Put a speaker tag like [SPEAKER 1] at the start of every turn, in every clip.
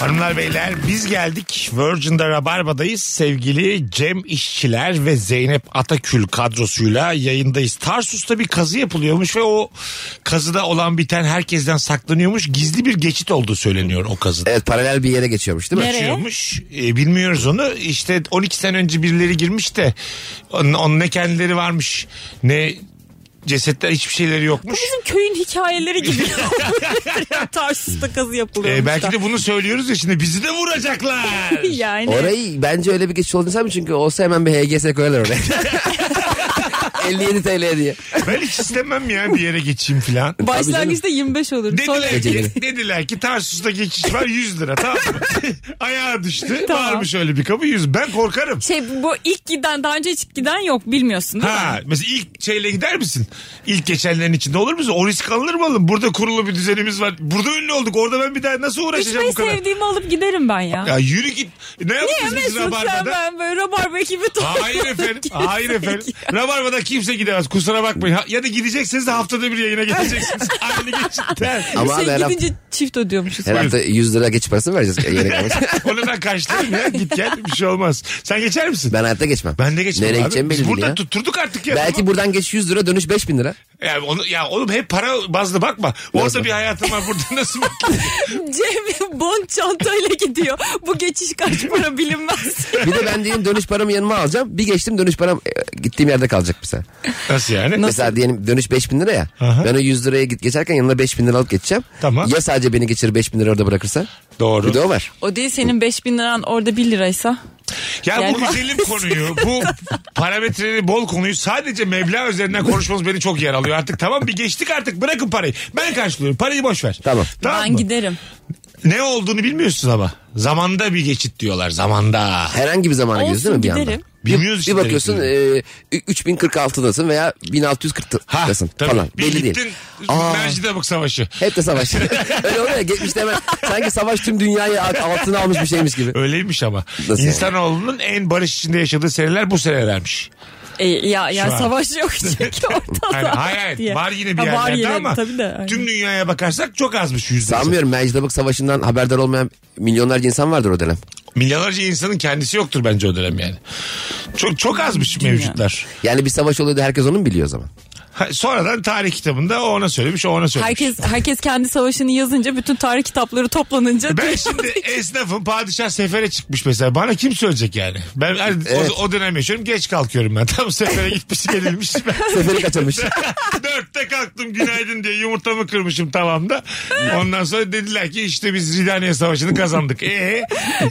[SPEAKER 1] Hanımlar beyler biz geldik. Virgin'de Rabarba'dayız. Sevgili Cem İşçiler ve Zeynep Atakül kadrosuyla yayındayız. Tarsus'ta bir kazı yapılıyormuş ve o kazıda olan biten herkesten saklanıyormuş. Gizli bir geçit olduğu söyleniyor o kazıda.
[SPEAKER 2] Evet paralel bir yere geçiyormuş değil mi?
[SPEAKER 3] Nereye?
[SPEAKER 1] Açıyormuş. E, bilmiyoruz onu. İşte 12 sene önce birileri girmiş de onun, onun ne kendileri varmış ne cesetler hiçbir şeyleri yokmuş.
[SPEAKER 3] Bizim köyün hikayeleri gibi. Tarsus'ta kazı yapılıyor.
[SPEAKER 1] E, belki de bunu söylüyoruz ya şimdi bizi de vuracaklar.
[SPEAKER 3] yani.
[SPEAKER 2] Orayı bence öyle bir geçiş olduğunu sanmıyorum çünkü olsa hemen bir HGS koyarlar oraya. 57 TL diye.
[SPEAKER 1] Ben hiç istemem ya bir yere geçeyim filan.
[SPEAKER 3] Başlangıçta 25 olur. Sonra
[SPEAKER 1] Dediler ki,
[SPEAKER 2] Geceleri.
[SPEAKER 1] dediler ki Tarsus'ta geçiş var 100 lira tamam mı? Ayağa düştü.
[SPEAKER 3] Tamam.
[SPEAKER 1] Varmış öyle bir kabı 100. Ben korkarım.
[SPEAKER 3] şey bu ilk giden daha önce hiç giden yok bilmiyorsun değil mi?
[SPEAKER 1] Ha, mesela ilk şeyle gider misin? İlk geçenlerin içinde olur musun? O risk alınır mı oğlum? Burada kurulu bir düzenimiz var. Burada ünlü olduk. Orada ben bir daha nasıl uğraşacağım
[SPEAKER 3] Düşmeyi
[SPEAKER 1] bu kadar?
[SPEAKER 3] sevdiğimi alıp giderim ben ya.
[SPEAKER 1] Ya yürü git. Ne
[SPEAKER 3] Niye
[SPEAKER 1] yaptınız biz
[SPEAKER 3] Mesut sen
[SPEAKER 1] Rabarba'da?
[SPEAKER 3] ben böyle rabarba ekibi topladım.
[SPEAKER 1] Hayır efendim. Hayır efendim.
[SPEAKER 3] Şey,
[SPEAKER 1] Rabarba'da kimse gidemez. Kusura bakmayın. Ha- Ya da gideceksiniz de haftada bir yayına geleceksiniz. Aynı geçitten.
[SPEAKER 2] Ama
[SPEAKER 3] şey
[SPEAKER 2] her, hafta,
[SPEAKER 3] gidince çift ödüyormuşuz.
[SPEAKER 2] her hafta 100 lira geçiş parası mı vereceğiz? Yere kalmış.
[SPEAKER 1] Onu ben karşılarım ya. Git gel bir şey olmaz. Sen geçer misin?
[SPEAKER 2] ben hayatta geçmem.
[SPEAKER 1] Ben de geçmem
[SPEAKER 2] Nereye
[SPEAKER 1] abi.
[SPEAKER 2] gideceğim
[SPEAKER 1] Biz
[SPEAKER 2] belli değil
[SPEAKER 1] buradan
[SPEAKER 2] ya.
[SPEAKER 1] tutturduk artık ya.
[SPEAKER 2] Belki buradan geçiş 100 lira dönüş 5000 lira.
[SPEAKER 1] Ya, onu, ya oğlum hep para bazlı bakma. Orada
[SPEAKER 2] Nasıl?
[SPEAKER 1] bir hayatım var burada nasıl bakayım?
[SPEAKER 3] Cem bon çantayla gidiyor. Bu geçiş kaç para bilinmez.
[SPEAKER 2] Bir de ben diyelim dönüş paramı yanıma alacağım. Bir geçtim dönüş param e, gittiğim yerde kalacak mesela.
[SPEAKER 1] Nasıl yani?
[SPEAKER 2] Mesela diyelim dönüş 5000 lira ya.
[SPEAKER 1] Aha.
[SPEAKER 2] Ben o 100 liraya git geçerken yanına 5000 lira alıp geçeceğim.
[SPEAKER 1] Tamam.
[SPEAKER 2] Ya sadece beni geçir 5000 lira orada bırakırsa.
[SPEAKER 1] Doğru.
[SPEAKER 2] Bir de o var.
[SPEAKER 3] O değil senin 5000 liran orada 1 liraysa.
[SPEAKER 1] Ya bu
[SPEAKER 3] Yani-
[SPEAKER 1] güzelim konuyu, bu parametreleri bol konuyu sadece meblağ üzerinden konuşmamız beni çok yer alıyor artık. Tamam bir geçtik artık bırakın parayı. Ben karşılıyorum parayı boş ver.
[SPEAKER 2] Tamam.
[SPEAKER 3] ben
[SPEAKER 1] mı?
[SPEAKER 3] giderim.
[SPEAKER 1] Ne olduğunu bilmiyorsun ama. Zamanda bir geçit diyorlar zamanda.
[SPEAKER 2] Herhangi bir zamana gidiyorsun değil mi
[SPEAKER 3] Olsun
[SPEAKER 2] bir anda?
[SPEAKER 3] giderim.
[SPEAKER 1] Bilmiyoruz işte
[SPEAKER 2] Bir bakıyorsun
[SPEAKER 1] demek
[SPEAKER 2] e, 3046'dasın veya 1640'dasın
[SPEAKER 1] tabii.
[SPEAKER 2] falan.
[SPEAKER 1] Bir
[SPEAKER 2] Belli
[SPEAKER 1] gittin
[SPEAKER 2] değil. Aa.
[SPEAKER 1] Mercidabık Savaşı.
[SPEAKER 2] Hep de savaş. Öyle oluyor ya geçmişte hemen sanki savaş tüm dünyayı alt- altına almış bir şeymiş gibi.
[SPEAKER 1] Öyleymiş ama.
[SPEAKER 2] Nasıl yani?
[SPEAKER 1] İnsanoğlunun en barış içinde yaşadığı seneler bu senelermiş.
[SPEAKER 3] E, ya ya
[SPEAKER 1] an.
[SPEAKER 3] savaş yok çünkü ortada.
[SPEAKER 1] Hayır, hayır, hayır.
[SPEAKER 3] diye.
[SPEAKER 1] var yine bir
[SPEAKER 3] Ha,
[SPEAKER 1] yerlerde
[SPEAKER 3] var yine,
[SPEAKER 1] ama
[SPEAKER 3] Tabii de. aynen.
[SPEAKER 1] tüm dünyaya bakarsak çok azmış yüzde.
[SPEAKER 2] Sanmıyorum Mecidabık Savaşı'ndan haberdar olmayan milyonlarca insan vardır o dönem.
[SPEAKER 1] Milyonlarca insanın kendisi yoktur bence o dönem yani. Çok çok azmış mevcutlar.
[SPEAKER 2] Yani bir savaş oluyordu herkes onu mu biliyor o zaman?
[SPEAKER 1] Ha, Sonradan tarih kitabında o ona söylemiş, o ona söylemiş.
[SPEAKER 3] Herkes herkes kendi savaşını yazınca bütün tarih kitapları toplanınca
[SPEAKER 1] Ben şimdi esnafım padişah sefere çıkmış mesela. Bana kim söyleyecek yani? Ben hani
[SPEAKER 2] Evet.
[SPEAKER 1] o, o dönem yaşıyorum geç kalkıyorum ben. Tam sefere gitmiş gelilmiş. Ben
[SPEAKER 2] Seferi kaçırmış.
[SPEAKER 1] dörtte kalktım günaydın diye yumurtamı kırmışım tavamda. Ondan sonra dediler ki işte biz Ridaniye Savaşı'nı kazandık. Ee,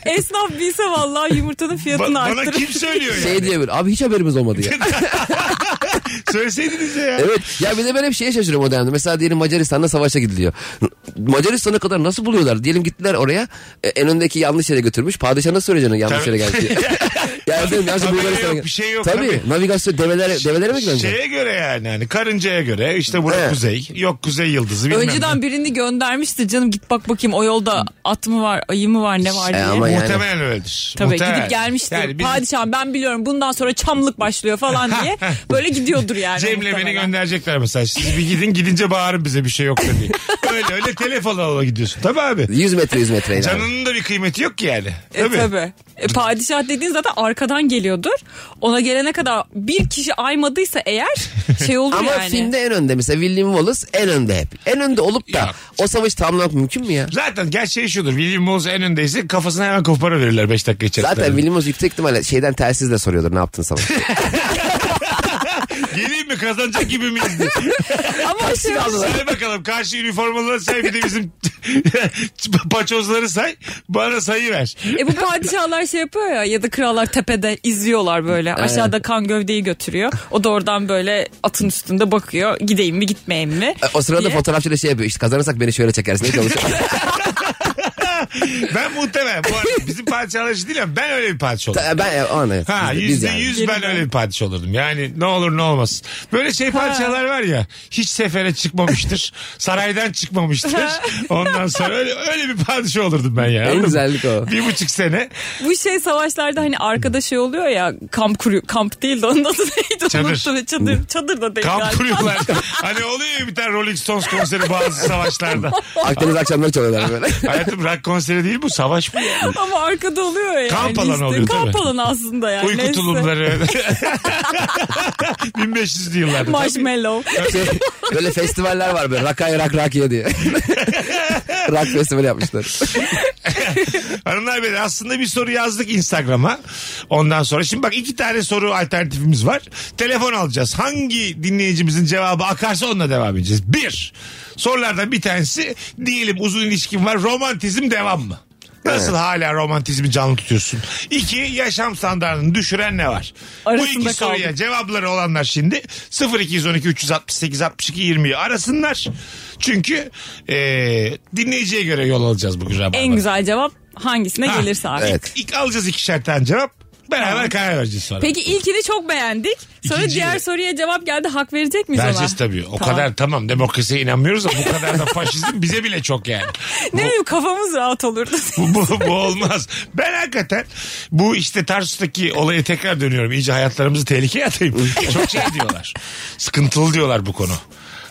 [SPEAKER 3] esnaf bilse vallahi yumurtanın
[SPEAKER 1] ba-
[SPEAKER 3] fiyatını
[SPEAKER 1] bana
[SPEAKER 3] arttırır.
[SPEAKER 1] kim söylüyor yani?
[SPEAKER 2] Şey diye böyle, abi hiç haberimiz olmadı ya.
[SPEAKER 1] Söyleseydiniz ya.
[SPEAKER 2] Evet ya bir de ben hep şeye şaşırıyorum o dönemde. Mesela diyelim Macaristan'da savaşa gidiliyor. Macaristan'a kadar nasıl buluyorlar? Diyelim gittiler oraya e, en öndeki yanlış yere götürmüş. Padişah nasıl söyleyecek onun yanlış
[SPEAKER 1] Tabii.
[SPEAKER 2] yere geldi diye. yani diyorum yanlış
[SPEAKER 1] Haberi
[SPEAKER 2] Bulgaristan'a
[SPEAKER 1] yok, bir şey yok,
[SPEAKER 2] Tabii,
[SPEAKER 1] tabii.
[SPEAKER 2] navigasyon develere, develere mi gidiyor?
[SPEAKER 1] Şeye göre yani hani karıncaya göre işte burada
[SPEAKER 2] Evet.
[SPEAKER 1] kuzey yok kuzey yıldızı bilmem
[SPEAKER 3] Önceden birini göndermiştir canım git bak bakayım o yolda at mı var ayı mı var ne var
[SPEAKER 2] E,
[SPEAKER 3] diye.
[SPEAKER 2] ama
[SPEAKER 1] ne.
[SPEAKER 2] yani-
[SPEAKER 1] Muhtemelen öyledir.
[SPEAKER 3] Tabii
[SPEAKER 1] Muhtemelen.
[SPEAKER 3] gidip gelmiştir.
[SPEAKER 1] Yani biz
[SPEAKER 3] Padişahım ben biliyorum bundan sonra çamlık başlıyor falan diye böyle gidiyordur yani.
[SPEAKER 1] Cem'le beni
[SPEAKER 3] muhtemelen.
[SPEAKER 1] gönderecekler mesela. Siz bir gidin gidince bağırın bize bir şey yok da diye. öyle öyle telefon ala gidiyorsun. Tabii abi.
[SPEAKER 2] 100 metre 100 metre. yani.
[SPEAKER 1] Canının da bir kıymeti yok ki yani.
[SPEAKER 3] E,
[SPEAKER 1] Tabii.
[SPEAKER 3] tabii. E, padişah dediğin zaten arkadan geliyordur. Ona gelene kadar bir kişi aymadıysa eğer şey olur
[SPEAKER 2] Ama
[SPEAKER 3] yani.
[SPEAKER 2] filmde en önde mesela William Wallace en önde hep. En önde olup da
[SPEAKER 1] Ya.
[SPEAKER 2] o savaş tamamlamak mümkün mü ya?
[SPEAKER 1] Zaten gerçeği şudur. William Wallace en öndeyse kafasına hemen kopara verirler 5 dakika içerisinde.
[SPEAKER 2] Zaten William Wallace yüksek ihtimalle şeyden telsizle soruyordur ne yaptın savaş.
[SPEAKER 1] Geleyim mi kazanacak gibi miyiz? diye.
[SPEAKER 3] Ama o şey
[SPEAKER 2] aldılar.
[SPEAKER 1] Söyle bakalım karşı üniformaları say bir de bizim paçozları say bana sayı ver.
[SPEAKER 3] E bu padişahlar şey yapıyor ya ya da krallar tepede izliyorlar böyle. Aşağıda kan gövdeyi götürüyor. O da oradan böyle atın üstünde bakıyor. Gideyim mi gitmeyeyim mi?
[SPEAKER 2] E, o sırada
[SPEAKER 3] diye.
[SPEAKER 2] fotoğrafçı da şey yapıyor işte kazanırsak beni şöyle çekersin. Ne çalışıyor?
[SPEAKER 1] ben muhtemelen bu arada bizim padişahlar değil ama ben öyle bir padişah olurdum.
[SPEAKER 2] Ta- Ben o ana.
[SPEAKER 1] Ha
[SPEAKER 2] biz- biz
[SPEAKER 1] yüzde
[SPEAKER 2] yani.
[SPEAKER 1] yüz ben öyle bir padişah olurdum. Yani ne olur ne olmaz. Böyle şey padişahlar var ya hiç sefere çıkmamıştır. saraydan çıkmamıştır. Ondan sonra öyle, öyle bir padişah olurdum ben ya.
[SPEAKER 2] En
[SPEAKER 1] Anladın mı?
[SPEAKER 2] güzellik o.
[SPEAKER 1] Bir buçuk sene
[SPEAKER 3] Bu şey savaşlarda hani arkada şey oluyor ya kamp kuru kamp değil de onun adı neydi?
[SPEAKER 1] Çadır.
[SPEAKER 3] Unuttum. Çadır. Çadır da değil.
[SPEAKER 1] kamp
[SPEAKER 3] galiba.
[SPEAKER 1] kuruyorlar. hani oluyor ya bir tane Rolling Stones konseri bazı savaşlarda.
[SPEAKER 2] Akdeniz akşamları çalıyorlar böyle.
[SPEAKER 1] Hayatım rock konseri değil bu savaş bu ya.
[SPEAKER 3] Ama arkada oluyor yani.
[SPEAKER 1] Kamp alanı
[SPEAKER 3] İşte
[SPEAKER 1] oluyor
[SPEAKER 3] Kamp
[SPEAKER 1] tabii.
[SPEAKER 3] alanı aslında yani.
[SPEAKER 1] Uyku
[SPEAKER 3] Neyse.
[SPEAKER 1] tulumları. 1500'lü yıllarda.
[SPEAKER 3] Marshmallow.
[SPEAKER 2] Şey, böyle festivaller var böyle. Rakay rak rakiye diye. rak festivali yapmışlar.
[SPEAKER 1] Hanımlar beyler aslında bir soru yazdık Instagram'a. Ondan sonra şimdi bak iki tane soru alternatifimiz var. Telefon alacağız. Hangi dinleyicimizin cevabı akarsa onunla devam edeceğiz. Bir, sorulardan bir tanesi diyelim uzun ilişkin var romantizm devam mı? Nasıl hala romantizmi canlı tutuyorsun? İki, yaşam standartını düşüren ne var? Bu
[SPEAKER 3] Arasında
[SPEAKER 1] iki soruya
[SPEAKER 3] kaldım.
[SPEAKER 1] cevapları olanlar şimdi 0212 368 62 20'yi arasınlar. Çünkü eee, dinleyiciye göre yol alacağız bugün. Rabarba'da.
[SPEAKER 3] En güzel cevap hangisine
[SPEAKER 1] Ha,
[SPEAKER 3] gelirse abi.
[SPEAKER 2] evet.
[SPEAKER 1] İlk alacağız ikişer tane cevap. Beraber karar vereceğiz sonra.
[SPEAKER 3] Peki ilkini çok beğendik. Sonra
[SPEAKER 1] İkinciyi-
[SPEAKER 3] diğer soruya cevap geldi. Hak verecek miyiz
[SPEAKER 1] Vereceğiz
[SPEAKER 3] ona?
[SPEAKER 1] tabii. O
[SPEAKER 3] Tamam.
[SPEAKER 1] kadar tamam demokrasiye inanmıyoruz ama bu kadar da faşizm bize bile çok yani.
[SPEAKER 3] Ne bileyim kafamız rahat olurdu.
[SPEAKER 1] Bu, bu, bu olmaz. Ben hakikaten bu işte Tarsus'taki olaya tekrar dönüyorum. İyice hayatlarımızı tehlikeye atayım. Çok şey diyorlar. Sıkıntılı diyorlar bu konu.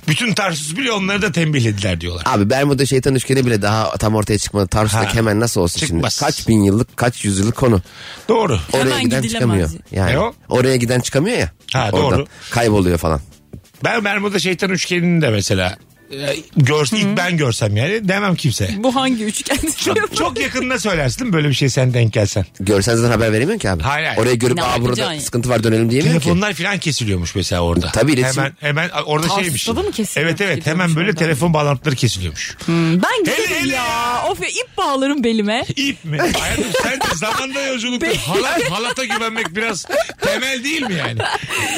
[SPEAKER 1] Bütün Tarsus bile onları da tembihlediler diyorlar.
[SPEAKER 2] Abi Bermuda şeytan üçgeni bile daha tam ortaya çıkmadı.
[SPEAKER 1] Ha.
[SPEAKER 2] Tarsus'taki hemen nasıl olsun
[SPEAKER 1] Çıkmaz.
[SPEAKER 2] şimdi? Kaç bin yıllık, kaç yüzyıllık konu.
[SPEAKER 1] Doğru.
[SPEAKER 2] Oraya
[SPEAKER 3] Hemen
[SPEAKER 2] giden
[SPEAKER 3] gidilemez.
[SPEAKER 2] çıkamıyor. Yani
[SPEAKER 1] E o?
[SPEAKER 2] oraya giden çıkamıyor ya.
[SPEAKER 1] Ha,
[SPEAKER 2] Oradan
[SPEAKER 1] doğru.
[SPEAKER 2] Kayboluyor falan.
[SPEAKER 1] Ben Bermuda şeytan üçgenini de mesela e, görs ilk ben görsem yani demem kimseye.
[SPEAKER 3] Bu hangi üçgen?
[SPEAKER 1] Çok, çok yakında söylersin değil mi? böyle bir şey sen denk gelsen.
[SPEAKER 2] Görsen zaten haber veremiyorsun ki abi.
[SPEAKER 1] Hayır, hayır.
[SPEAKER 2] Oraya görüp
[SPEAKER 3] Ne
[SPEAKER 2] aa burada
[SPEAKER 3] yapacaksın?
[SPEAKER 2] sıkıntı var dönelim diyemiyorsun ki.
[SPEAKER 1] Telefonlar falan kesiliyormuş mesela orada.
[SPEAKER 2] Tabii, iletişim-
[SPEAKER 1] Hemen, hemen orada
[SPEAKER 3] Tahsisada
[SPEAKER 1] şeymiş.
[SPEAKER 3] mı kesiliyor?
[SPEAKER 1] Evet evet
[SPEAKER 3] Kesiliyormuş
[SPEAKER 1] hemen böyle
[SPEAKER 3] orada.
[SPEAKER 1] telefon bağlantıları kesiliyormuş.
[SPEAKER 3] Ben
[SPEAKER 1] Hele,
[SPEAKER 3] giderim
[SPEAKER 1] hele.
[SPEAKER 3] ya. Of ya ip bağlarım belime.
[SPEAKER 1] İp mi? Hayatım sen de zamanda yolculukta halat, halata güvenmek biraz temel değil mi yani?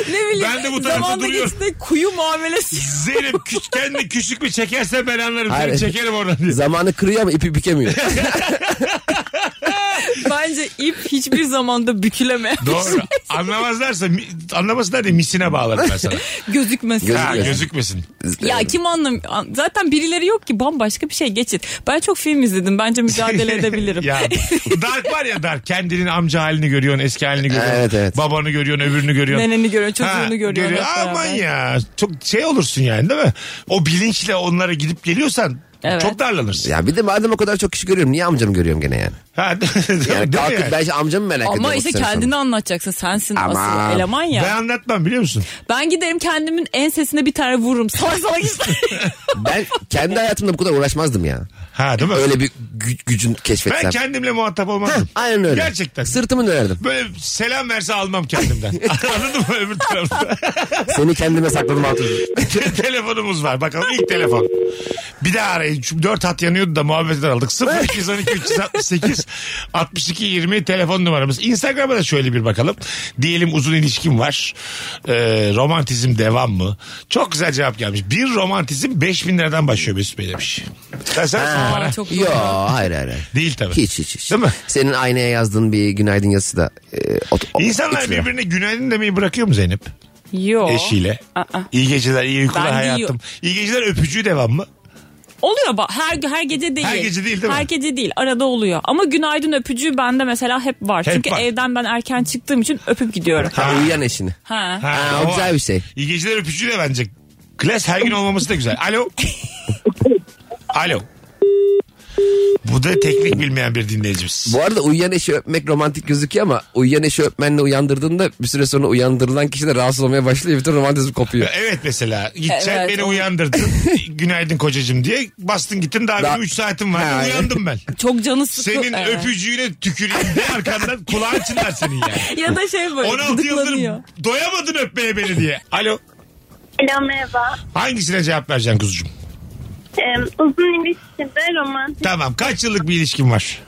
[SPEAKER 3] Ne bileyim.
[SPEAKER 1] Ben de bu tarafa
[SPEAKER 3] zamanda
[SPEAKER 1] duruyorum.
[SPEAKER 3] geçti kuyu muamelesi.
[SPEAKER 1] Zeynep küç, kendi küçük mü çekersen ben anlarım seni
[SPEAKER 2] Hayır.
[SPEAKER 1] çekerim oradan diye.
[SPEAKER 2] Zamanı kırıyor ama ipi bükemiyor.
[SPEAKER 3] Bence ip hiçbir zamanda büküleme.
[SPEAKER 1] Doğru. Anlamazlarsa mi- anlamasınlar diye misine bağlarım ben sana.
[SPEAKER 3] Gözükmesin.
[SPEAKER 2] Gözük-
[SPEAKER 1] Ha,
[SPEAKER 2] Gözükmesin.
[SPEAKER 1] gözükmesin.
[SPEAKER 3] Ya kim anlam an- zaten birileri yok ki bambaşka bir şey geçit. Ben çok film izledim. Bence mücadele edebilirim.
[SPEAKER 1] ya, Dark var ya Dark. Kendinin amca halini görüyorsun, eski halini görüyorsun.
[SPEAKER 2] Evet, evet.
[SPEAKER 1] Babanı görüyorsun, öbürünü görüyorsun.
[SPEAKER 3] Neneni görüyorsun, çocuğunu görüyorsun
[SPEAKER 1] görüyor.
[SPEAKER 3] hep
[SPEAKER 1] Aman
[SPEAKER 3] beraber.
[SPEAKER 1] ya. Çok şey olursun yani değil mi? O bilinçle onlara gidip geliyorsan
[SPEAKER 3] Evet.
[SPEAKER 1] çok darlanırsın.
[SPEAKER 2] ya bir de madem o kadar çok kişi görüyorum niye amcamı görüyorum gene yani?
[SPEAKER 1] Ha, değil mi
[SPEAKER 2] Yani kalkıp
[SPEAKER 1] yani?
[SPEAKER 2] ben işte amcamı merak ediyorum.
[SPEAKER 3] Ama işte
[SPEAKER 2] 30 sene sonra.
[SPEAKER 3] kendini anlatacaksın. Sensin
[SPEAKER 2] Aman.
[SPEAKER 3] asıl eleman ya.
[SPEAKER 1] Ben
[SPEAKER 3] Ben,
[SPEAKER 1] anlatmam biliyor musun?
[SPEAKER 3] giderim kendimin ensesine bir tane vururum. Salak salak işler.
[SPEAKER 2] Ben kendi hayatımda bu kadar uğraşmazdım ya.
[SPEAKER 1] Ha değil mi?
[SPEAKER 2] Öyle bir gü- gücün
[SPEAKER 1] ben
[SPEAKER 2] keşfetsem.
[SPEAKER 1] kendimle muhatap olmazdım.
[SPEAKER 2] Aynen öyle.
[SPEAKER 1] Gerçekten.
[SPEAKER 2] Sırtımı dönerdim.
[SPEAKER 1] Böyle selam verse almam kendimden. Anladın mı öbür tarafta?
[SPEAKER 2] Seni kendime sakladım altı.
[SPEAKER 1] Te- Telefonumuz var. Bakalım ilk telefon. Bir daha arayın. Şu dört hat yanıyordu da muhabbetler aldık. 0212 368 62 20 telefon numaramız. Instagram'a da şöyle bir bakalım. Diyelim uzun ilişkim var. Ee, romantizm devam mı? Çok güzel cevap gelmiş. Bir romantizm 5000 liradan başlıyor Mesut Bey demiş. Sen sen numara.
[SPEAKER 3] Çok
[SPEAKER 2] Yo hayır hayır. hayır.
[SPEAKER 1] Değil tabii.
[SPEAKER 2] Hiç hiç hiç.
[SPEAKER 1] Değil mi?
[SPEAKER 2] Senin aynaya yazdığın bir günaydın yazısı da. E, o- o-
[SPEAKER 1] İnsanlar
[SPEAKER 2] üç lira.
[SPEAKER 1] birbirine günaydın demeyi bırakıyor mu Zeynep?
[SPEAKER 3] Yo.
[SPEAKER 1] Eşiyle.
[SPEAKER 3] Aa.
[SPEAKER 1] İyi geceler, iyi uykular
[SPEAKER 3] Ben de
[SPEAKER 1] hayatım. İyi geceler öpücüğü devam mı?
[SPEAKER 3] Oluyor bak her her gece değil.
[SPEAKER 1] Her gece değil, değil mi?
[SPEAKER 3] Her gece değil. Arada oluyor. Ama günaydın öpücüğü bende mesela hep var.
[SPEAKER 1] Hep
[SPEAKER 3] Çünkü
[SPEAKER 1] var.
[SPEAKER 3] evden ben erken çıktığım için öpüp gidiyorum.
[SPEAKER 2] Ha, Uyuyan eşini.
[SPEAKER 3] Ha.
[SPEAKER 2] Ha, o güzel bir şey.
[SPEAKER 1] İyi geceler öpücüğü de bence. Klas her gün olmaması da güzel. Alo. Alo. Bu da teknik bilmeyen bir dinleyicimiz.
[SPEAKER 2] Bu arada uyuyan eşi öpmek romantik gözüküyor ama uyuyan eşi öpmenle uyandırdığında bir süre sonra uyandırılan kişi de rahatsız olmaya başlıyor. Bütün romantizm kopuyor.
[SPEAKER 1] Evet mesela gideceksin
[SPEAKER 3] Evet,
[SPEAKER 1] beni
[SPEAKER 3] o-
[SPEAKER 1] uyandırdın. Günaydın kocacığım diye bastın gittin daha
[SPEAKER 2] Daha-
[SPEAKER 1] benim 3 saatim var.
[SPEAKER 2] Ha, evet.
[SPEAKER 1] Uyandım ben.
[SPEAKER 3] Çok canı sıkı. Ee,
[SPEAKER 1] Senin
[SPEAKER 3] Evet.
[SPEAKER 1] öpücüğüne tüküreyim de arkandan kulağın çınlar senin yani.
[SPEAKER 3] Ya da şey böyle
[SPEAKER 1] 16
[SPEAKER 3] gıdıklanıyor.
[SPEAKER 1] yıldır doyamadın öpmeye beni diye. Alo.
[SPEAKER 4] Selam merhaba.
[SPEAKER 1] Hangisine cevap vereceksin kuzucuğum?
[SPEAKER 4] Ee, uzun ilişkide romantik
[SPEAKER 1] Tamam kaç yıllık bir ilişkin var?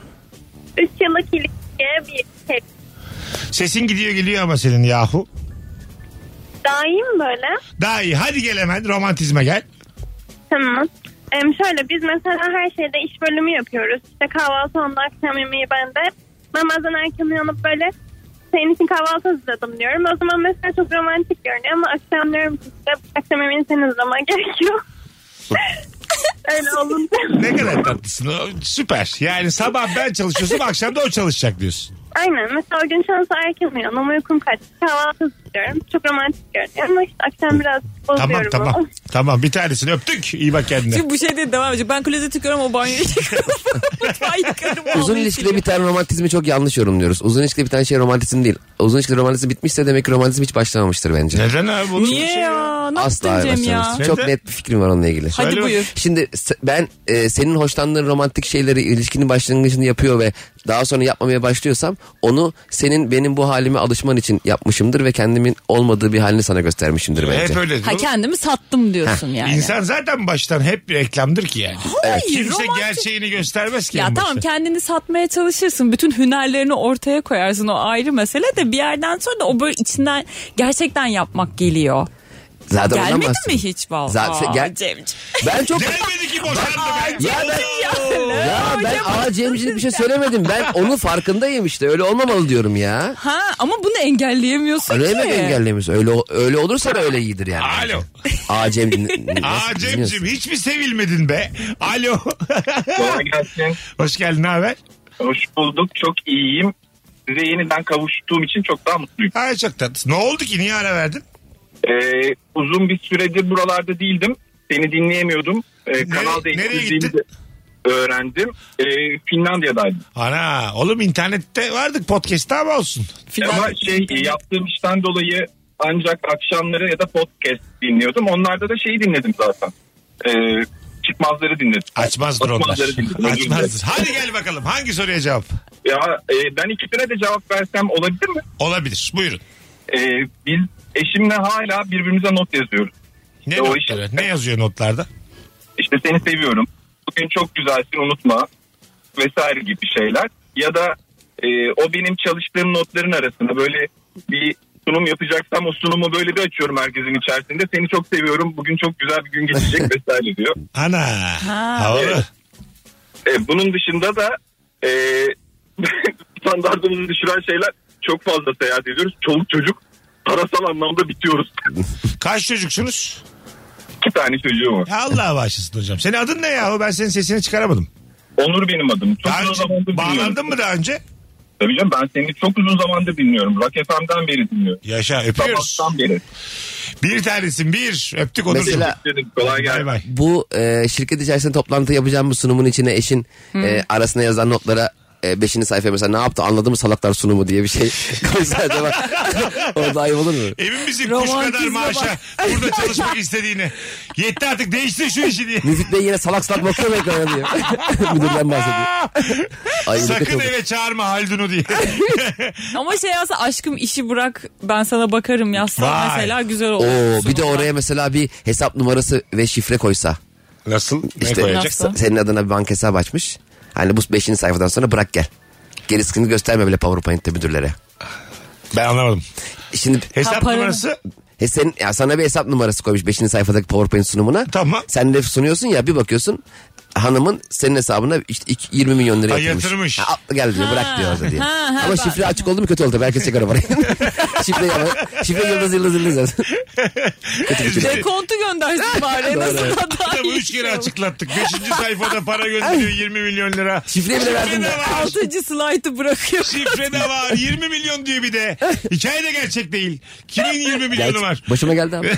[SPEAKER 4] 3 yıllık ilişkiye bir şey. tek.
[SPEAKER 1] Sesin gidiyor geliyor ama senin yahu.
[SPEAKER 4] Daha iyi mi böyle?
[SPEAKER 1] Daha iyi hadi gel hemen romantizme gel.
[SPEAKER 4] Tamam. Em, şöyle biz mesela her şeyde iş bölümü yapıyoruz. İşte kahvaltı onda akşam yemeği bende. Namazdan erken uyanıp böyle senin için kahvaltı hazırladım diyorum. O zaman mesela çok romantik görünüyor ama akşam diyorum ki işte akşam yemeğini senin hazırlaman gerekiyor. Öyle olunca.
[SPEAKER 1] Ne kadar tatlısın. O Süper. Yani sabah ben çalışıyorsam akşam da o çalışacak diyorsun.
[SPEAKER 4] Aynen mesela o gün şansı erken uyanıyorum. Uykum kaçtı. Kahvaltı hazırlıyorum. Çok romantik görünüyor ama işte akşam biraz bozuyorum.
[SPEAKER 1] Tamam tamam.
[SPEAKER 4] onu.
[SPEAKER 1] Tamam bir tanesini öptük. İyi bak kendine.
[SPEAKER 3] Şimdi bu şey de devam edecek. Ben klozeti yıkarım o banyoyu yıkarım. Mutfağı yıkarım.
[SPEAKER 2] Uzun
[SPEAKER 3] halıyı
[SPEAKER 2] ilişkide
[SPEAKER 3] silerim.
[SPEAKER 2] bir tane romantizmi çok yanlış yorumluyoruz. Uzun ilişkide bir tane şey romantizm değil. Uzun ilişkide romantizm bitmişse demek ki romantizm hiç başlamamıştır bence.
[SPEAKER 1] Neden abi? Bunun
[SPEAKER 3] Niye
[SPEAKER 1] şey
[SPEAKER 3] ya? Ne
[SPEAKER 2] Asla
[SPEAKER 3] yaptın Cem ya?
[SPEAKER 2] başlamamıştır. Çok
[SPEAKER 1] Neden?
[SPEAKER 2] net bir fikrim var onunla ilgili.
[SPEAKER 3] Hadi
[SPEAKER 1] Söyle bak.
[SPEAKER 3] buyur.
[SPEAKER 2] Şimdi se- ben e, senin hoşlandığın romantik şeyleri ilişkinin başlangıcını yapıyor ve daha sonra yapmamaya başlıyorsam onu senin benim bu halime alışman için yapmışımdır ve kendimin olmadığı bir halini sana göstermişimdir bence.
[SPEAKER 1] Hep öyle.
[SPEAKER 3] Ha
[SPEAKER 1] diyor.
[SPEAKER 3] kendimi sattım diyorsun yani.
[SPEAKER 1] İnsan zaten baştan hep bir reklamdır ki yani.
[SPEAKER 3] Hayır,
[SPEAKER 1] Kimse
[SPEAKER 3] romantik-
[SPEAKER 1] gerçeğini göstermez ki.
[SPEAKER 3] Ya
[SPEAKER 1] en
[SPEAKER 3] tamam
[SPEAKER 1] başta.
[SPEAKER 3] kendini satmaya çalışırsın. Bütün hünerlerini ortaya koyarsın. O ayrı mesele de bir yerden sonra da o böyle içinden gerçekten yapmak geliyor.
[SPEAKER 2] Zaten ondan
[SPEAKER 3] Gelmedi mi
[SPEAKER 2] bahsediyorum.
[SPEAKER 3] hiç valla?
[SPEAKER 2] Zaten gel-
[SPEAKER 3] Cemciğim.
[SPEAKER 2] Ben çok
[SPEAKER 1] Gelmedi ki boşandı ben.
[SPEAKER 2] Ya ben-
[SPEAKER 3] Ya, ne
[SPEAKER 2] ya ben
[SPEAKER 3] hocam?
[SPEAKER 2] aa Cemcilik bir şey söylemedim. Ben onun farkındayım işte. Öyle olmamalı diyorum ya.
[SPEAKER 3] Ha ama bunu engelleyemiyorsun
[SPEAKER 2] Öyle
[SPEAKER 3] ki.
[SPEAKER 2] mi engellemiyoruz? Öyle öyle olursa da öyle iyidir yani.
[SPEAKER 1] Alo.
[SPEAKER 2] Aa Cem.
[SPEAKER 1] Aa
[SPEAKER 2] nasıl
[SPEAKER 1] Cem'cim
[SPEAKER 2] bilmiyorsun?
[SPEAKER 1] hiç mi sevilmedin be? Alo.
[SPEAKER 5] Kolay gelsin.
[SPEAKER 1] Hoş geldin ne haber?
[SPEAKER 5] Hoş bulduk. Çok iyiyim. Size yeniden kavuştuğum için çok daha mutluyum.
[SPEAKER 1] Ay çok tatlısın. Ne oldu ki niye ara verdin?
[SPEAKER 5] Ee, uzun bir süredir buralarda değildim. Seni dinleyemiyordum. Ee, kanal
[SPEAKER 1] nereye
[SPEAKER 5] değiştirdiğini
[SPEAKER 1] gittin?
[SPEAKER 5] de öğrendim. Ee, Finlandiya'daydım.
[SPEAKER 1] Ana oğlum internette vardık podcast'ta ama olsun.
[SPEAKER 5] Ama şey yaptığım işten dolayı ancak akşamları ya da podcast dinliyordum. Onlarda da şeyi dinledim zaten. Ee, çıkmazları dinledim.
[SPEAKER 1] Açmazdır onlar.
[SPEAKER 5] Açmazları dinledim. Özür dilerim.
[SPEAKER 1] Açmazdır. Hadi gel bakalım hangi soruya cevap?
[SPEAKER 5] Ya e, ben ikisine de cevap versem olabilir mi?
[SPEAKER 1] Olabilir buyurun.
[SPEAKER 5] E, biz eşimle hala birbirimize not yazıyoruz.
[SPEAKER 1] Ne,
[SPEAKER 5] E, o
[SPEAKER 1] notları? ne yazıyor notlarda?
[SPEAKER 5] İşte seni seviyorum. Bugün çok güzelsin unutma. Vesaire gibi şeyler. Ya da e, o benim çalıştığım notların arasında böyle bir sunum yapacaksam o sunumu böyle bir açıyorum herkesin içerisinde. Seni çok seviyorum. Bugün çok güzel bir gün geçecek vesaire diyor.
[SPEAKER 1] Ana. Havalı.
[SPEAKER 5] E, bunun dışında da e, standartımızı düşüren şeyler çok fazla seyahat ediyoruz. Çoluk çocuk parasal anlamda bitiyoruz.
[SPEAKER 1] Kaç çocuksunuz?
[SPEAKER 5] İki tane çocuğum var.
[SPEAKER 1] Allah bağışlasın hocam. Senin adın ne yahu? Ben senin sesini çıkaramadım.
[SPEAKER 5] Onur benim adım. Çok
[SPEAKER 1] Daha
[SPEAKER 5] uzun
[SPEAKER 1] önce
[SPEAKER 5] zamandır dinliyorum.
[SPEAKER 1] bağlandın mı daha önce?
[SPEAKER 5] Tabii canım ben seni çok uzun zamandır dinliyorum. Rock FM'den beri dinliyorum.
[SPEAKER 1] Yaşa öpüyoruz.
[SPEAKER 5] Sabahtan beri.
[SPEAKER 1] Bir tanesin bir. Öptük Onurcuğum.
[SPEAKER 2] Mesela-
[SPEAKER 5] Dedim, kolay
[SPEAKER 1] Bay
[SPEAKER 5] gelsin.
[SPEAKER 1] bay.
[SPEAKER 2] Bu e, şirket içerisinde toplantı yapacağım bu sunumun içine eşin e, arasına yazan notlara e, beşinci sayfaya mesela ne yaptı anladı mı salaklar sunumu diye bir şey koysa acaba orada ayıp olur mu?
[SPEAKER 1] Emin misin kuş kadar
[SPEAKER 3] Romantizme
[SPEAKER 1] maaşa
[SPEAKER 3] bak.
[SPEAKER 1] burada çalışmak istediğini? Yetti artık değiştir şu işi diye.
[SPEAKER 2] Müfit Bey yine salak salak bakıyor mu ekrana diyor. Müdürden bahsediyor. Ay, bu da
[SPEAKER 1] Sakın
[SPEAKER 2] çok-
[SPEAKER 1] eve çağırma Haldun'u diye.
[SPEAKER 3] Ama şey yazsa aşkım işi bırak ben sana bakarım yazsa
[SPEAKER 1] Vay.
[SPEAKER 3] mesela güzel olur.
[SPEAKER 2] Oo, bir de
[SPEAKER 3] Sonunda.
[SPEAKER 2] oraya mesela bir hesap numarası ve şifre koysa.
[SPEAKER 1] Nasıl?
[SPEAKER 2] İşte
[SPEAKER 3] koyacaksın?
[SPEAKER 2] se- senin adına bir banka hesabı açmış. Hani bu 5. sayfadan sonra bırak gel. Gerisini gösterme bile PowerPoint'te müdürlere.
[SPEAKER 1] Ben anlamadım.
[SPEAKER 2] Şimdi
[SPEAKER 1] Hesap
[SPEAKER 3] paranı.
[SPEAKER 1] numarası
[SPEAKER 2] he senin, E ya sana bir hesap numarası koymuş 5. sayfadaki PowerPoint sunumuna.
[SPEAKER 1] Tamam.
[SPEAKER 2] Sen de sunuyorsun ya bir bakıyorsun hanımın senin hesabına işte iki- 20 milyon lira
[SPEAKER 1] Ha,
[SPEAKER 2] yatırmış.
[SPEAKER 1] yatırmış.
[SPEAKER 2] Ha, al gel diyor bırak diyor orada diye.
[SPEAKER 3] ha, ha,
[SPEAKER 2] Ama
[SPEAKER 3] bak.
[SPEAKER 2] şifre açık oldu mu kötü oldu. Herkes çeker o parayı. şifre, şifre yıldız yıldız yıldız. yaz. kötü bir şey.
[SPEAKER 3] Dekontu göndersin bari en azından daha
[SPEAKER 1] Kitabı
[SPEAKER 3] iyi. şey
[SPEAKER 1] üç kere açıklattık. Beşinci sayfada para gönderiyor 20 milyon lira.
[SPEAKER 2] Şifreyi bile
[SPEAKER 1] Şifre
[SPEAKER 2] verdin.
[SPEAKER 1] de var.
[SPEAKER 3] Altıncı slaytı bırakıyor.
[SPEAKER 1] Şifre de var. 20 milyon diyor bir de. Hikaye de gerçek değil. Kimin 20
[SPEAKER 2] Ya
[SPEAKER 1] milyonu var?
[SPEAKER 2] hiç başıma geldi abi.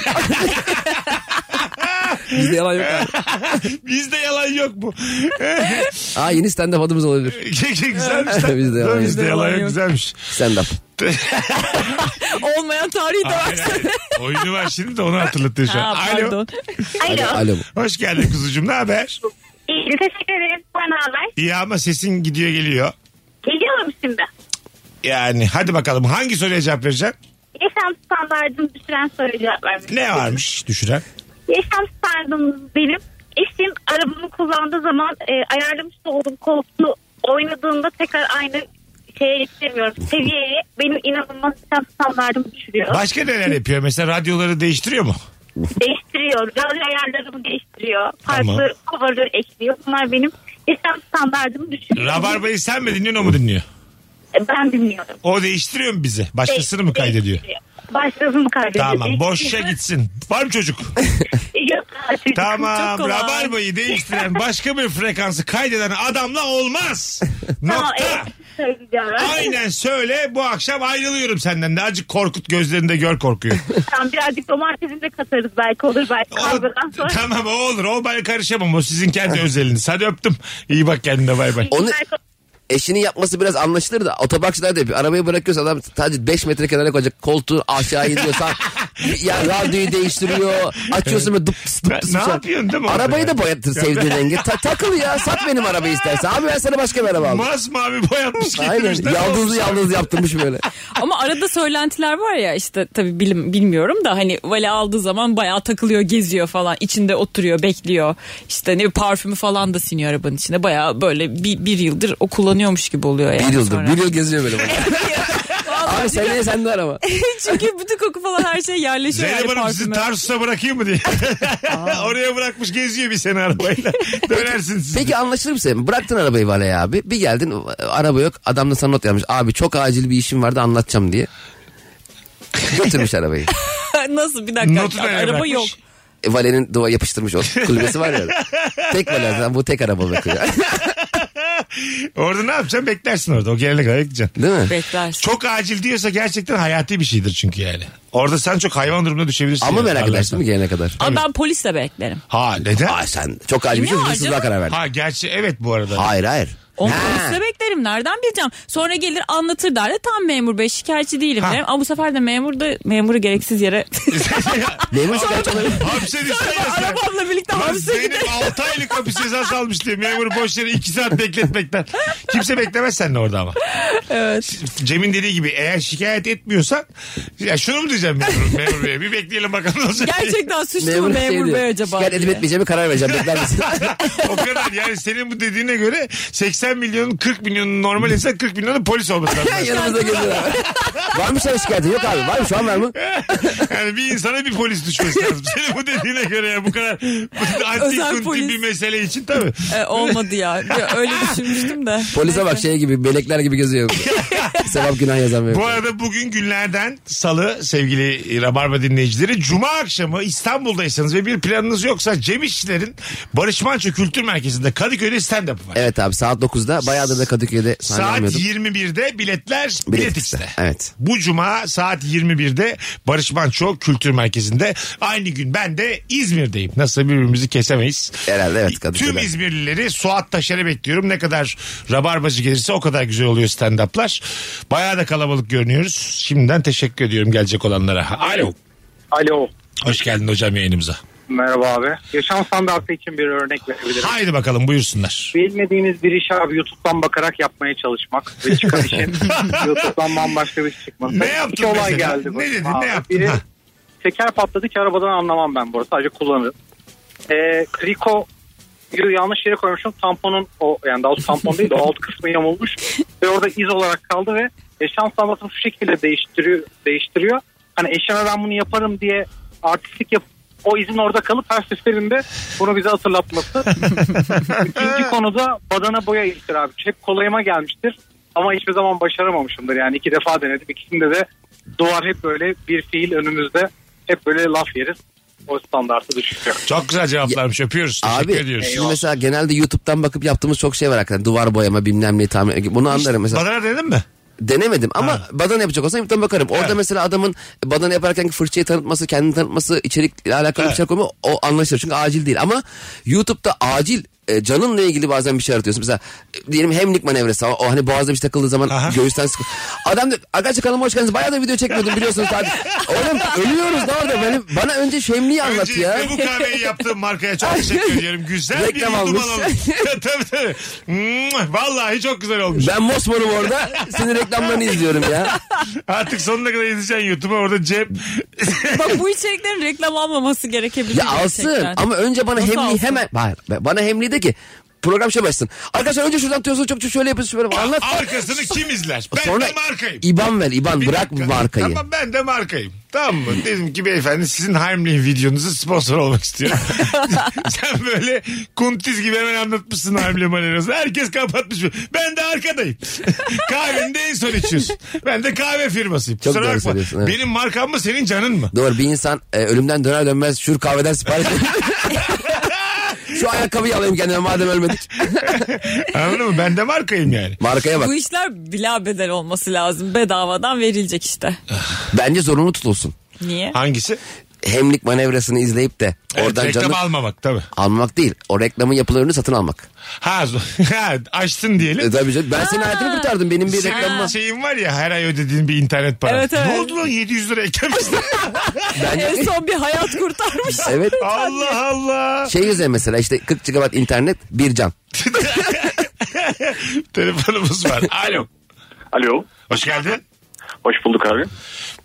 [SPEAKER 2] Bizde yalan yok abi.
[SPEAKER 1] Bizde yalan yok bu.
[SPEAKER 2] Aa yeni stand-up adımız olabilir.
[SPEAKER 1] güzelmiş. lan.
[SPEAKER 2] Bizde yalan yok.
[SPEAKER 1] Bizde yalan yok.
[SPEAKER 3] yok.
[SPEAKER 1] Güzelmiş.
[SPEAKER 2] Stand-up.
[SPEAKER 3] Olmayan tarihi de
[SPEAKER 1] Hayır,
[SPEAKER 3] versin.
[SPEAKER 1] hayır. Oyunu var şimdi de onu hatırlatıyor şu an.
[SPEAKER 3] Ha,
[SPEAKER 1] Alo.
[SPEAKER 3] pardon.
[SPEAKER 4] Alo.
[SPEAKER 2] Alo.
[SPEAKER 1] Hoş geldin kuzucuğum. Ne haber?
[SPEAKER 4] İyi teşekkür ederim. Bana haber.
[SPEAKER 1] İyi ama sesin gidiyor geliyor.
[SPEAKER 4] Geliyorum şimdi.
[SPEAKER 1] Yani hadi bakalım hangi soruya cevap vereceksin?
[SPEAKER 4] Yaşam standartımı düşüren soru cevap vermek
[SPEAKER 1] Ne varmış düşüren?
[SPEAKER 4] Yaşam standartımız benim. Eşim arabamı kullandığı zaman e, ayarlamış olduğum koltuğu oynadığında tekrar aynı şeye yetişemiyorum. Seviyeye benim inanılmaz yaşam standartımı düşürüyor.
[SPEAKER 1] Başka neler yapıyor? Mesela radyoları değiştiriyor mu?
[SPEAKER 4] değiştiriyor. Radyo ayarlarımı değiştiriyor. Farklı
[SPEAKER 1] Tamam.
[SPEAKER 4] cover'ı ekliyor. Bunlar benim yaşam standartımı düşürüyor. E,
[SPEAKER 1] Rabarbayı sen mi dinliyorsun o mu dinliyor?
[SPEAKER 4] Ben bilmiyorum.
[SPEAKER 1] O değiştiriyor mu bizi? Başkasını mı kaydediyor?
[SPEAKER 4] Başkasını mı kaydediyor?
[SPEAKER 1] Tamam boşa
[SPEAKER 4] Değiştiriyor.
[SPEAKER 1] gitsin. Var mı çocuk?
[SPEAKER 4] Yok artık.
[SPEAKER 3] Çok
[SPEAKER 1] Tamam
[SPEAKER 3] kolay.
[SPEAKER 1] rabarbayı değiştiren başka bir frekansı kaydeden adamla olmaz.
[SPEAKER 4] Tamam,
[SPEAKER 1] Nokta.
[SPEAKER 4] evet, söyleyeceğim.
[SPEAKER 1] Aynen söyle bu akşam ayrılıyorum senden de acık korkut gözlerinde gör korkuyu.
[SPEAKER 4] Tamam, birazcık domatesini de katarız belki olur belki
[SPEAKER 1] O-
[SPEAKER 4] kavgadan sonra.
[SPEAKER 1] tamam o olur o ben karışamam o sizin kendi özeliniz. Hadi öptüm iyi bak kendine bay bay.
[SPEAKER 2] Onu eşinin yapması biraz anlaşılır da otobakçılar da yapıyor. Arabayı bırakıyorsa adam sadece 5 metre kenara koyacak koltuğu aşağı iniyor. Sağ, ya radyoyu değiştiriyor. Açıyorsun ve dıp tıs, dıp tıs
[SPEAKER 1] Ne
[SPEAKER 2] falan.
[SPEAKER 1] yapıyorsun değil mi orada
[SPEAKER 2] Arabayı
[SPEAKER 1] ya?
[SPEAKER 2] da boyatır sevdiğin rengi. Ta- takıl ya sat benim arabayı istersen. Abi ben sana başka bir araba aldım.
[SPEAKER 1] Masmavi boyatmış
[SPEAKER 2] Aynen
[SPEAKER 1] getirmiş.
[SPEAKER 2] yaldızlı yaldız yaptırmış böyle.
[SPEAKER 3] Ama arada söylentiler var ya işte tabii bilim, bilmiyorum da hani vali aldığı zaman bayağı takılıyor geziyor falan içinde oturuyor bekliyor işte ne parfümü falan da siniyor arabanın içinde bayağı böyle bir, bir yıldır o kullanıyormuş gibi oluyor yani
[SPEAKER 2] Bir yıldır
[SPEAKER 3] sonra.
[SPEAKER 2] bir yıl geziyor böyle. bak.
[SPEAKER 3] Vallahi
[SPEAKER 2] Abi seneye sende araba.
[SPEAKER 3] Çünkü bütün koku falan her şey yerleşiyor yani
[SPEAKER 1] Zeynep Hanım sizi
[SPEAKER 3] parfüme.
[SPEAKER 1] Tarsus'a bırakayım mı diye. Oraya bırakmış geziyor bir sene arabayla. Dönersin siz.
[SPEAKER 2] Peki anlaşılır mı senin? Bıraktın arabayı Valey abi. Bir geldin araba yok. Adam da sana not yazmış. Abi çok acil bir işim vardı anlatacağım diye. Götürmüş arabayı.
[SPEAKER 3] Nasıl bir dakika
[SPEAKER 1] Notu da
[SPEAKER 3] araba
[SPEAKER 1] bırakmış.
[SPEAKER 3] yok.
[SPEAKER 2] E, Vale'nin duva yapıştırmış o kulübesi var ya. tek Vale zaten bu tek araba bakıyor.
[SPEAKER 1] Orada ne yapacaksın? Beklersin orada. O gelene kadar bekleyeceksin.
[SPEAKER 2] Değil mi?
[SPEAKER 3] Beklersin.
[SPEAKER 1] Çok acil diyorsa gerçekten hayati bir şeydir çünkü yani. Orada sen çok hayvan durumuna düşebilirsin.
[SPEAKER 2] Ama
[SPEAKER 1] yani
[SPEAKER 2] merak edersin
[SPEAKER 1] parlarsan.
[SPEAKER 2] mi gelene kadar?
[SPEAKER 3] Ama ben polisle beklerim.
[SPEAKER 1] Ha neden?
[SPEAKER 2] Ay sen çok acil bir şey
[SPEAKER 3] Ne var
[SPEAKER 2] hırsızlığa
[SPEAKER 3] canım?
[SPEAKER 2] karar verdin.
[SPEAKER 1] Ha gerçi evet bu arada.
[SPEAKER 2] Hayır hayır.
[SPEAKER 3] Onu
[SPEAKER 2] Ha.
[SPEAKER 3] polisle beklerim. Nereden bileceğim? Sonra gelir anlatır der de tam memur bey şikayetçi değilim
[SPEAKER 1] Ha.
[SPEAKER 3] derim. Ama bu sefer de memur da memuru gereksiz yere
[SPEAKER 2] Memur şikayetçi olabilir.
[SPEAKER 1] Hapse düşsene sen.
[SPEAKER 3] arabamla birlikte
[SPEAKER 1] Lan
[SPEAKER 3] hapse giderim.
[SPEAKER 1] Zeynep 6 aylık hapis cezası almış diye memur boş yere 2 saat bekletmekten. Kimse beklemez seninle orada ama. Evet. Cem'in dediği gibi eğer şikayet etmiyorsan ya şunu mu diyeceğim memur, memur bey'e bir bekleyelim bakalım ne olacak.
[SPEAKER 3] Gerçekten suçlu
[SPEAKER 2] Memur
[SPEAKER 3] mu
[SPEAKER 2] şey
[SPEAKER 3] memur
[SPEAKER 2] diyor,
[SPEAKER 3] bey acaba?
[SPEAKER 2] Şikayet edip
[SPEAKER 3] diye.
[SPEAKER 2] etmeyeceğimi karar vereceğim. Bekler misin?
[SPEAKER 1] o kadar yani senin bu dediğine göre 80 milyonun 40 milyonun normal insan 40 milyonun polis olması lazım.
[SPEAKER 2] Yanımıza geliyor abi. Var mı sana şikayetin? Yok abi. Var mı? Şu an var mı?
[SPEAKER 1] yani bir insana bir polis düşmesi lazım. Senin bu dediğine göre ya bu kadar bu
[SPEAKER 3] Özel
[SPEAKER 1] antik kunti
[SPEAKER 3] polis.
[SPEAKER 1] bir mesele için tabii.
[SPEAKER 3] E, olmadı ya. Bir Öyle düşünmüştüm de.
[SPEAKER 2] Polise bak şey gibi melekler gibi geziyor. Sevap günah yazan memur.
[SPEAKER 1] Bu arada bugün günlerden salı sevgili Rabarba dinleyicileri. Cuma akşamı İstanbul'daysanız ve bir planınız yoksa Cem İşçilerin Barış Manço Kültür Merkezi'nde Kadıköy'de stand-up var.
[SPEAKER 2] Evet abi saat 9'da bayağıdır da Kadıköy'de sahne
[SPEAKER 1] Saat
[SPEAKER 2] almıyordum.
[SPEAKER 1] 21'de biletler Bilet
[SPEAKER 2] Bilet
[SPEAKER 1] X'te.
[SPEAKER 2] X'te, evet.
[SPEAKER 1] Bu cuma saat 21'de Barış Manço Kültür Merkezi'nde. Aynı gün ben de İzmir'deyim. Nasıl birbirimizi kesemeyiz.
[SPEAKER 2] Herhalde evet, Kadıköy'den.
[SPEAKER 1] Tüm İzmirlileri Suat Taşer'e bekliyorum. Ne kadar rabarbacı gelirse o kadar güzel oluyor stand-up'lar. Bayağı da kalabalık görünüyoruz. Şimdiden teşekkür ediyorum gelecek olanlara. Alo.
[SPEAKER 6] Alo.
[SPEAKER 1] Hoş geldin hocam yayınımıza.
[SPEAKER 6] Merhaba abi. Yaşam standartı için bir örnek verebilirim.
[SPEAKER 1] Haydi bakalım buyursunlar.
[SPEAKER 6] Bilmediğiniz bir işi abi YouTube'dan bakarak yapmaya çalışmak ve çıkan işin YouTube'dan bambaşka bir şey çıkması.
[SPEAKER 1] Ne yaptın
[SPEAKER 6] İki olay
[SPEAKER 1] mesela?
[SPEAKER 6] geldi.
[SPEAKER 1] Ne
[SPEAKER 6] başıma
[SPEAKER 1] dedin, ne
[SPEAKER 6] abi.
[SPEAKER 1] yaptın?
[SPEAKER 6] Biri
[SPEAKER 1] Ha.
[SPEAKER 6] teker patladı ki arabadan anlamam ben bu arada. Sadece kullanırım. Ee, kriko yanlış yere koymuşum. Tamponun o yani daha doğrusu tampon değil de o alt kısmı yamulmuş. Ve orada iz olarak kaldı ve yaşam standartımı şu şekilde değiştiriyor. değiştiriyor. Hani eşime ben bunu yaparım diye artistlik yapıp o izin orada kalıp her seferinde bunu bize hatırlatması. İkinci konuda badana boya iştir abi. Hep kolayıma gelmiştir ama hiçbir zaman başaramamışımdır. Yani iki defa denedim. İkisinde de duvar hep böyle bir fiil önümüzde hep böyle laf yeriz. O standartı düşürüyor.
[SPEAKER 1] Çok güzel cevaplarmış. Öpüyoruz. Teşekkür
[SPEAKER 2] Abi
[SPEAKER 1] ediyoruz.
[SPEAKER 2] şimdi mesela genelde YouTube'dan bakıp yaptığımız çok şey var hakikaten. Duvar boyama bilmem ne tamir. Bunu anlarım mesela.
[SPEAKER 1] Badana dedin mi?
[SPEAKER 2] Denemedim ama badana yapacak olsam YouTube'dan bakarım. Orada
[SPEAKER 1] Evet.
[SPEAKER 2] mesela adamın badana yaparken fırçayı tanıtması, kendini tanıtması, içerikle alakalı bir şey koyma o anlaşılır. Çünkü acil değil ama YouTube'da acil e, canınla ilgili bazen bir şey aratıyorsun. Mesela e, diyelim hemlik manevrası o, o hani boğazda bir şey takıldığı zaman
[SPEAKER 1] Aha.
[SPEAKER 2] göğüsten sıkı. Adam diyor arkadaşlar kanalıma hoş geldiniz. Bayağı da video çekmiyordum biliyorsunuz abi. Oğlum ölüyoruz ne orada? Benim, bana önce şemliği anlat
[SPEAKER 1] Öncelikle
[SPEAKER 2] ya.
[SPEAKER 1] bu kahveyi yaptığım markaya çok teşekkür ediyorum. Güzel
[SPEAKER 2] Reklam
[SPEAKER 1] bir yudum
[SPEAKER 2] almış.
[SPEAKER 1] alalım. tabii tabii. Mua, Vallahi çok güzel olmuş.
[SPEAKER 2] Ben mosmorum orada. Senin reklamlarını izliyorum ya.
[SPEAKER 1] Artık sonuna kadar izleyeceksin YouTube'a orada Cem.
[SPEAKER 3] Bak bu içeriklerin reklam almaması gerekebilir.
[SPEAKER 2] Ya alsın
[SPEAKER 3] gerçekten.
[SPEAKER 2] ama önce bana
[SPEAKER 3] Nasıl
[SPEAKER 2] hemliği
[SPEAKER 3] alsın?
[SPEAKER 2] hemen. Hayır, bana hemliği de ki program şey başlasın. Arkadaşlar önce şuradan tutuyorsunuz çok çok şöyle yapıyorsunuz şöyle anlat.
[SPEAKER 1] Arkasını kim izler? Ben
[SPEAKER 2] Sonra
[SPEAKER 1] de markayım.
[SPEAKER 2] İban ver İban
[SPEAKER 1] Bir
[SPEAKER 2] bırak bu
[SPEAKER 1] dakika.
[SPEAKER 2] markayı.
[SPEAKER 1] Tamam ben de markayım. Tamam mı? Dedim ki beyefendi sizin Heimlich videonuzu sponsor olmak istiyorum. Sen böyle kuntiz gibi hemen anlatmışsın Heimlich manerası. Herkes kapatmış. Ben de arkadayım. Kahveni de en son içiyorsun. Ben de kahve firmasıyım.
[SPEAKER 2] Çok
[SPEAKER 1] Kusura
[SPEAKER 2] doğru
[SPEAKER 1] bakma.
[SPEAKER 2] söylüyorsun, evet.
[SPEAKER 1] Benim markam mı senin canın mı?
[SPEAKER 2] Doğru bir insan e, ölümden döner dönmez şur kahveden sipariş Şu ayakkabıyı alayım kendime madem ölmedik.
[SPEAKER 1] Anladın mı? Ben de markayım yani.
[SPEAKER 2] Markaya bak.
[SPEAKER 3] Bu işler bila bedel olması lazım. Bedavadan verilecek işte.
[SPEAKER 2] Bence zorunlu tutulsun.
[SPEAKER 3] Niye?
[SPEAKER 1] Hangisi?
[SPEAKER 2] Hemlik manevrasını izleyip de
[SPEAKER 1] Evet,
[SPEAKER 2] oradan
[SPEAKER 1] reklam
[SPEAKER 2] canını
[SPEAKER 1] almamak tabii.
[SPEAKER 2] almak değil. O reklamın yapılan ürünü satın almak.
[SPEAKER 1] Ha, ha, açtın
[SPEAKER 2] E,
[SPEAKER 1] diyelim.
[SPEAKER 2] tabii canım. Ben senin hayatını kurtardım. Benim bir reklam
[SPEAKER 1] Senin
[SPEAKER 2] var.
[SPEAKER 1] şeyin var ya her ay ödediğin bir internet parası.
[SPEAKER 3] Evet, evet.
[SPEAKER 1] Ne oldu lan 700 lira eklemişler.
[SPEAKER 3] En son bir hayat kurtarmış.
[SPEAKER 1] şey-
[SPEAKER 2] Evet.
[SPEAKER 1] Allah Allah.
[SPEAKER 2] Şey yüzüne mesela işte 40 GB internet bir can.
[SPEAKER 1] Telefonumuz var. Alo.
[SPEAKER 7] Alo.
[SPEAKER 1] Hoş geldin.
[SPEAKER 7] Hoş bulduk abi.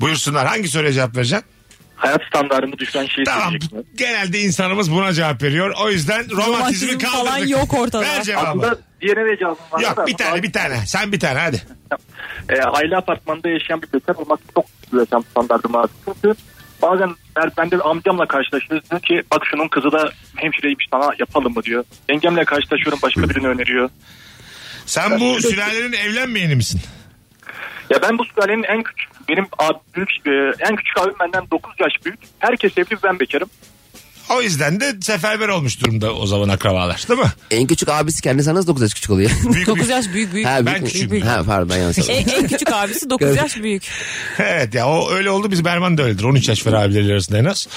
[SPEAKER 1] Buyursunlar. Hangi soruya cevap vereceksin?
[SPEAKER 7] Hayat standartını düşüren
[SPEAKER 6] şey
[SPEAKER 7] şeyi
[SPEAKER 1] Tamam.
[SPEAKER 7] söyleyecektim.
[SPEAKER 1] Genelde insanımız buna cevap veriyor. O yüzden romantizmi
[SPEAKER 3] Romantizm
[SPEAKER 1] kaldırdık.
[SPEAKER 3] falan yok ortada.
[SPEAKER 1] Ver
[SPEAKER 7] Aslında
[SPEAKER 1] cevabı.
[SPEAKER 7] diğerine de cevabım var.
[SPEAKER 1] Yok
[SPEAKER 7] da
[SPEAKER 1] bir
[SPEAKER 7] ama
[SPEAKER 1] tane bir tane. Sen bir tane hadi.
[SPEAKER 7] e, aile apartmanında yaşayan bir bekar olmak çok kötü yaşam standartıma artık. Çünkü bazen ben, ben de amcamla karşılaşıyoruz. Diyor ki bak şunun kızı da hemşireymiş sana yapalım mı diyor. Yengemle karşılaşıyorum başka birini öneriyor.
[SPEAKER 1] Sen bu sülalenin evlenmeyeni misin?
[SPEAKER 7] Ya ben bu sülalenin en küçük benim ab, büyük e, en küçük abim benden 9 yaş büyük. Herkes evli ben bekarım.
[SPEAKER 1] O yüzden de seferber olmuş durumda o zaman akrabalar değil mi?
[SPEAKER 2] En küçük abisi kendisi nasıl 9 yaş küçük oluyor?
[SPEAKER 1] Büyük
[SPEAKER 3] 9
[SPEAKER 1] büyük-
[SPEAKER 3] yaş büyük büyük.
[SPEAKER 2] ha,
[SPEAKER 1] Ben
[SPEAKER 2] büyük mü?
[SPEAKER 1] küçüğüm.
[SPEAKER 2] Ha, pardon ben yanlış
[SPEAKER 3] En,
[SPEAKER 2] anladım.
[SPEAKER 3] en küçük abisi 9 yaş büyük.
[SPEAKER 1] Evet ya o öyle oldu biz Berman da öyledir. 13 yaş var abileri arasında en az.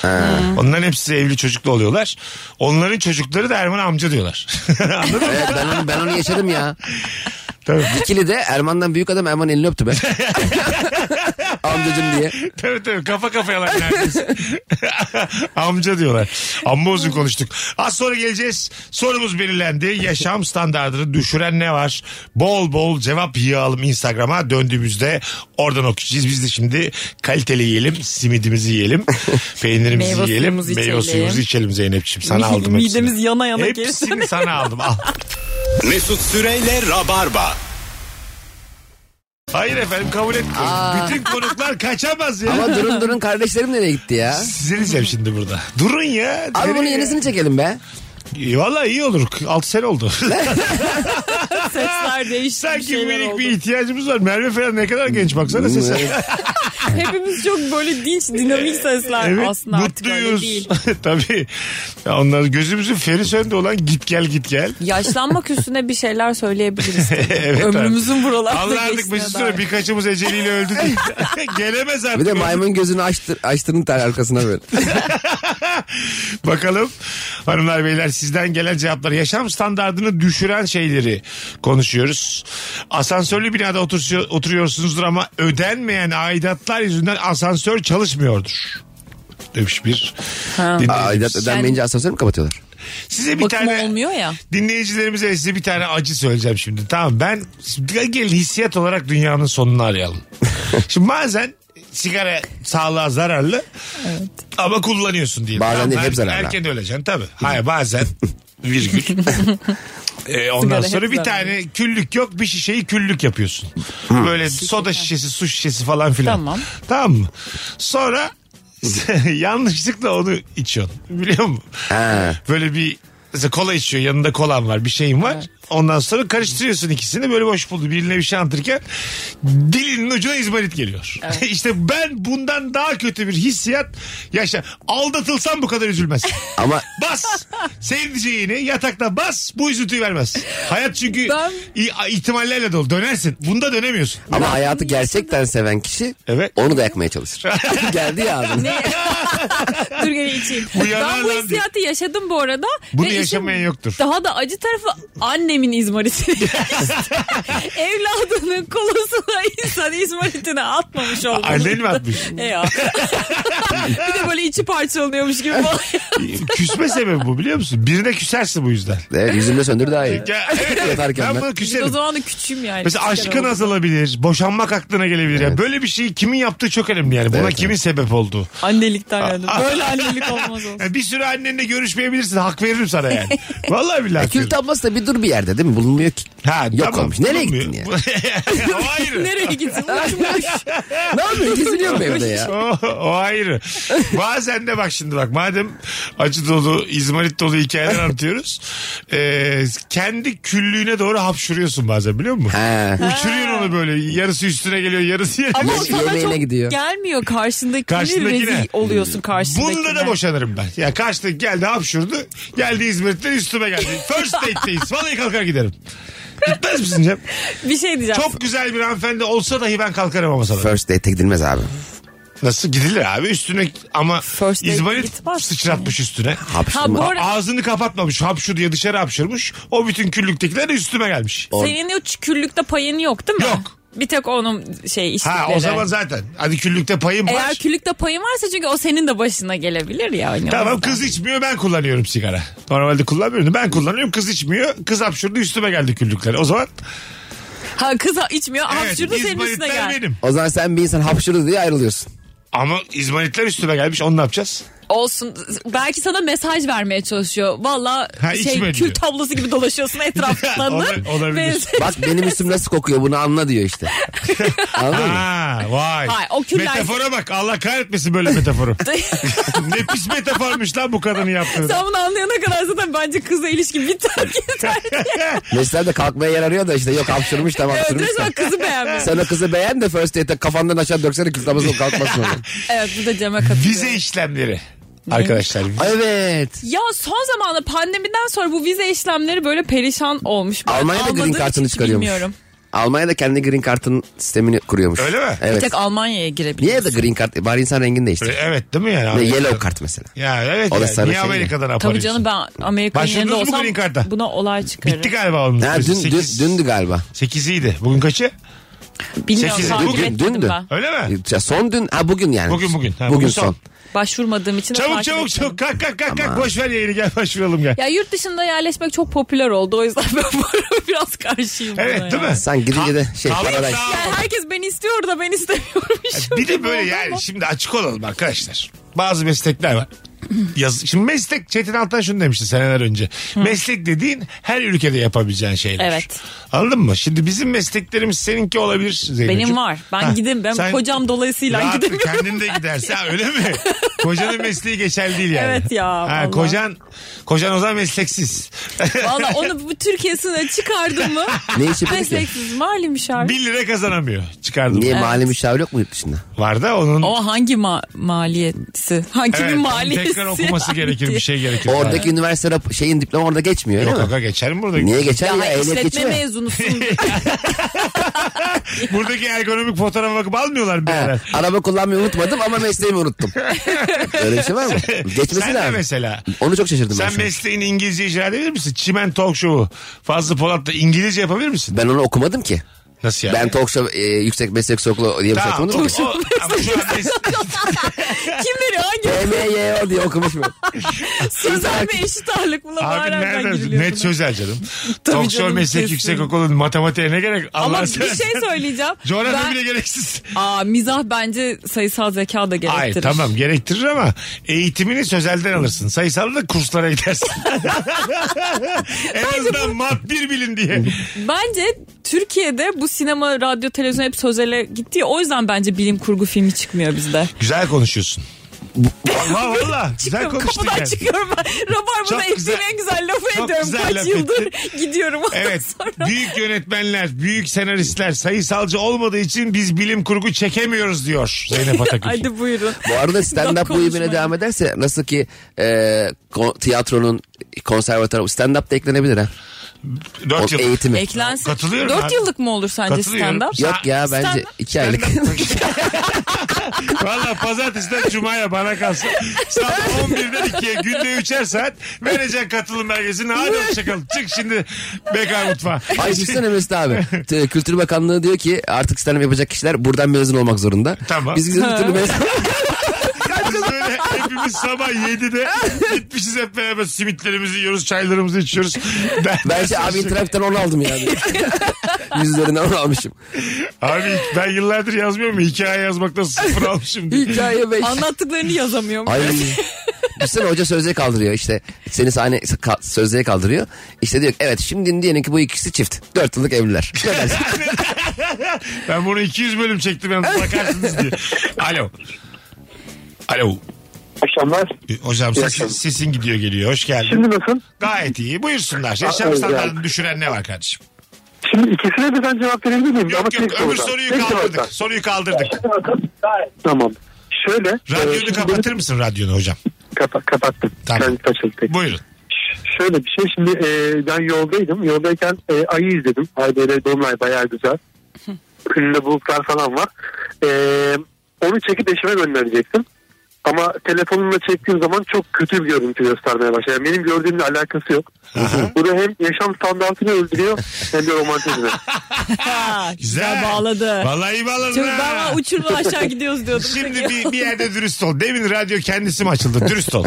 [SPEAKER 1] Onların hepsi evli çocuklu oluyorlar. Onların çocukları da Erman amca diyorlar. Anladın mı?
[SPEAKER 2] Evet, ben, onu, ben onu yaşadım ya.
[SPEAKER 1] Tabii.
[SPEAKER 2] Dikili de Erman'dan büyük adam Erman elini öptü be. Amcacım diye.
[SPEAKER 1] tabii tabii kafa kafaya lan neredeyse. Amca diyorlar. Amma uzun konuştuk. Az sonra geleceğiz. Sorumuz belirlendi. Yaşam standartını düşüren ne var? Bol bol cevap yığalım Instagram'a. Döndüğümüzde oradan okuyacağız. Biz de şimdi kaliteli yiyelim. Simidimizi yiyelim. Peynirimizi
[SPEAKER 3] Meyve
[SPEAKER 1] yiyelim.
[SPEAKER 3] suyumuzu
[SPEAKER 1] Meyve
[SPEAKER 3] içelim.
[SPEAKER 1] suyumuzu içelim Zeynep'ciğim. Sana aldım hepsini.
[SPEAKER 3] Midemiz yana yana gerisi.
[SPEAKER 1] Hepsini sana aldım. Al.
[SPEAKER 8] Mesut Süreyle Rabarba.
[SPEAKER 1] Hayır efendim kabul etmiyorum. Bütün konuklar kaçamaz ya.
[SPEAKER 2] Ama durun durun kardeşlerim nereye gitti ya?
[SPEAKER 1] Size diyeceğim şimdi burada. Durun ya.
[SPEAKER 2] Abi bunun
[SPEAKER 1] Nereye?
[SPEAKER 2] yenisini çekelim be.
[SPEAKER 1] Valla iyi olur. 6 sene oldu.
[SPEAKER 3] Sesler değişti. bir
[SPEAKER 1] Sanki
[SPEAKER 3] şeyler
[SPEAKER 1] minik
[SPEAKER 3] oldu.
[SPEAKER 1] bir ihtiyacımız var. Merve falan ne kadar genç baksana sesi.
[SPEAKER 3] Hepimiz çok böyle dinç dinamik sesler
[SPEAKER 1] evet
[SPEAKER 3] aslında artık öyle
[SPEAKER 1] mutluyuz.
[SPEAKER 3] değil.
[SPEAKER 1] Tabii. Ya onlar gözümüzün feri söndü olan git gel git gel.
[SPEAKER 3] Yaşlanmak üstüne bir şeyler söyleyebiliriz.
[SPEAKER 1] evet abi.
[SPEAKER 3] Ömrümüzün buralarda
[SPEAKER 1] Anlardık
[SPEAKER 3] geçtiğine
[SPEAKER 1] biz sonra
[SPEAKER 3] dair.
[SPEAKER 1] birkaçımız eceliyle öldü diye. Gelemez artık.
[SPEAKER 2] Bir de maymun gözünü açtır, açtırın ter arkasına böyle.
[SPEAKER 1] Bakalım hanımlar beyler sizden gelen cevaplar. Yaşam standartını düşüren şeyleri konuşuyoruz. Asansörlü binada otursu- oturuyorsunuzdur ama ödenmeyen aidatlar yüzünden asansör çalışmıyordur. Demiş bir. dinleyicimiz.
[SPEAKER 2] Aidat ödenmeyince asansörü mü kapatıyorlar?
[SPEAKER 1] Size bir
[SPEAKER 3] Bakım
[SPEAKER 1] tane
[SPEAKER 3] olmuyor ya.
[SPEAKER 1] dinleyicilerimize size bir tane acı söyleyeceğim şimdi. Tamam ben gel hissiyat olarak dünyanın sonunu arayalım. şimdi bazen sigara sağlığa zararlı ama kullanıyorsun diye.
[SPEAKER 2] Bazen değil, hep
[SPEAKER 1] er-
[SPEAKER 2] zararlı.
[SPEAKER 1] Erken öleceksin tabii. Hayır bazen virgül. Ee, ondan
[SPEAKER 3] Sigara hep
[SPEAKER 1] sonra bir
[SPEAKER 3] zararlı.
[SPEAKER 1] tane küllük yok bir şişeyi küllük yapıyorsun. Böyle soda şişesi su şişesi falan filan.
[SPEAKER 3] Tamam.
[SPEAKER 1] Tamam mı? Sonra yanlışlıkla onu içiyorsun. Biliyor musun?
[SPEAKER 2] Ha.
[SPEAKER 1] Böyle bir mesela kola içiyor yanında kolan var bir şeyin var. Ondan sonra karıştırıyorsun ikisini böyle boş buldu birine bir şey anlatırken dilinin ucuna izmarit geliyor. işte ben bundan daha kötü bir hissiyat yaşa. Aldatılsam bu kadar üzülmez.
[SPEAKER 2] Ama
[SPEAKER 1] bas sevdiceğini yatakta bas bu üzüntüyü vermez. Hayat çünkü
[SPEAKER 3] Ben-
[SPEAKER 1] i- ihtimallerle dolu dönersin. Bunda dönemiyorsun.
[SPEAKER 2] ama hayatı gerçekten seven kişi
[SPEAKER 1] Evet.
[SPEAKER 2] onu da yakmaya çalışır. Geldi ya ağzına.
[SPEAKER 3] Dur gene içeyim.
[SPEAKER 1] Bu yanar
[SPEAKER 3] ben bu
[SPEAKER 1] lan
[SPEAKER 3] hissiyatı yaşadım bu arada.
[SPEAKER 1] Bunu
[SPEAKER 3] Ve işin
[SPEAKER 1] yaşamayan yoktur.
[SPEAKER 3] Daha da acı tarafı annemin izmariti. Evladının kolasına sen İzmarit'ine atmamış oldun.
[SPEAKER 1] Annen mi atmış?
[SPEAKER 3] E ya. bir de böyle içi parçalanıyormuş gibi. falan.
[SPEAKER 1] şey Küsme sebebi bu biliyor musun? Birine küsersin bu yüzden.
[SPEAKER 2] Evet yüzümde söndür daha iyi.
[SPEAKER 1] Ya, evet,
[SPEAKER 2] Yatarken
[SPEAKER 1] ben
[SPEAKER 2] ben.
[SPEAKER 1] buna
[SPEAKER 3] o
[SPEAKER 1] küserim.
[SPEAKER 3] zaman da küçüğüm yani.
[SPEAKER 1] Mesela
[SPEAKER 3] Küçükler
[SPEAKER 1] aşkın
[SPEAKER 3] oldum.
[SPEAKER 1] azalabilir, boşanmak aklına gelebilir. Yani böyle bir şeyi kimin yaptığı çok önemli yani. Buna
[SPEAKER 2] Evet,
[SPEAKER 1] kimin sebep olduğu.
[SPEAKER 3] Annelikten geldim. Böyle annelik olmaz olsun.
[SPEAKER 1] Yani bir süre annenle görüşmeyebilirsin. Hak veririm sana yani. Vallahi billahi.
[SPEAKER 2] Kül tabması da bir dur bir yerde değil mi? Bulunmuyor ki.
[SPEAKER 1] Ha,
[SPEAKER 2] E, Yok olmuş. Nereye gittin ya?
[SPEAKER 1] ya? o ayrı.
[SPEAKER 3] Nereye gitsin? Uçmuş.
[SPEAKER 2] ne yapıyorsun? Geziliyor mu evde ya?
[SPEAKER 1] O, o ayrı. Bazen de bak şimdi bak madem acı dolu, izmarit dolu hikayeler anlatıyoruz. e, kendi küllüğüne doğru hapşuruyorsun bazen biliyor musun?
[SPEAKER 2] He.
[SPEAKER 1] Uçuruyor onu böyle. Yarısı üstüne geliyor, yarısı yerine.
[SPEAKER 3] Ama o
[SPEAKER 2] Yemek
[SPEAKER 3] sana
[SPEAKER 2] yemeğine
[SPEAKER 3] çok
[SPEAKER 2] gidiyor.
[SPEAKER 3] gelmiyor karşındakine
[SPEAKER 1] Karşındakine.
[SPEAKER 3] rezil oluyorsun karşındakine.
[SPEAKER 1] Bununla da boşanırım ben. Ya kaçtı geldi hapşurdu. Geldi İzmir'den üstüme geldi. First date'teyiz. Vallahi kalkar giderim. Gitmez misin Cem?
[SPEAKER 3] Bir şey diyeceğim.
[SPEAKER 1] Çok güzel bir hanımefendi olsa dahi ben kalkarım ama sana.
[SPEAKER 2] First date'e gidilmez abi.
[SPEAKER 1] Nasıl gidilir abi üstüne ama
[SPEAKER 3] First date
[SPEAKER 1] İzmarit
[SPEAKER 3] gitmez.
[SPEAKER 1] sıçratmış üstüne.
[SPEAKER 3] Ha
[SPEAKER 2] Hapşırdım.
[SPEAKER 3] bu arada
[SPEAKER 1] Ağzını kapatmamış hapşu diye dışarı hapşırmış. O bütün küllüktekiler de üstüme gelmiş.
[SPEAKER 3] senin o küllükte payın yok değil mi?
[SPEAKER 1] Yok.
[SPEAKER 3] Bir tek onun şey işleri.
[SPEAKER 1] Ha o zaman zaten. Hadi küllükte payım
[SPEAKER 3] Eğer
[SPEAKER 1] var.
[SPEAKER 3] küllükte payın varsa çünkü o senin de başına gelebilir ya. Hani
[SPEAKER 1] Tamam
[SPEAKER 3] orada.
[SPEAKER 1] kız içmiyor ben kullanıyorum sigara. Normalde kullanmıyorum ben kullanıyorum kız içmiyor. Kız hapşurdu üstüme geldi küllükler. O zaman
[SPEAKER 3] Ha kız ha- içmiyor.
[SPEAKER 1] evet,
[SPEAKER 3] Hapşurdu senin üstüne
[SPEAKER 1] İzmaritler
[SPEAKER 3] gel.
[SPEAKER 1] benim.
[SPEAKER 2] O zaman sen bir insan hapşırdı diye ayrılıyorsun.
[SPEAKER 1] Ama izmaritler üstüme gelmiş onu ne yapacağız?
[SPEAKER 3] Olsun. Belki sana mesaj vermeye çalışıyor. Valla
[SPEAKER 1] Ha, içme
[SPEAKER 3] şey
[SPEAKER 1] diyor.
[SPEAKER 3] kül tablası gibi dolaşıyorsun etraflarını.
[SPEAKER 1] Ola- olabilir.
[SPEAKER 3] Ve-
[SPEAKER 2] Bak benim üstüm nasıl kokuyor bunu anla diyor işte. Anladın mı?
[SPEAKER 1] Ha, vay.
[SPEAKER 3] Hayır, o küller-
[SPEAKER 1] Metafora bak Allah kahretmesin böyle metaforu. ne pis metaformuş lan bu kadını yaptığı.
[SPEAKER 3] Sen bunu anlayana kadar zaten bence kızla ilişki biter yeter.
[SPEAKER 2] Mesleğe de kalkmaya yer arıyor da işte yok hapşırmış tamam
[SPEAKER 3] evet
[SPEAKER 2] hapşırmış. da.
[SPEAKER 3] resmen kızı beğenmiş.
[SPEAKER 2] Sen o kızı beğen de first date'e kafandan aşağı döksene kül tabası kalkmasın onu.
[SPEAKER 3] evet bu da Cem'e katılıyor.
[SPEAKER 1] Vize işlemleri arkadaşlar.
[SPEAKER 2] Ay Evet.
[SPEAKER 3] Ya son zamanlarda pandemiden sonra bu vize işlemleri böyle perişan olmuş. Ben
[SPEAKER 2] Almanya'da green
[SPEAKER 3] almadığım
[SPEAKER 2] kartını
[SPEAKER 3] için
[SPEAKER 2] çıkarıyormuş.
[SPEAKER 3] Bilmiyorum.
[SPEAKER 2] Almanya'da kendi green card'ın sistemini kuruyormuş.
[SPEAKER 1] Öyle mi?
[SPEAKER 3] Bir
[SPEAKER 2] Evet.
[SPEAKER 3] tek Almanya'ya
[SPEAKER 2] Niye
[SPEAKER 3] girebiliyor.
[SPEAKER 2] ya da green card? Bari insan rengini değiştir.
[SPEAKER 1] Evet değil mi yani?
[SPEAKER 2] Ve
[SPEAKER 1] Amerika'da?
[SPEAKER 2] yellow card mesela.
[SPEAKER 1] Ya evet.
[SPEAKER 2] O da
[SPEAKER 1] yani.
[SPEAKER 2] sarı
[SPEAKER 1] Niye
[SPEAKER 2] şey
[SPEAKER 1] Amerika'dan
[SPEAKER 3] Tabii
[SPEAKER 1] aparıyorsun?
[SPEAKER 3] canım ben Amerika'nın
[SPEAKER 1] Başvurdunuz
[SPEAKER 3] yerinde
[SPEAKER 1] mu
[SPEAKER 3] olsam
[SPEAKER 1] green card'a?
[SPEAKER 3] buna olay çıkarırım.
[SPEAKER 1] Bitti galiba onun.
[SPEAKER 2] Ha, dün, dün,
[SPEAKER 1] Sekiz-
[SPEAKER 2] dündü galiba.
[SPEAKER 1] Sekiziydi. Bugün kaçı?
[SPEAKER 3] Bilmiyorum
[SPEAKER 1] Sekiz-
[SPEAKER 3] takip
[SPEAKER 1] Bugün-
[SPEAKER 3] etmedim
[SPEAKER 2] dündü.
[SPEAKER 3] ben.
[SPEAKER 1] Öyle mi?
[SPEAKER 2] Ya son dün, ha bugün yani.
[SPEAKER 1] Bugün, bugün. Ha,
[SPEAKER 2] bugün
[SPEAKER 1] bugün son.
[SPEAKER 2] son.
[SPEAKER 3] Başvurmadığım için de
[SPEAKER 1] Çabuk
[SPEAKER 3] takip
[SPEAKER 1] çabuk
[SPEAKER 3] etmedim.
[SPEAKER 1] çabuk. Kalk kalk kalk. kalk. Boş ver yayını gel başvuralım gel.
[SPEAKER 3] Ya yurt dışında yerleşmek çok popüler oldu. O yüzden ben bu ara biraz karşıyım buna
[SPEAKER 1] Evet değil
[SPEAKER 3] ya.
[SPEAKER 1] mi?
[SPEAKER 2] Sen gidince de şey
[SPEAKER 1] Kalk-
[SPEAKER 2] paralel.
[SPEAKER 3] Yani herkes beni istiyor da ben istemiyormuşum.
[SPEAKER 1] Bir de
[SPEAKER 3] gibi
[SPEAKER 1] böyle
[SPEAKER 3] oldu
[SPEAKER 1] yani
[SPEAKER 3] ama.
[SPEAKER 1] şimdi açık olalım arkadaşlar. Bazı meslekler var. Yaz, şimdi meslek Çetin Altan şunu demişti seneler önce. Meslek dediğin her ülkede yapabileceğin şeyler.
[SPEAKER 3] Evet.
[SPEAKER 1] Anladın mı? Şimdi bizim mesleklerimiz seninki olabilir Zeynep'ciğim.
[SPEAKER 3] Benim var. Ben
[SPEAKER 1] Ha,
[SPEAKER 3] gidim. Ben
[SPEAKER 1] sen
[SPEAKER 3] kocam dolayısıyla
[SPEAKER 1] rahat-
[SPEAKER 3] gidemiyorum.
[SPEAKER 1] Kendin de giderse ha, öyle mi? Kocanın mesleği geçerli değil yani.
[SPEAKER 3] Evet ya,
[SPEAKER 1] Ha,
[SPEAKER 3] vallahi.
[SPEAKER 1] kocan, kocan o zaman mesleksiz.
[SPEAKER 3] Valla onu bu Türkiye sınırına çıkardım mı?
[SPEAKER 2] Ne iş yapıyor ki?
[SPEAKER 3] Mesleksiz mali müşavir.
[SPEAKER 1] 1 lira kazanamıyor. Çıkardım.
[SPEAKER 2] Niye mali müşavir yok mu yurt dışında?
[SPEAKER 1] Var da onun...
[SPEAKER 3] O hangi ma- maliyesi? Hangi
[SPEAKER 1] Evet,
[SPEAKER 3] bir maliyesi?
[SPEAKER 1] tekrar okuması gerekir bir şey gerekir.
[SPEAKER 2] Oradaki üniversite rap- şeyin diploma orada geçmiyor
[SPEAKER 1] Yok
[SPEAKER 2] değil mi?
[SPEAKER 1] aga geçer mi burada?
[SPEAKER 2] Niye geçer
[SPEAKER 3] Ya,
[SPEAKER 2] ya, ehliyet
[SPEAKER 3] işletme
[SPEAKER 2] geçmiyor.
[SPEAKER 3] mezunusun.
[SPEAKER 1] Buradaki ergonomik fotoğrafa bakıp almıyorlar bir
[SPEAKER 2] Ha,
[SPEAKER 1] ara.
[SPEAKER 2] araba kullanmayı unutmadım ama mesleğimi unuttum. Öyle bir şey var mı? Geçmesi
[SPEAKER 1] Sen de
[SPEAKER 2] lazım.
[SPEAKER 1] mesela.
[SPEAKER 2] Onu çok şaşırdım ben
[SPEAKER 1] Sen
[SPEAKER 2] şu an.
[SPEAKER 1] mesleğini İngilizce icra edebilir misin? Çimen Talk Show'u Fazlı Polat'ta İngilizce yapabilir misin?
[SPEAKER 2] Ben onu okumadım ki.
[SPEAKER 1] Nasıl yani?
[SPEAKER 2] Ben talk show, e, yüksek meslek sokulu diye bir şey
[SPEAKER 1] Tamam.
[SPEAKER 2] okumadım
[SPEAKER 1] o-
[SPEAKER 2] mı?
[SPEAKER 1] o- ama şu an mes-
[SPEAKER 3] Kim veriyor? Hangi?
[SPEAKER 2] TMYO diye okumuş mu?
[SPEAKER 3] Sözel ve eşit ağırlıklı
[SPEAKER 1] Abi
[SPEAKER 3] bağırarak ben
[SPEAKER 1] nereden?
[SPEAKER 3] giriliyor.
[SPEAKER 1] Net
[SPEAKER 3] buna.
[SPEAKER 1] sözel canım.
[SPEAKER 3] Tabii
[SPEAKER 1] Talk Show
[SPEAKER 3] canım,
[SPEAKER 1] meslek
[SPEAKER 3] kesin.
[SPEAKER 1] yüksek okulun matematiğe ne gerek?
[SPEAKER 3] Ama
[SPEAKER 1] Allah
[SPEAKER 3] bir şey söyleyeceğim.
[SPEAKER 1] Coğrafya
[SPEAKER 3] Ben-
[SPEAKER 1] bile gereksiz.
[SPEAKER 3] Aa, mizah bence sayısal zeka da gerektirir.
[SPEAKER 1] Hayır tamam gerektirir ama eğitimini sözelden alırsın. Sayısal da kurslara gidersin. en azından mat bir bilin diye.
[SPEAKER 3] Bence Türkiye'de bu sinema, radyo, televizyon hep sözele gitti ya. O yüzden bence bilim kurgu filmi çıkmıyor bizde.
[SPEAKER 1] Güzel konuşuyorsun. Valla valla güzel
[SPEAKER 3] Çıkıyorum,
[SPEAKER 1] konuştun
[SPEAKER 3] Kapıdan
[SPEAKER 1] yani.
[SPEAKER 3] çıkıyorum ben. Rabarbada
[SPEAKER 1] Çok güzel-
[SPEAKER 3] ettiğim en güzel lafı
[SPEAKER 1] çok
[SPEAKER 3] ediyorum.
[SPEAKER 1] güzel
[SPEAKER 3] Kaç
[SPEAKER 1] laf
[SPEAKER 3] yıldır gidiyorum ondan
[SPEAKER 1] Evet
[SPEAKER 3] sonra.
[SPEAKER 1] büyük yönetmenler, büyük senaristler sayısalcı olmadığı için biz bilim kurgu çekemiyoruz diyor Zeynep Atakül.
[SPEAKER 3] Hadi buyurun.
[SPEAKER 2] Bu arada stand-up bu
[SPEAKER 3] konuşma ya.
[SPEAKER 2] ibine devam ederse nasıl ki e, ko- tiyatronun konservatuar stand-up da eklenebilir ha.
[SPEAKER 1] 4
[SPEAKER 2] O
[SPEAKER 1] yıl.
[SPEAKER 2] eğitimi.
[SPEAKER 3] Eklensin.
[SPEAKER 1] Katılıyorum
[SPEAKER 3] 4
[SPEAKER 1] abi.
[SPEAKER 3] yıllık mı olur sence
[SPEAKER 1] Katılıyorum.
[SPEAKER 3] stand-up?
[SPEAKER 2] Yok ya bence
[SPEAKER 3] Stand-
[SPEAKER 2] 2 aylık.
[SPEAKER 1] Valla pazartesiden cumaya bana kalsın. Saat 11'den 2'ye günde 3'er saat vereceksin katılım belgesini. Hadi hoşçakalın. Çık şimdi bekar mutfağa.
[SPEAKER 2] Ay düşünsene Mesut abi. T- Kültür Bakanlığı diyor ki artık stand yapacak kişiler buradan mezun olmak zorunda.
[SPEAKER 1] Tamam.
[SPEAKER 2] Biz bize bir türlü mezun
[SPEAKER 1] Biz böyle hepimiz sabah 7'de gitmişiz hep beraber simitlerimizi yiyoruz, çaylarımızı içiyoruz. Ben,
[SPEAKER 2] Bence şey, abi internetten onu aldım yani. Yüz üzerinden onu almışım.
[SPEAKER 1] Abi ben yıllardır yazmıyorum. Hikaye yazmaktan sıfır almışım diye.
[SPEAKER 2] Hikaye 5.
[SPEAKER 3] Anlattıklarını yazamıyorum.
[SPEAKER 2] Ay. Düşünsene hoca sözlüğe kaldırıyor işte. Seni sahne ka- sözlüğe kaldırıyor. İşte diyor ki, evet şimdi diyelim ki bu ikisi çift. Dört yıllık evliler. Ne dersin?
[SPEAKER 1] Ben bunu 200 bölüm çektim yalnız bakarsınız diye. Alo. Alo.
[SPEAKER 5] Akşamlar.
[SPEAKER 1] E, Hocam sesin, sesin gidiyor geliyor. Hoş geldin.
[SPEAKER 5] Şimdi nasıl?
[SPEAKER 1] Gayet iyi. Buyursunlar.
[SPEAKER 5] Aa,
[SPEAKER 1] Yaşam
[SPEAKER 5] evet,
[SPEAKER 1] standartını düşüren ne var kardeşim?
[SPEAKER 5] Şimdi ikisine de ben cevap verebilir miyim?
[SPEAKER 1] Yok
[SPEAKER 5] Ama
[SPEAKER 1] yok
[SPEAKER 5] tek
[SPEAKER 1] öbür
[SPEAKER 5] soruda.
[SPEAKER 1] soruyu
[SPEAKER 5] Tek
[SPEAKER 1] kaldırdık.
[SPEAKER 5] cevapta.
[SPEAKER 1] Soruyu kaldırdık.
[SPEAKER 5] Tamam. Şöyle. e,
[SPEAKER 1] Radyonu
[SPEAKER 5] şimdi
[SPEAKER 1] kapatır mısın radyonu hocam?
[SPEAKER 5] benim- Kapa- kapattım.
[SPEAKER 1] Tamam.
[SPEAKER 5] Kendi açıldı tek.
[SPEAKER 1] Buyurun.
[SPEAKER 5] Ş- Şöyle bir şey şimdi e, ben yoldaydım. Yoldayken e, ayı izledim. Haydere Dolunay bayağı güzel. Önünde bulutlar falan var. E, onu çekip eşime gönderecektim. Ama telefonumla çektiğim zaman çok kötü bir görüntü göstermeye başladı. Yani benim gördüğümle alakası yok. Bu da hem yaşam standartını öldürüyor hem de romantizmi.
[SPEAKER 3] Ha,
[SPEAKER 1] Güzel.
[SPEAKER 3] güzel bağladı.
[SPEAKER 1] Vallahi iyi bağladın
[SPEAKER 3] Çok
[SPEAKER 1] ha.
[SPEAKER 3] ben var, uçurma aşağı gidiyoruz diyordum.
[SPEAKER 1] Şimdi bir, bir yerde dürüst ol. Demin radyo kendisi mi açıldı? Dürüst ol.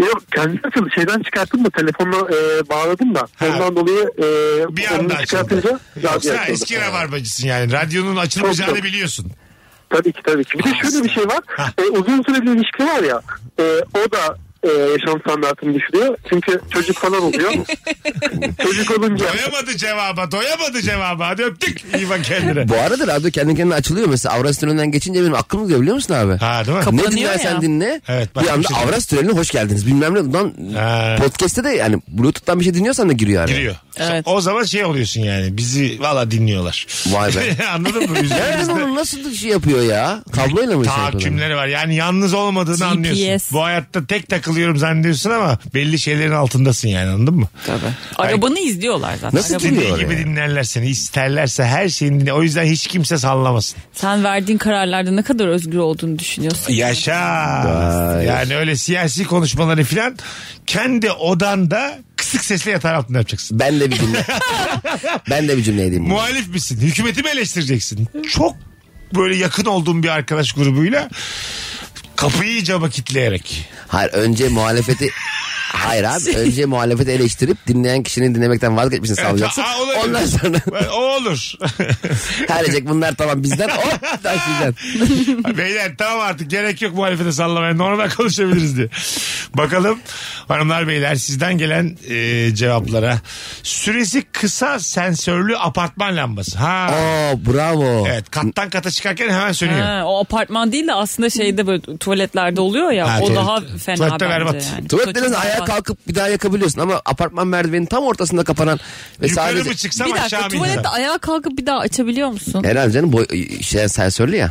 [SPEAKER 5] Yok kendisi açıldı. Şeyden çıkarttım da telefonla e, bağladım da.
[SPEAKER 1] Ha.
[SPEAKER 5] Ondan dolayı e,
[SPEAKER 1] Bir
[SPEAKER 5] onu
[SPEAKER 1] anda açıldı.
[SPEAKER 5] çıkartınca radyo
[SPEAKER 1] Yoksa
[SPEAKER 5] açıldı.
[SPEAKER 1] eski rabarbacısın yani. Radyonun açılmayacağını
[SPEAKER 5] Çok çok.
[SPEAKER 1] biliyorsun.
[SPEAKER 5] Tabii ki tabii ki. Bir de şöyle bir şey var. E, uzun süreli ilişki var ya. E, o da e, yaşam standartını düşürüyor. Çünkü çocuk falan oluyor. çocuk olunca
[SPEAKER 1] Doyamadı cevaba. Doyamadı cevaba. Hadi öptük. İyi bak kendine.
[SPEAKER 2] Bu arada radyo kendi kendine açılıyor. Mesela Avras Tüneli'nden geçince benim aklım gidiyor biliyor musun abi?
[SPEAKER 1] Ha değil mi?
[SPEAKER 2] Ne
[SPEAKER 3] Kapanıyor
[SPEAKER 2] dinlersen
[SPEAKER 3] ya.
[SPEAKER 2] dinle.
[SPEAKER 1] Evet, bak
[SPEAKER 2] bir
[SPEAKER 1] bir
[SPEAKER 2] anda
[SPEAKER 1] şey
[SPEAKER 2] Avras Tüneli'ne hoş geldiniz. Bilmem ne. Ulan
[SPEAKER 1] Ha.
[SPEAKER 2] podcast'te de yani Bluetooth'tan bir şey dinliyorsan da giriyor araya.
[SPEAKER 1] Giriyor.
[SPEAKER 3] Evet.
[SPEAKER 1] O zaman şey oluyorsun yani. Bizi valla dinliyorlar.
[SPEAKER 2] Vay be.
[SPEAKER 1] Anladın mı?
[SPEAKER 5] Ee,
[SPEAKER 2] Nereden
[SPEAKER 1] Üzerimizde-
[SPEAKER 2] onu nasıl şey yapıyor ya? Kabloyla mı şey yapıyorlar?
[SPEAKER 1] Tahakkümleri var. Yani yalnız olmadığını anlıyorsun. Bu hayatta tek takılıyorum zannediyorsun ama belli şeylerin altındasın yani anladın mı?
[SPEAKER 3] Arabanı izliyorlar zaten.
[SPEAKER 2] Nasıl
[SPEAKER 3] Arabanı-
[SPEAKER 2] dinliyor?
[SPEAKER 1] Dediği gibi
[SPEAKER 2] oraya.
[SPEAKER 1] dinlerler seni. isterlerse her şeyini dinle. O yüzden hiç kimse sallamasın.
[SPEAKER 3] Sen verdiğin kararlarda ne kadar özgür olduğunu düşünüyorsun.
[SPEAKER 1] Yaşa. Yani öyle siyasi konuşmaları filan kendi odanda kısık sesle yatağın altında yapacaksın.
[SPEAKER 2] Ben de bir cümle. ben de bir cümle edeyim.
[SPEAKER 1] Muhalif misin? Hükümeti mi eleştireceksin? Çok böyle yakın olduğun bir arkadaş grubuyla kapıyı iyice kilitleyerek.
[SPEAKER 2] Hayır önce muhalefeti Hayır abi önce muhalefeti eleştirip dinleyen kişinin dinlemekten vazgeçmişini sağlayacaksın.
[SPEAKER 1] Aa, olabilir.
[SPEAKER 2] Ondan sonra
[SPEAKER 1] O olur.
[SPEAKER 2] her diyecek bunlar tamam bizden hop taşlayacaksın.
[SPEAKER 1] Beyler tamam artık gerek yok muhalefete sallamaya normal konuşabiliriz diye. Bakalım hanımlar beyler sizden gelen e, cevaplara. Süresi kısa sensörlü apartman lambası. Ha.
[SPEAKER 2] Oo bravo.
[SPEAKER 1] Evet kattan kata çıkarken hemen sönüyor.
[SPEAKER 3] Ha, o apartman değil de aslında şeyde böyle tuvaletlerde oluyor ya
[SPEAKER 1] Ha,
[SPEAKER 3] o
[SPEAKER 1] tuvalet-
[SPEAKER 3] daha fena
[SPEAKER 1] tuvalette
[SPEAKER 3] bence.
[SPEAKER 1] berbat.
[SPEAKER 3] Yani.
[SPEAKER 2] Tuvaletlerin ayağa
[SPEAKER 3] berbat.
[SPEAKER 2] kalkıp bir daha yakabiliyorsun ama apartman merdivenin tam ortasında kapanan ve
[SPEAKER 1] Yukarı
[SPEAKER 2] sadece
[SPEAKER 1] mı çıksam
[SPEAKER 3] E, Bir
[SPEAKER 1] aşağı
[SPEAKER 3] dakika
[SPEAKER 1] mı insan?
[SPEAKER 3] tuvalette ayağa kalkıp bir daha açabiliyor musun?
[SPEAKER 2] Herhalde canım boy, şey, sensörlü ya.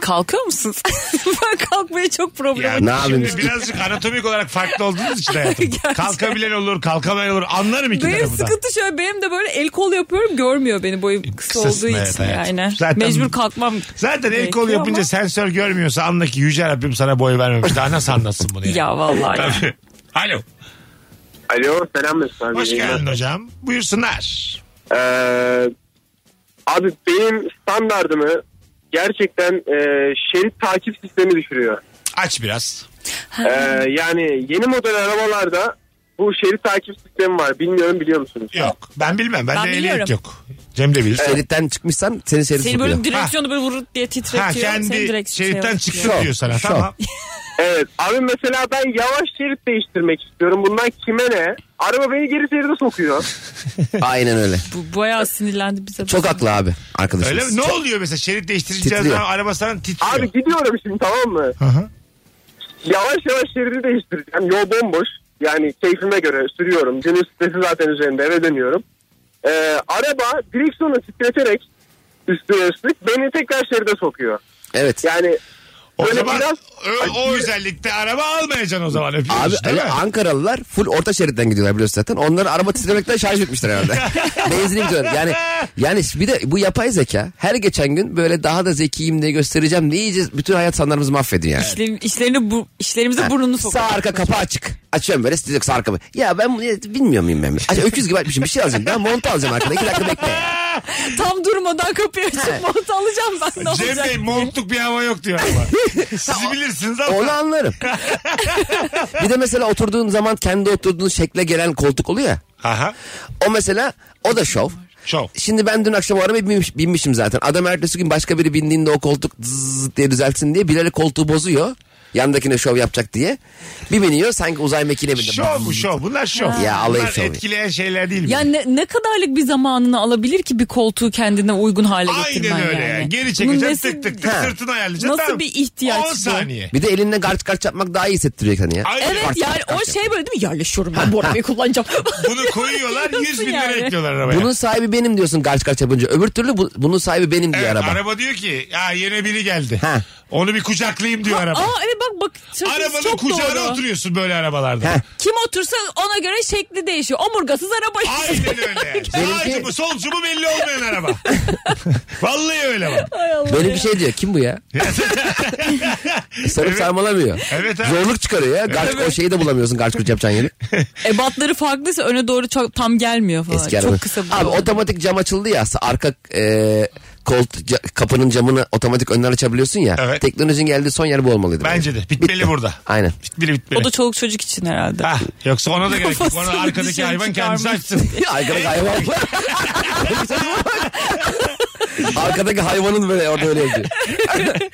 [SPEAKER 3] Kalkıyor musun? ben kalkmaya çok problem.
[SPEAKER 2] Ne yapayım?
[SPEAKER 1] Şimdi birazcık anatomik olarak farklı olduğunuz için hayatım.
[SPEAKER 3] Gerçekten.
[SPEAKER 1] Kalkabilen olur kalkamayan olur anlarım iki
[SPEAKER 3] Benim
[SPEAKER 1] tarafı da.
[SPEAKER 3] sıkıntı şöyle benim de böyle el kol yapıyorum görmüyor beni boyum kısa
[SPEAKER 1] Kısasın,
[SPEAKER 3] olduğu için
[SPEAKER 1] evet, hayatım.
[SPEAKER 3] yani.
[SPEAKER 1] Zaten-
[SPEAKER 3] Mecbur kalkmam.
[SPEAKER 1] Zaten el
[SPEAKER 3] gerekiyor
[SPEAKER 1] kol yapınca
[SPEAKER 3] ama-
[SPEAKER 1] sensör görmüyorsa anla ki yüce Rabbim sana boy vermemiş. Daha nasıl anlatsın bunu yani?
[SPEAKER 3] Ya vallahi. ya.
[SPEAKER 1] Tabii. Alo.
[SPEAKER 5] Alo selam Mesut abi.
[SPEAKER 1] Hoş
[SPEAKER 5] İyi
[SPEAKER 1] geldin
[SPEAKER 5] günler.
[SPEAKER 1] hocam. Buyursunlar.
[SPEAKER 5] Ee, abi benim standartımı gerçekten e, şerit takip sistemi düşürüyor.
[SPEAKER 1] Aç biraz.
[SPEAKER 5] Ee, yani yeni model arabalarda bu şerit takip sistemi var. Bilmiyorum biliyor musunuz?
[SPEAKER 1] Yok. Ben bilmem. Bende
[SPEAKER 3] Ben
[SPEAKER 1] ehliyet
[SPEAKER 3] biliyorum.
[SPEAKER 1] yok. Cem de bilir.
[SPEAKER 2] Şeritten çıkmışsan seni şerit
[SPEAKER 3] Seni
[SPEAKER 2] sokuyor.
[SPEAKER 3] böyle direksiyonu böyle vurut diye titretiyor.
[SPEAKER 1] Ha
[SPEAKER 3] Seni
[SPEAKER 1] kendi
[SPEAKER 3] direkt şey
[SPEAKER 1] şeritten
[SPEAKER 3] yapıyor.
[SPEAKER 1] çıksın
[SPEAKER 2] Şov,
[SPEAKER 1] diyor sana.
[SPEAKER 2] şov.
[SPEAKER 1] Tamam.
[SPEAKER 5] Evet. Abi mesela ben yavaş şerit değiştirmek istiyorum. Bundan kime ne? Araba beni geri şeride sokuyor.
[SPEAKER 2] Aynen öyle.
[SPEAKER 3] Bu bayağı sinirlendi bize.
[SPEAKER 2] Çok haklı abi arkadaşımız.
[SPEAKER 1] Öyle mi? Ne oluyor mesela şerit değiştireceğiz
[SPEAKER 2] Titriyor.
[SPEAKER 1] zaman araba sana titriyor.
[SPEAKER 5] Abi gidiyorum şimdi tamam mı?
[SPEAKER 1] Aha.
[SPEAKER 5] Yavaş yavaş şeridi değiştireceğim. Yol bomboş. Yani keyfime göre sürüyorum. Günün stresi zaten üzerinde eve dönüyorum. Ee, araba direksiyonu titreterek üstüne üstlük beni tekrar şeride sokuyor.
[SPEAKER 2] Evet.
[SPEAKER 5] Yani
[SPEAKER 1] O
[SPEAKER 7] Böyle
[SPEAKER 1] zaman
[SPEAKER 7] biraz-
[SPEAKER 1] ö- o, özellikte araba almayacaksın o zaman öpüyoruz
[SPEAKER 2] Abi
[SPEAKER 1] değil mi?
[SPEAKER 2] hani Ankaralılar full orta şeritten gidiyorlar biliyorsun zaten. Onları araba titremekten şarj etmişler herhalde. Benzinli gidiyorlar. Yani yani bir de bu yapay zeka her geçen gün böyle daha da zekiyim diye göstereceğim diye iyice bütün hayat sanlarımızı mahvediyor yani.
[SPEAKER 3] İşlerim, işlerini bu, işlerimize burnunu
[SPEAKER 2] Sağ
[SPEAKER 3] sokuyor.
[SPEAKER 2] arka kapı açık. Açıyorum böyle size sağ arka kapı. Ya ben bunu bilmiyor muyum ben? Aç, öküz gibi açmışım bir şey alacağım. Ben mont alacağım arkada. İki dakika bekle.
[SPEAKER 3] Tam durmadan kapıyı açıp mont alacağım ben ne
[SPEAKER 1] Cem
[SPEAKER 3] olacak?
[SPEAKER 1] Bey montluk bir hava yok diyor ama. Siz bilirsiniz ama.
[SPEAKER 2] Onu anlarım. bir de mesela oturduğun zaman kendi oturduğun şekle gelen koltuk oluyor ya.
[SPEAKER 1] Aha.
[SPEAKER 2] O mesela o da şov.
[SPEAKER 1] Şov.
[SPEAKER 2] Şimdi ben dün akşam o arabaya binmiş- binmişim zaten. Adam ertesi gün başka biri bindiğinde o koltuk zzzz diye düzeltsin diye bilerek koltuğu bozuyor. Yandakine şov yapacak diye. Bir biniyor sanki uzay mekiğine bindi.
[SPEAKER 1] Şov bu şov. Bunlar şov.
[SPEAKER 2] Ya, alay
[SPEAKER 1] Bunlar
[SPEAKER 2] şovu.
[SPEAKER 1] etkileyen şeyler değil mi?
[SPEAKER 3] Yani ne, ne kadarlık bir zamanını alabilir ki bir koltuğu kendine uygun hale getirmen
[SPEAKER 1] Aynen öyle
[SPEAKER 3] yani.
[SPEAKER 1] yani. Geri
[SPEAKER 3] Bunun
[SPEAKER 1] çekeceksin
[SPEAKER 3] nasıl-
[SPEAKER 1] tık tık tık
[SPEAKER 2] Ha.
[SPEAKER 1] sırtını ayarlayacaksın.
[SPEAKER 3] Nasıl
[SPEAKER 1] Tamam.
[SPEAKER 3] bir ihtiyaç
[SPEAKER 1] 10
[SPEAKER 3] bu?
[SPEAKER 1] saniye.
[SPEAKER 2] Bir de elinle garç garç yapmak daha iyi hissettirecek hani ya.
[SPEAKER 1] Aynen.
[SPEAKER 3] Evet yani o şey böyle değil mi? Yerleşiyorum ben bu arabayı kullanacağım.
[SPEAKER 1] Bunu koyuyorlar 100 bin lira
[SPEAKER 3] Yani.
[SPEAKER 1] ekliyorlar arabaya.
[SPEAKER 2] Bunun sahibi benim diyorsun garç garç yapınca. Öbür türlü bu- bunun sahibi benim diyor
[SPEAKER 1] Evet, araba.
[SPEAKER 2] araba.
[SPEAKER 1] diyor ki ya yeni biri geldi.
[SPEAKER 2] Ha.
[SPEAKER 1] Onu bir kucaklayayım diyor araba.
[SPEAKER 3] Aa evet bak bak. sözünüz
[SPEAKER 1] Arabanın
[SPEAKER 3] çok
[SPEAKER 1] kucağına
[SPEAKER 3] doğru.
[SPEAKER 1] oturuyorsun böyle arabalarda.
[SPEAKER 2] Heh.
[SPEAKER 3] Kim otursa ona göre şekli değişiyor. Omurgasız araba.
[SPEAKER 1] Aynen öyle. yani. Sağcı mı solcu mu belli olmayan araba. Vallahi öyle bak.
[SPEAKER 2] Böyle bir şey diyor. Kim bu ya? Sarıp sarmalamıyor.
[SPEAKER 1] Evet ha.
[SPEAKER 2] Zorluk çıkarıyor ya. Garç, o şeyi de bulamıyorsun garç garç yapacağın yeri.
[SPEAKER 3] Ebatları E, farklıysa öne doğru çok, tam gelmiyor falan.
[SPEAKER 2] Eski araba.
[SPEAKER 3] çok kısa bu.
[SPEAKER 2] Abi otomatik cam açıldı ya arka e, kolt, ca- kapının camını otomatik önden açabiliyorsun ya.
[SPEAKER 1] Evet.
[SPEAKER 2] Teknolojinin geldiği son yer bu olmalıydı.
[SPEAKER 1] Bence de. Bitmeli burada.
[SPEAKER 2] Aynen.
[SPEAKER 1] Bitmeli bitmeli.
[SPEAKER 3] o da çoluk çocuk için herhalde.
[SPEAKER 1] Ha, yoksa ona da gerek yok. Ona
[SPEAKER 3] Kafasını
[SPEAKER 1] arkadaki
[SPEAKER 3] dışarı
[SPEAKER 1] hayvan kendisi
[SPEAKER 3] çıkarmış.
[SPEAKER 1] açsın.
[SPEAKER 2] Arkadaki hayvan. Arkadaki hayvanın böyle orada öyle yazıyor.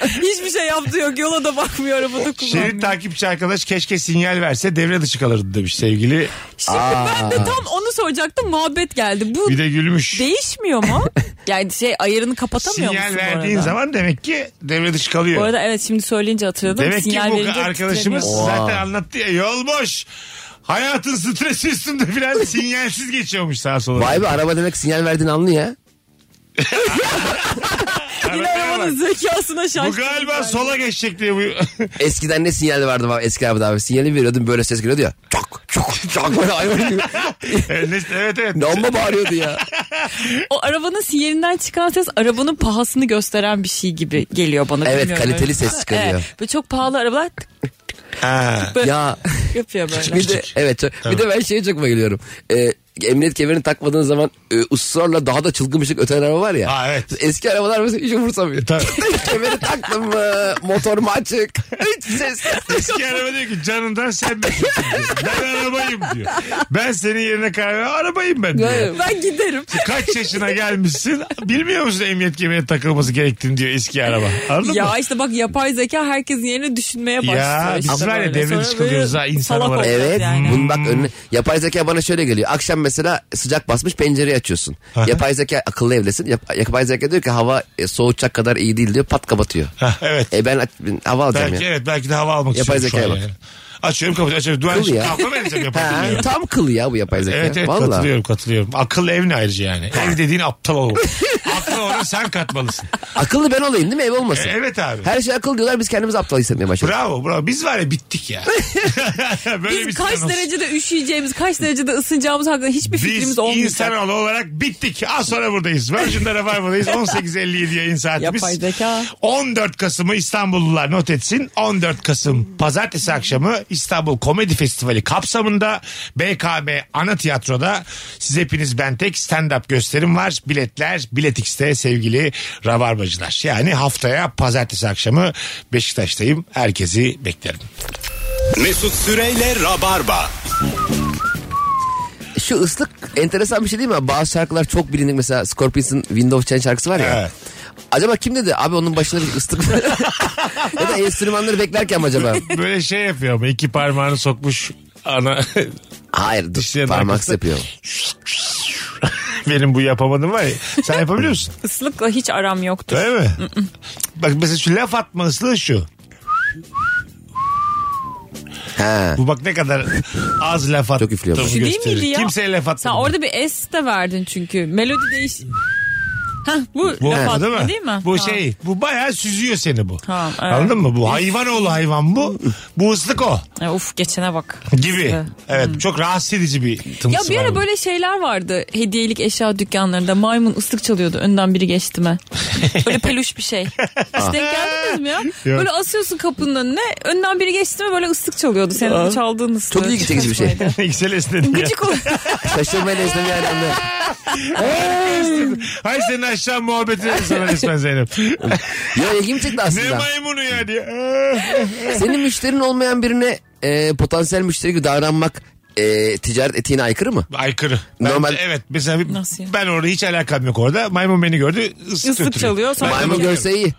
[SPEAKER 3] Hiçbir şey yaptığı yok. Yola da bakmıyor arabada kullanmıyor.
[SPEAKER 1] Şerit takipçi arkadaş keşke sinyal verse devre dışı kalırdı demiş sevgili.
[SPEAKER 3] Şimdi ben de tam onu soracaktım. Muhabbet geldi. Bu
[SPEAKER 1] Bir de gülmüş.
[SPEAKER 3] değişmiyor mu? Yani şey ayarını kapatamıyor
[SPEAKER 1] Sinyal
[SPEAKER 3] musun bu
[SPEAKER 1] verdiğin
[SPEAKER 3] arada?
[SPEAKER 1] zaman demek ki devre dışı kalıyor.
[SPEAKER 3] Bu arada evet şimdi söyleyince hatırladım.
[SPEAKER 1] Demek ki
[SPEAKER 3] Sinyal
[SPEAKER 1] bu
[SPEAKER 3] verince
[SPEAKER 1] arkadaşımız
[SPEAKER 3] titremiyor.
[SPEAKER 1] zaten anlattı ya yol boş. Hayatın stresi üstünde filan sinyalsiz geçiyormuş sağa sola.
[SPEAKER 2] Vay be araba demek sinyal verdiğini anlıyor ya.
[SPEAKER 3] Yine arabanın zekasına
[SPEAKER 1] Bu
[SPEAKER 3] şaştım.
[SPEAKER 1] galiba
[SPEAKER 3] ben.
[SPEAKER 1] sola geçecek diye bu.
[SPEAKER 2] Eskiden ne sinyali vardı abi? Eski abi abi sinyali veriyordun böyle ses geliyordu ya. Çok çok çok böyle hayvan gibi.
[SPEAKER 1] evet evet. evet.
[SPEAKER 2] Ne amma bağırıyordu ya.
[SPEAKER 3] O arabanın sinyalinden çıkan ses arabanın pahasını gösteren bir şey gibi geliyor bana.
[SPEAKER 2] Evet,
[SPEAKER 3] bilmiyorum.
[SPEAKER 2] kaliteli
[SPEAKER 3] Öyle.
[SPEAKER 2] ses çıkarıyor.
[SPEAKER 3] Evet, böyle çok pahalı arabalar tık
[SPEAKER 1] Ha.
[SPEAKER 2] ya
[SPEAKER 3] yapıyor böyle.
[SPEAKER 2] bir de evet çok- bir de ben şeye çok bayılıyorum. Ee, emniyet kemerini takmadığın zaman e, ısrarla daha da çılgın bir şey öten araba var ya.
[SPEAKER 1] Ha, evet.
[SPEAKER 2] Eski arabalar mesela hiç umursamıyor.
[SPEAKER 1] Tabii.
[SPEAKER 2] Kemeri taktım mı? Motor mu açık? Hiç ses.
[SPEAKER 1] Eski araba diyor ki canından sen mesulsün diyor. Ben arabayım diyor. Ben senin yerine karar veriyorum. Arabayım ben diyor.
[SPEAKER 3] Ben giderim.
[SPEAKER 1] Kaç yaşına gelmişsin bilmiyor musun emniyet kemerine takılması gerektiğini diyor eski araba. Anladın mı?
[SPEAKER 3] ya işte bak yapay zeka herkesin yerine düşünmeye başlıyor.
[SPEAKER 1] Ya,
[SPEAKER 3] işte
[SPEAKER 1] biz var ya
[SPEAKER 3] böyle.
[SPEAKER 1] devre
[SPEAKER 3] Sonra
[SPEAKER 1] dışı
[SPEAKER 3] böyle
[SPEAKER 1] kalıyoruz ha insan
[SPEAKER 3] salak
[SPEAKER 1] olarak.
[SPEAKER 3] olacağız
[SPEAKER 2] Evet.
[SPEAKER 3] yani.
[SPEAKER 2] Bunun bak önüne yapay zeka bana şöyle geliyor. Akşam mesela sıcak basmış pencereyi açıyorsun. yapay zeka akıllı evdesin. Yap- yapay zeka diyor ki hava e, soğutacak kadar iyi değil diyor. Pat kapatıyor.
[SPEAKER 1] Ha, evet.
[SPEAKER 2] E ben, aç- ben hava alacağım
[SPEAKER 1] Belki
[SPEAKER 2] ya.
[SPEAKER 1] evet belki de hava almak
[SPEAKER 2] Yapay
[SPEAKER 1] istiyorum şu an
[SPEAKER 2] zekaya bak.
[SPEAKER 1] yani. Açıyorum kapatıyorum açıyorum. Duvar
[SPEAKER 2] Kıl
[SPEAKER 1] açıp
[SPEAKER 2] ya.
[SPEAKER 1] kalkma vereceğim
[SPEAKER 2] Ha,
[SPEAKER 1] yapabiliyorum.
[SPEAKER 2] tam kıl ya bu yapay zeka.
[SPEAKER 1] Evet evet
[SPEAKER 2] Vallahi.
[SPEAKER 1] katılıyorum katılıyorum. Akıl ev ne ayrıca yani? Ev dediğin aptal olur. Aklı ona sen katmalısın.
[SPEAKER 2] Akıllı ben olayım değil mi? Ev
[SPEAKER 1] E,
[SPEAKER 2] olmasın.
[SPEAKER 1] evet abi.
[SPEAKER 2] Her şey akıl diyorlar biz kendimizi aptal hissetmeye başladık.
[SPEAKER 1] Bravo bravo. Biz var ya bittik ya. Böyle
[SPEAKER 3] Biz
[SPEAKER 1] bir
[SPEAKER 3] kaç
[SPEAKER 1] insan olsun.
[SPEAKER 3] derecede üşüyeceğimiz, kaç derecede ısınacağımız hakkında hiçbir
[SPEAKER 1] Biz
[SPEAKER 3] fikrimiz olmayacak.
[SPEAKER 1] insanoğlu olarak bittik. Az sonra buradayız. Virgin'de Rabarba'dayız. 18.57 yayın saatimiz.
[SPEAKER 3] Yapay zeka.
[SPEAKER 1] 14 Kasım'ı İstanbullular not etsin. 14 Kasım pazartesi akşamı İstanbul Komedi Festivali kapsamında BKM Ana Tiyatro'da siz hepiniz ben tek stand-up gösterim var. Biletler Biletix'te sevgili Rabarbacılar. Yani haftaya pazartesi akşamı Beşiktaş'tayım. Herkesi beklerim.
[SPEAKER 8] Mesut Süreyle Rabarba.
[SPEAKER 2] Şu ıslık enteresan bir şey değil mi? Bazı şarkılar çok bilindik. Mesela Scorpions'ın Wind of Change şarkısı var ya.
[SPEAKER 1] Evet.
[SPEAKER 2] Acaba kim dedi? Abi onun başına bir ıslık. ya da enstrümanları beklerken mi acaba?
[SPEAKER 1] Böyle şey yapıyor ama iki parmağını sokmuş ana
[SPEAKER 2] Hayır dur
[SPEAKER 1] Dişlerin
[SPEAKER 2] parmak
[SPEAKER 1] arkasında-
[SPEAKER 2] yapıyor.
[SPEAKER 1] benim bu yapamadım var ya. Sen yapabiliyor musun?
[SPEAKER 3] Islıkla hiç aram yoktur.
[SPEAKER 1] Öyle mi? Bak mesela şu laf atma ıslığı şu.
[SPEAKER 2] Ha.
[SPEAKER 1] Bu bak ne kadar az laf at.
[SPEAKER 2] Çok üflüyor
[SPEAKER 1] tabii
[SPEAKER 2] bak.
[SPEAKER 3] Şu Şey değil
[SPEAKER 1] gösterir.
[SPEAKER 3] miydi ya?
[SPEAKER 1] Kimseye laf atma.
[SPEAKER 3] Sen orada bir es de verdin çünkü. Melodi değiş... Hah, bu,
[SPEAKER 1] Bu
[SPEAKER 3] laf
[SPEAKER 1] bu
[SPEAKER 3] atma
[SPEAKER 1] değil mi? Bu
[SPEAKER 3] Ha.
[SPEAKER 1] şey bu bayağı süzüyor seni bu.
[SPEAKER 3] Ha, evet.
[SPEAKER 1] Anladın mı? Bu hayvan oğlu hayvan bu. Bu ıslık o
[SPEAKER 3] Ya, E, uf geçene bak.
[SPEAKER 1] gibi.
[SPEAKER 3] Evet.
[SPEAKER 1] Evet çok rahatsız edici bir tımsı
[SPEAKER 3] Ya bir
[SPEAKER 1] var
[SPEAKER 3] ara
[SPEAKER 1] bu.
[SPEAKER 3] böyle şeyler vardı. Hediyelik eşya dükkanlarında maymun ıslık çalıyordu. Önden biri geçti mi? Böyle peluş bir şey. Hiç denk geldiniz mi ya? Böyle asıyorsun kapının önüne. Önden biri geçti mi böyle ıslık çalıyordu. Senin
[SPEAKER 2] Aa.
[SPEAKER 3] çaldığın ıslık.
[SPEAKER 2] Çok ilgi çekici bir şey.
[SPEAKER 3] saçmaydı.
[SPEAKER 1] Yüksel esnedi ya.
[SPEAKER 3] Gıcık ol.
[SPEAKER 2] Şaşırmayla esneme yerlerinde.
[SPEAKER 1] Hay senin aşağı muhabbetine mi sana resmen Zeynep.
[SPEAKER 2] Ya ilgimi çekti
[SPEAKER 1] ne
[SPEAKER 2] aslında.
[SPEAKER 1] maymunu ya diye.
[SPEAKER 2] Senin müşterin olmayan birine e, potansiyel müşteri gibi davranmak e, ticaret etiğine aykırı mı?
[SPEAKER 1] Aykırı. Ben
[SPEAKER 2] Normal-
[SPEAKER 1] de- evet mesela bir-
[SPEAKER 3] Nasıl ya?
[SPEAKER 1] ben orada hiç alakam yok orada. Maymun beni gördü ıslık,
[SPEAKER 3] Islık
[SPEAKER 1] ötürüyor.
[SPEAKER 3] çalıyor, sonra-
[SPEAKER 1] Ben de
[SPEAKER 2] Maymun
[SPEAKER 1] bakıyorum.
[SPEAKER 2] görse iyi.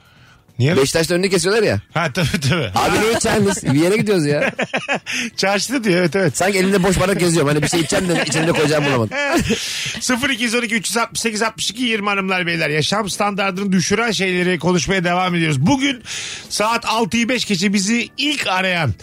[SPEAKER 1] Niye? lan?
[SPEAKER 2] Beşiktaş'ta önünü kesiyorlar ya.
[SPEAKER 1] Ha tabii tabii.
[SPEAKER 2] Abi niye içerdiniz? Bir yere gidiyoruz ya.
[SPEAKER 1] Çarşıda diyor evet evet.
[SPEAKER 2] Sanki elimde boş bardak geziyorum. Hani bir şey içeceğim de içimde koyacağım bulamadım.
[SPEAKER 1] 0212 368 62 20 hanımlar beyler yaşam standartını düşüren şeyleri konuşmaya devam ediyoruz. Bugün saat 6'yı 5 geçe bizi ilk arayan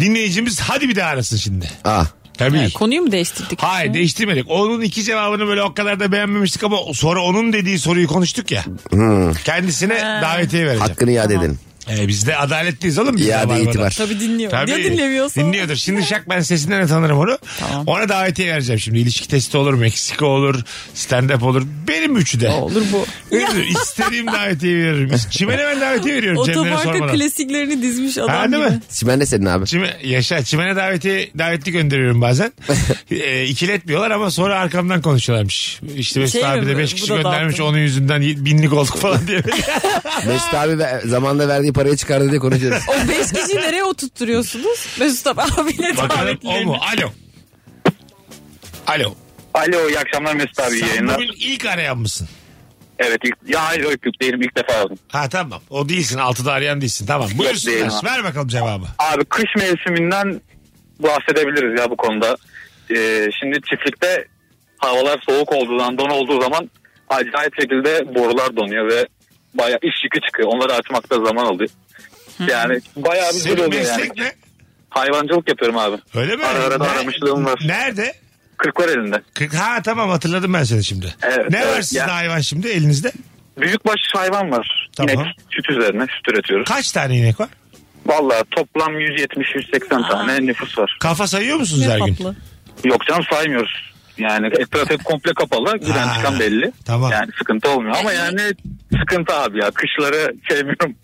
[SPEAKER 1] dinleyicimiz hadi bir daha arasın şimdi.
[SPEAKER 2] Aa.
[SPEAKER 1] Tabii.
[SPEAKER 3] Ya, Konuyu mu değiştirdik?
[SPEAKER 1] Hayır değiştirmedik. Onun iki cevabını böyle o kadar da beğenmemiştik ama sonra onun dediği soruyu konuştuk ya.
[SPEAKER 2] Hmm.
[SPEAKER 1] Kendisine davetiye vereceğim.
[SPEAKER 2] Hakkını iade edelim.
[SPEAKER 1] Ee, biz de adaletliyiz oğlum. biz de
[SPEAKER 2] İade
[SPEAKER 1] Rabarba'da.
[SPEAKER 2] itibar.
[SPEAKER 3] Tabii dinliyor.
[SPEAKER 1] Tabii.
[SPEAKER 3] Ya dinlemiyorsa?
[SPEAKER 1] Dinliyordur. Şimdi şak ben sesinden de tanırım onu.
[SPEAKER 3] Tamam.
[SPEAKER 1] Ona davetiye vereceğim şimdi. İlişki testi olur, Meksika olur, stand-up olur. Benim üçü de.
[SPEAKER 3] Ne olur bu.
[SPEAKER 1] Veririm. İstediğim davetiye veririm. Çimene ben davetiye veriyorum Cemre'ye
[SPEAKER 3] Otoparka
[SPEAKER 1] sormadan.
[SPEAKER 3] klasiklerini dizmiş adam
[SPEAKER 1] Ha, değil
[SPEAKER 3] gibi.
[SPEAKER 1] mi?
[SPEAKER 2] Şimdi ben de senin abi.
[SPEAKER 1] Çime, yaşa çimene daveti davetli gönderiyorum bazen. e, ikiletmiyorlar ama sonra arkamdan konuşuyorlarmış. İşte Mesut
[SPEAKER 3] Şey
[SPEAKER 1] abi de
[SPEAKER 3] mi?
[SPEAKER 1] 5
[SPEAKER 3] Bu
[SPEAKER 1] kişi
[SPEAKER 3] da
[SPEAKER 1] göndermiş
[SPEAKER 3] dağıttı.
[SPEAKER 1] onun yüzünden y- binlik olduk falan diye.
[SPEAKER 2] Mesut abi ve zamanında verdiği parayı çıkardı diye konuşuyoruz.
[SPEAKER 3] O beş kişiyi nereye oturtturuyorsunuz? Mesut abi abiyle
[SPEAKER 1] Bakalım o
[SPEAKER 3] davetlilerini.
[SPEAKER 1] mu? Alo. Alo.
[SPEAKER 7] Alo iyi akşamlar Mesut abi iyi
[SPEAKER 1] Sen
[SPEAKER 7] yayınlar.
[SPEAKER 1] bugün ilk arayan mısın?
[SPEAKER 7] Evet ilk, ya hayır yok yok değilim ilk defa aldım.
[SPEAKER 1] Ha tamam. O değilsin. Altıda arayan değilsin. Tamam.
[SPEAKER 7] değilim
[SPEAKER 1] Buyursunlar.
[SPEAKER 7] abi.
[SPEAKER 1] Ver bakalım cevabı.
[SPEAKER 7] Abi kış mevsiminden bahsedebiliriz ya bu konuda. Ee, şimdi çiftlikte havalar soğuk olduğundan don olduğu zaman acayip şekilde borular donuyor ve bayağı iş yükü çıkıyor. Onları açmakta zaman alıyor. Yani bayağı bir zor
[SPEAKER 1] Senin
[SPEAKER 7] oluyor yani.
[SPEAKER 1] meslek ne?
[SPEAKER 7] Hayvancılık yapıyorum abi.
[SPEAKER 1] Öyle mi?
[SPEAKER 7] Ara ara da
[SPEAKER 1] Ne-
[SPEAKER 7] aramışlığım var.
[SPEAKER 1] Nerede?
[SPEAKER 7] Kırklar elinde.
[SPEAKER 1] Kırk- Ha tamam hatırladım ben seni şimdi.
[SPEAKER 7] Evet,
[SPEAKER 1] ne var
[SPEAKER 7] evet,
[SPEAKER 1] sizde
[SPEAKER 7] ya.
[SPEAKER 1] hayvan şimdi elinizde?
[SPEAKER 7] Büyükbaş hayvan var.
[SPEAKER 1] Tamam.
[SPEAKER 7] İnek süt üzerine süt üretiyoruz.
[SPEAKER 1] Kaç tane inek var?
[SPEAKER 7] Vallahi toplam 170-180 tane nüfus var.
[SPEAKER 1] Kafa sayıyor musunuz her
[SPEAKER 3] Ne
[SPEAKER 1] gün?
[SPEAKER 3] tatlı.
[SPEAKER 7] Yok canım saymıyoruz. Yani e, trafik komple kapalı. Giden
[SPEAKER 1] Ha,
[SPEAKER 7] çıkan belli.
[SPEAKER 1] tamam.
[SPEAKER 7] Yani sıkıntı olmuyor. Ama
[SPEAKER 3] Yani-
[SPEAKER 7] yani sıkıntı abi ya. Kışları sevmiyorum.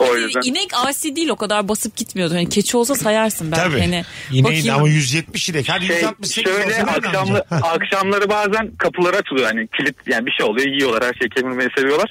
[SPEAKER 3] Ee,
[SPEAKER 7] O yüzden.
[SPEAKER 3] İnek asi değil o kadar basıp gitmiyordu. Hani keçi olsa sayarsın belki.
[SPEAKER 1] Tabii.
[SPEAKER 3] Hani,
[SPEAKER 1] İneğin
[SPEAKER 3] bakayım.
[SPEAKER 1] ama 170 inek. Hadi
[SPEAKER 7] Şey,
[SPEAKER 1] 168 olsa
[SPEAKER 7] şöyle
[SPEAKER 1] ben de
[SPEAKER 7] akşamlı,
[SPEAKER 1] alacağım.
[SPEAKER 7] akşamları bazen kapılar açılıyor hani kilit yani bir şey oluyor yiyorlar her şeyi kemirmeyi seviyorlar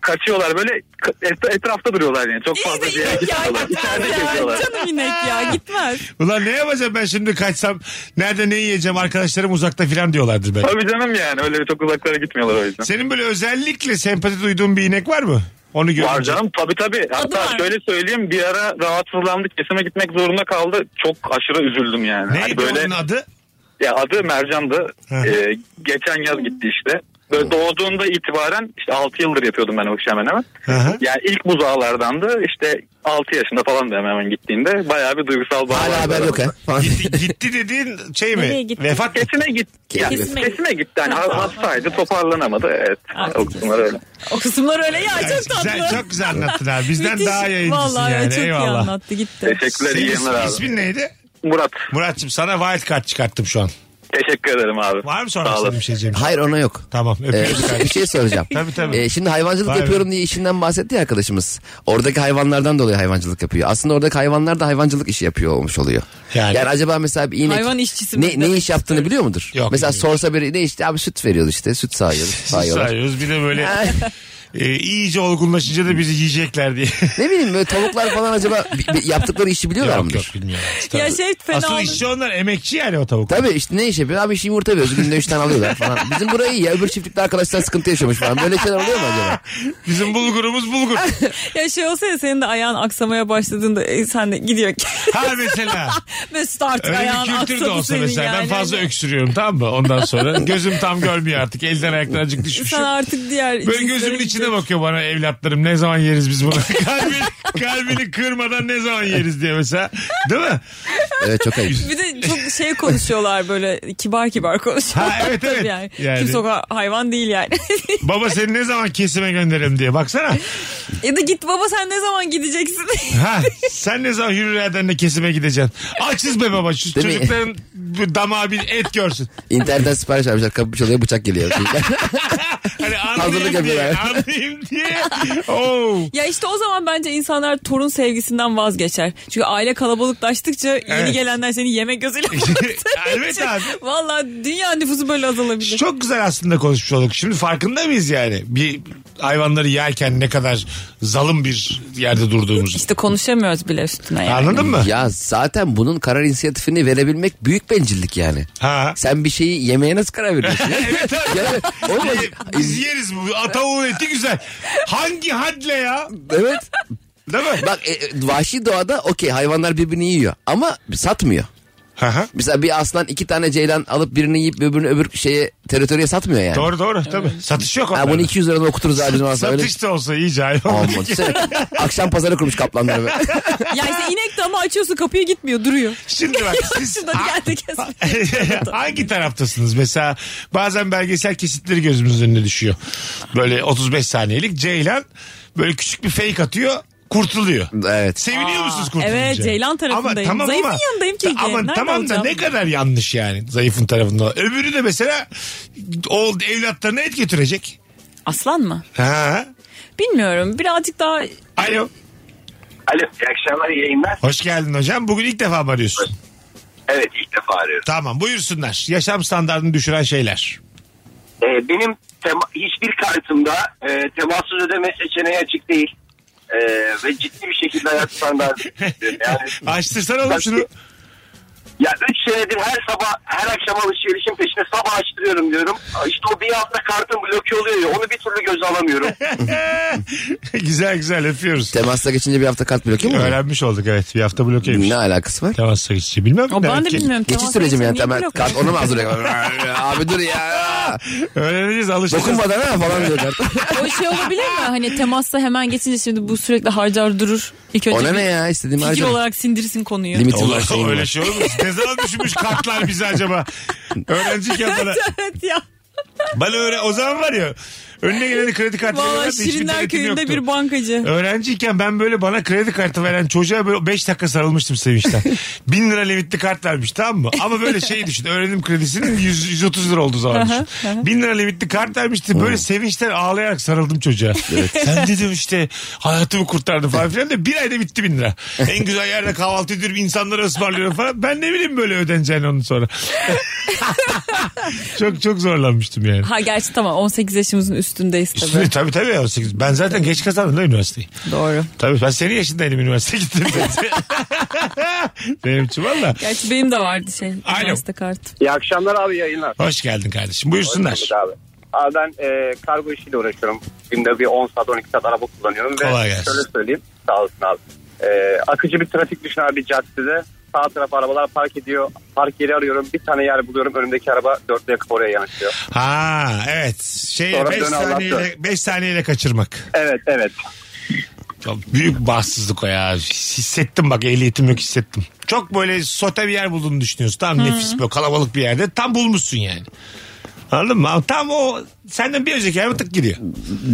[SPEAKER 7] kaçıyorlar böyle ka- et- etrafta duruyorlar yani çok
[SPEAKER 3] İyi
[SPEAKER 7] fazla
[SPEAKER 3] de
[SPEAKER 7] bir yere
[SPEAKER 3] inek ya
[SPEAKER 7] gitmiyorlar içeride
[SPEAKER 3] gitmez ya.
[SPEAKER 7] geziyorlar
[SPEAKER 3] Canım inek ya gitmez.
[SPEAKER 1] Ulan ne yapacağım ben şimdi kaçsam? Nerede ne yiyeceğim? Arkadaşlarım uzakta filan diyorlardır belki.
[SPEAKER 7] tabii canım yani öyle çok uzaklara gitmiyorlar o yüzden
[SPEAKER 1] Senin böyle özellikle sempati duyduğun bir inek var mı? Onu görünce.
[SPEAKER 7] Var canım tabii tabii. Hatta
[SPEAKER 3] var.
[SPEAKER 7] şöyle söyleyeyim bir ara rahatsızlandık kesime gitmek zorunda kaldı. Çok aşırı üzüldüm yani.
[SPEAKER 1] Neydi
[SPEAKER 7] Hani böyle
[SPEAKER 1] onun adı?
[SPEAKER 7] ya adı Mercan'dı.
[SPEAKER 1] Hı.
[SPEAKER 7] Ee, geçen yaz gitti işte. Böyle doğduğunda itibaren işte 6 yıldır yapıyordum ben o işi hemen hemen.
[SPEAKER 1] Hı hı.
[SPEAKER 7] Yani ilk buzağlardandı işte 6 yaşında falan da hemen hemen gittiğinde bayağı bir duygusal bağ
[SPEAKER 2] Hala
[SPEAKER 7] vardı
[SPEAKER 2] haber yok ha.
[SPEAKER 7] aramızda.
[SPEAKER 2] Falan.
[SPEAKER 1] Gitti, gitti dediğin şey
[SPEAKER 3] Nereye
[SPEAKER 1] mi?
[SPEAKER 3] gitti?
[SPEAKER 1] Vefat mı?
[SPEAKER 7] Kesime gitti. Yani
[SPEAKER 3] Kesime
[SPEAKER 7] kesime,
[SPEAKER 3] gitti.
[SPEAKER 7] gitti. Yani
[SPEAKER 3] Ha.
[SPEAKER 7] hastaydı toparlanamadı. Evet.
[SPEAKER 3] Artık
[SPEAKER 7] O kısımlar öyle.
[SPEAKER 3] O kısımlar öyle ya
[SPEAKER 1] Ay,
[SPEAKER 3] çok tatlı.
[SPEAKER 1] Güzel, çok güzel anlattın abi. Bizden
[SPEAKER 3] Müthiş.
[SPEAKER 1] daha yayıncısın
[SPEAKER 3] Vallahi
[SPEAKER 1] yani.
[SPEAKER 3] çok iyi
[SPEAKER 1] Eyvallah.
[SPEAKER 3] anlattı gitti.
[SPEAKER 7] Teşekkürler iyi
[SPEAKER 1] Senin
[SPEAKER 7] yayınlar
[SPEAKER 1] ismin,
[SPEAKER 7] abi.
[SPEAKER 1] ismin neydi?
[SPEAKER 7] Murat
[SPEAKER 1] Murat'cığım sana wild card çıkarttım şu an.
[SPEAKER 7] teşekkür ederim abi.
[SPEAKER 1] Var mı
[SPEAKER 7] Sağ
[SPEAKER 1] sormak
[SPEAKER 7] olun.
[SPEAKER 1] istediğim şey Cem?
[SPEAKER 2] Hayır ona yok.
[SPEAKER 1] Tamam
[SPEAKER 2] Ee,
[SPEAKER 1] öpüyoruz
[SPEAKER 2] bir
[SPEAKER 1] kardeşim.
[SPEAKER 2] şey soracağım.
[SPEAKER 1] Tabii, tabii.
[SPEAKER 2] Ee, şimdi hayvancılık
[SPEAKER 1] Vay be.
[SPEAKER 2] yapıyorum diye işinden bahsetti ya arkadaşımız. Oradaki hayvanlardan dolayı hayvancılık yapıyor. Aslında oradaki hayvanlar da hayvancılık işi yapıyor olmuş oluyor.
[SPEAKER 1] Yani.
[SPEAKER 2] Yani, acaba mesela bir inek
[SPEAKER 3] Hayvan işçisi mi?
[SPEAKER 2] ne, ne iş yaptığını biliyor mudur?
[SPEAKER 1] Yok,
[SPEAKER 2] mesela
[SPEAKER 1] bilmiyorum.
[SPEAKER 2] sorsa biri ne işte abi süt veriyordu işte süt sağıyordu. sağıyorlar.
[SPEAKER 1] Sayıyoruz bir de böyle e, iyice olgunlaşınca da bizi yiyecekler diye.
[SPEAKER 2] ne bileyim böyle tavuklar falan acaba bi- bi- yaptıkları işi biliyorlar
[SPEAKER 1] yok
[SPEAKER 2] mıdır?
[SPEAKER 1] yok bilmiyorum.
[SPEAKER 3] Ya şey fena
[SPEAKER 1] Asıl
[SPEAKER 3] olur.
[SPEAKER 1] işçi onlar emekçi yani o tavuk.
[SPEAKER 2] Tabii işte ne iş yapıyor? Abi işte yumurta veriyoruz. Günde 3 tane alıyorlar falan. Bizim burayı iyi ya. Öbür çiftlikte arkadaşlar sıkıntı yaşamış falan. Böyle şeyler oluyor mu acaba?
[SPEAKER 1] Bizim bulgurumuz bulgur.
[SPEAKER 3] Ya şey olsa ya senin de ayağın aksamaya başladığında e, sen de gidiyor.
[SPEAKER 1] Ha mesela.
[SPEAKER 3] Mesut artık
[SPEAKER 1] Öyle
[SPEAKER 3] ayağın
[SPEAKER 1] bir kültür de
[SPEAKER 3] aksadı
[SPEAKER 1] olsa
[SPEAKER 3] senin
[SPEAKER 1] mesela
[SPEAKER 3] yani. hani.
[SPEAKER 1] ben fazla öksürüyorum tamam mı? Ondan sonra gözüm tam görmüyor artık. Elden ayaktan azıcık düşmüşüm.
[SPEAKER 3] Sen artık diğer
[SPEAKER 1] Böyle
[SPEAKER 3] cinslerin
[SPEAKER 1] gözümün içine de bakıyor bana evlatlarım ne zaman yeriz biz bunu. kalbini, kalbini kırmadan ne zaman yeriz diye mesela. Değil mi?
[SPEAKER 2] Evet çok ayıp.
[SPEAKER 3] Bir de çok şey konuşuyorlar böyle kibar kibar konuşuyorlar.
[SPEAKER 1] Ha, evet,
[SPEAKER 3] Tabii
[SPEAKER 1] evet.
[SPEAKER 3] Yani.
[SPEAKER 1] Yani.
[SPEAKER 3] Kimse o kadar hayvan değil yani.
[SPEAKER 1] Baba seni ne zaman kesime gönderirim diye. Baksana.
[SPEAKER 3] ya da git baba sen ne zaman gideceksin?
[SPEAKER 1] Ha, sen ne zaman yürüyerden kesime gideceksin? Açız be baba. Şu
[SPEAKER 2] Değil mi?
[SPEAKER 1] çocukların bu damağı bir et görsün.
[SPEAKER 2] İnternetten sipariş vermişler kapı çalıyor bıçak geliyor.
[SPEAKER 1] Hani
[SPEAKER 2] Hazırlık
[SPEAKER 1] anlayayım diye.
[SPEAKER 2] yapıyorlar.
[SPEAKER 1] Anlayayım diye. Oo.
[SPEAKER 3] ya işte o zaman bence insanlar torun sevgisinden vazgeçer. Çünkü aile kalabalıklaştıkça
[SPEAKER 1] Evet.
[SPEAKER 3] yeni gelenler seni yemek gözüyle
[SPEAKER 1] Evet abi.
[SPEAKER 3] Valla dünya nüfusu böyle azalabilir.
[SPEAKER 1] Çok güzel aslında konuşmuş olduk. Şimdi farkında mıyız yani? Bir hayvanları yerken ne kadar zalim bir yerde durduğumuzu.
[SPEAKER 3] İşte konuşamıyoruz bile üstüne yani.
[SPEAKER 1] Anladın mı?
[SPEAKER 2] ya zaten bunun karar inisiyatifini verebilmek büyük bencillik yani.
[SPEAKER 1] Ha.
[SPEAKER 2] Sen bir şeyi yemeye nasıl karar veriyorsun? ya?
[SPEAKER 1] Evet abi.
[SPEAKER 2] Yani olmaz.
[SPEAKER 1] Biz yeriz bu. Ata oğul eti güzel. Hangi hadle ya?
[SPEAKER 2] Evet.
[SPEAKER 1] Değil mi?
[SPEAKER 2] Bak e, vahşi doğada okey hayvanlar birbirini yiyor ama satmıyor.
[SPEAKER 1] Hı hı.
[SPEAKER 2] Mesela bir aslan iki tane ceylan alıp birini yiyip öbürünü öbür şeye teritoriye satmıyor yani.
[SPEAKER 1] doğru doğru tabii. Satış yok
[SPEAKER 2] Ha,
[SPEAKER 1] onlarda.
[SPEAKER 2] bunu 200 liradan okuturuz abi bizim aslan. Öyle...
[SPEAKER 1] Satış da olsa iyice hayvan.
[SPEAKER 2] Aman, düşünsene. Akşam pazarı kurmuş kaplanları. böyle.
[SPEAKER 3] Ya işte inek de ama açıyorsun kapıya gitmiyor duruyor.
[SPEAKER 1] Şimdi bak siz
[SPEAKER 3] Şuradan geldi kesin.
[SPEAKER 1] hangi taraftasınız? Mesela bazen belgesel kesitleri gözümüzün önüne düşüyor. Böyle 35 saniyelik Ceylan böyle küçük bir fake atıyor kurtuluyor.
[SPEAKER 2] evet.
[SPEAKER 1] Seviniyor
[SPEAKER 3] Aa,
[SPEAKER 1] musunuz kurtulunca?
[SPEAKER 3] evet, Ceylan tarafındayım. Zayıfın yanındayım ki.
[SPEAKER 1] Ama
[SPEAKER 3] Nerede
[SPEAKER 1] tamam da
[SPEAKER 3] olacağım?
[SPEAKER 1] ne kadar yanlış yani zayıfın tarafında. Öbürü de mesela o evlatlarına et getirecek.
[SPEAKER 3] Aslan mı?
[SPEAKER 1] Ha.
[SPEAKER 3] Bilmiyorum birazcık daha
[SPEAKER 1] Alo.
[SPEAKER 7] Alo
[SPEAKER 1] şey?
[SPEAKER 7] iyi akşamlar iyi yayınlar.
[SPEAKER 1] Hoş geldin hocam. Bugün ilk defa mı arıyorsun?
[SPEAKER 7] Evet ilk defa arıyorum.
[SPEAKER 1] Tamam buyursunlar. Yaşam standartını düşüren şeyler.
[SPEAKER 7] Ee, benim tema- hiçbir kartımda e, temassız ödeme seçeneği açık değil. Ee, ve ciddi bir şekilde hayat standartı. yani
[SPEAKER 1] Açtırsana oğlum şunu.
[SPEAKER 7] Ya 3 senedir her sabah her akşam alışverişin peşine sabah açtırıyorum diyorum. İşte o bir hafta kartım bloke oluyor ya onu bir türlü göze alamıyorum.
[SPEAKER 1] güzel güzel öpüyoruz.
[SPEAKER 2] Temasta geçince bir hafta kart bloke mi? oluyor?
[SPEAKER 1] Öğrenmiş olduk evet. Bir şey. hafta blokeymiş.
[SPEAKER 2] Ne alakası var?
[SPEAKER 1] Temas sayısı bilmem.
[SPEAKER 3] o ben
[SPEAKER 1] Demek
[SPEAKER 3] de
[SPEAKER 1] ki
[SPEAKER 3] bilmiyorum.
[SPEAKER 2] Geçiş
[SPEAKER 3] Temas
[SPEAKER 2] süreci mi yani?
[SPEAKER 3] sayısı niye
[SPEAKER 2] Temel
[SPEAKER 3] blok
[SPEAKER 2] kart
[SPEAKER 3] oluyor?
[SPEAKER 2] onu mu hazırlıyor? abi dur ya.
[SPEAKER 1] Öğreneceğiz
[SPEAKER 3] Şey
[SPEAKER 1] alışacağız.
[SPEAKER 2] Dokunmadan ha falan diyor kart.
[SPEAKER 3] O şey olabilir mi? Hani temasla hemen geçince şimdi bu sürekli harcar durur. İlk önce
[SPEAKER 2] Ona
[SPEAKER 3] bir
[SPEAKER 2] ne ya istediğim
[SPEAKER 3] fikir
[SPEAKER 2] harcama.
[SPEAKER 3] olarak sindirsin konuyu.
[SPEAKER 2] Limitim var
[SPEAKER 1] Olur,
[SPEAKER 2] şeyim
[SPEAKER 1] öyle
[SPEAKER 2] var.
[SPEAKER 1] şey olur mu? Ne zaman düşünmüş kartlar bizi acaba? Öğrenciyken bana.
[SPEAKER 3] evet ya.
[SPEAKER 1] Bana öyle o zaman var ya. Önüne geleni kredi kartı
[SPEAKER 3] Valla
[SPEAKER 1] veren de hiçbir
[SPEAKER 3] Şirinler
[SPEAKER 1] denetim
[SPEAKER 3] köyünde
[SPEAKER 1] yoktu.
[SPEAKER 3] bir bankacı.
[SPEAKER 1] Öğrenciyken ben böyle bana kredi kartı veren çocuğa böyle 5 dakika sarılmıştım sevinçten. 1000 lira limitli kart vermiş tamam mı? Ama böyle şey düşün. Öğrenim kredisinin 100, 130 lira olduğu zaman düşün. 1000 lira limitli kart vermişti. Böyle sevinçten ağlayarak sarıldım çocuğa. Sen dedim işte hayatımı kurtardım falan filan da bir ayda bitti 1000 lira. En güzel yerde kahvaltı ediyorum insanlara ısmarlıyorum falan. Ben ne bileyim böyle ödeneceğini onun sonra. çok çok zorlanmıştım yani.
[SPEAKER 3] Ha gerçi tamam 18 yaşımızın üstündeyiz tabii.
[SPEAKER 1] Üstüne tabii tabii ya, 18. Ben zaten geç kazandım da üniversiteyi.
[SPEAKER 3] Doğru.
[SPEAKER 1] Tabii ben senin yaşındaydım üniversiteye gittim. Benim için valla.
[SPEAKER 3] Gerçi benim de vardı şey.
[SPEAKER 1] Alo.
[SPEAKER 3] Üniversite kartı.
[SPEAKER 7] İyi akşamlar abi yayınlar.
[SPEAKER 1] Hoş geldin kardeşim. Buyursunlar.
[SPEAKER 7] Hoş bulduk Abi. abi ben e, kargo işiyle uğraşıyorum. Günde bir 10 saat 12 saat araba kullanıyorum.
[SPEAKER 1] Kolay
[SPEAKER 7] ve
[SPEAKER 1] gelsin.
[SPEAKER 7] Şöyle söyleyeyim. Sağ olasın abi. E, akıcı bir trafik düşün abi caddede. Sağ taraf arabalar park ediyor. Park yeri arıyorum. Bir tane yer buluyorum. Önümdeki araba dörtlü yakıp oraya yanaşıyor.
[SPEAKER 1] Ha evet. Şey
[SPEAKER 7] Sonra
[SPEAKER 1] 5
[SPEAKER 7] dön Allah'tan.
[SPEAKER 1] saniyeyle, beş saniyeyle kaçırmak.
[SPEAKER 7] Evet evet.
[SPEAKER 1] Çok büyük bahtsızlık o ya. Hissettim bak ehliyetim yok hissettim. Çok böyle sote bir yer bulduğunu düşünüyorsun. Tam nefis böyle kalabalık bir yerde. Tam bulmuşsun yani. Anladın mı? Tam o senden bir önceki yer tık gidiyor.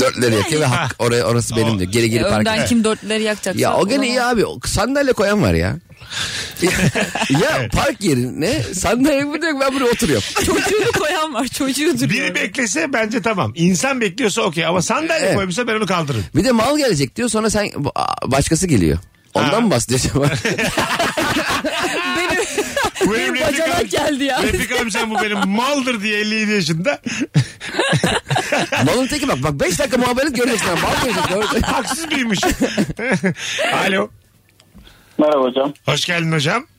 [SPEAKER 2] Dörtleri yakıyor ve hak, oraya, orası benim diyor. Geri geri park
[SPEAKER 3] E, Önden
[SPEAKER 2] ediyor.
[SPEAKER 3] kim dörtleri yakacaksa.
[SPEAKER 2] Ya o gene
[SPEAKER 3] olamaz.
[SPEAKER 2] iyi abi. O Sandalye koyan var ya. ya park yerine sandalye mi diyor ben buraya oturuyorum.
[SPEAKER 3] Çocuğunu koyan var çocuğu duruyor.
[SPEAKER 1] Biri beklese bence tamam. İnsan bekliyorsa okey ama sandalye
[SPEAKER 2] Evet.
[SPEAKER 1] koymuşsa ben onu kaldırırım.
[SPEAKER 2] Bir de mal gelecek diyor sonra sen Aa, başkası geliyor. Ondan
[SPEAKER 1] Ha.
[SPEAKER 2] mı bahsediyor acaba?
[SPEAKER 3] Benim,
[SPEAKER 1] Bu
[SPEAKER 3] benim
[SPEAKER 1] evlilik
[SPEAKER 3] bacanak
[SPEAKER 1] abi-
[SPEAKER 3] geldi ya.
[SPEAKER 1] Refik amcam bu benim maldır diye 57 yaşında.
[SPEAKER 2] Malın teki bak bak 5 dakika muhabbet göreceksin. ha, Mal gelecek. diyor.
[SPEAKER 1] Haksız mıymış? Alo.
[SPEAKER 9] Merhaba hocam.
[SPEAKER 1] Hoş geldin hocam.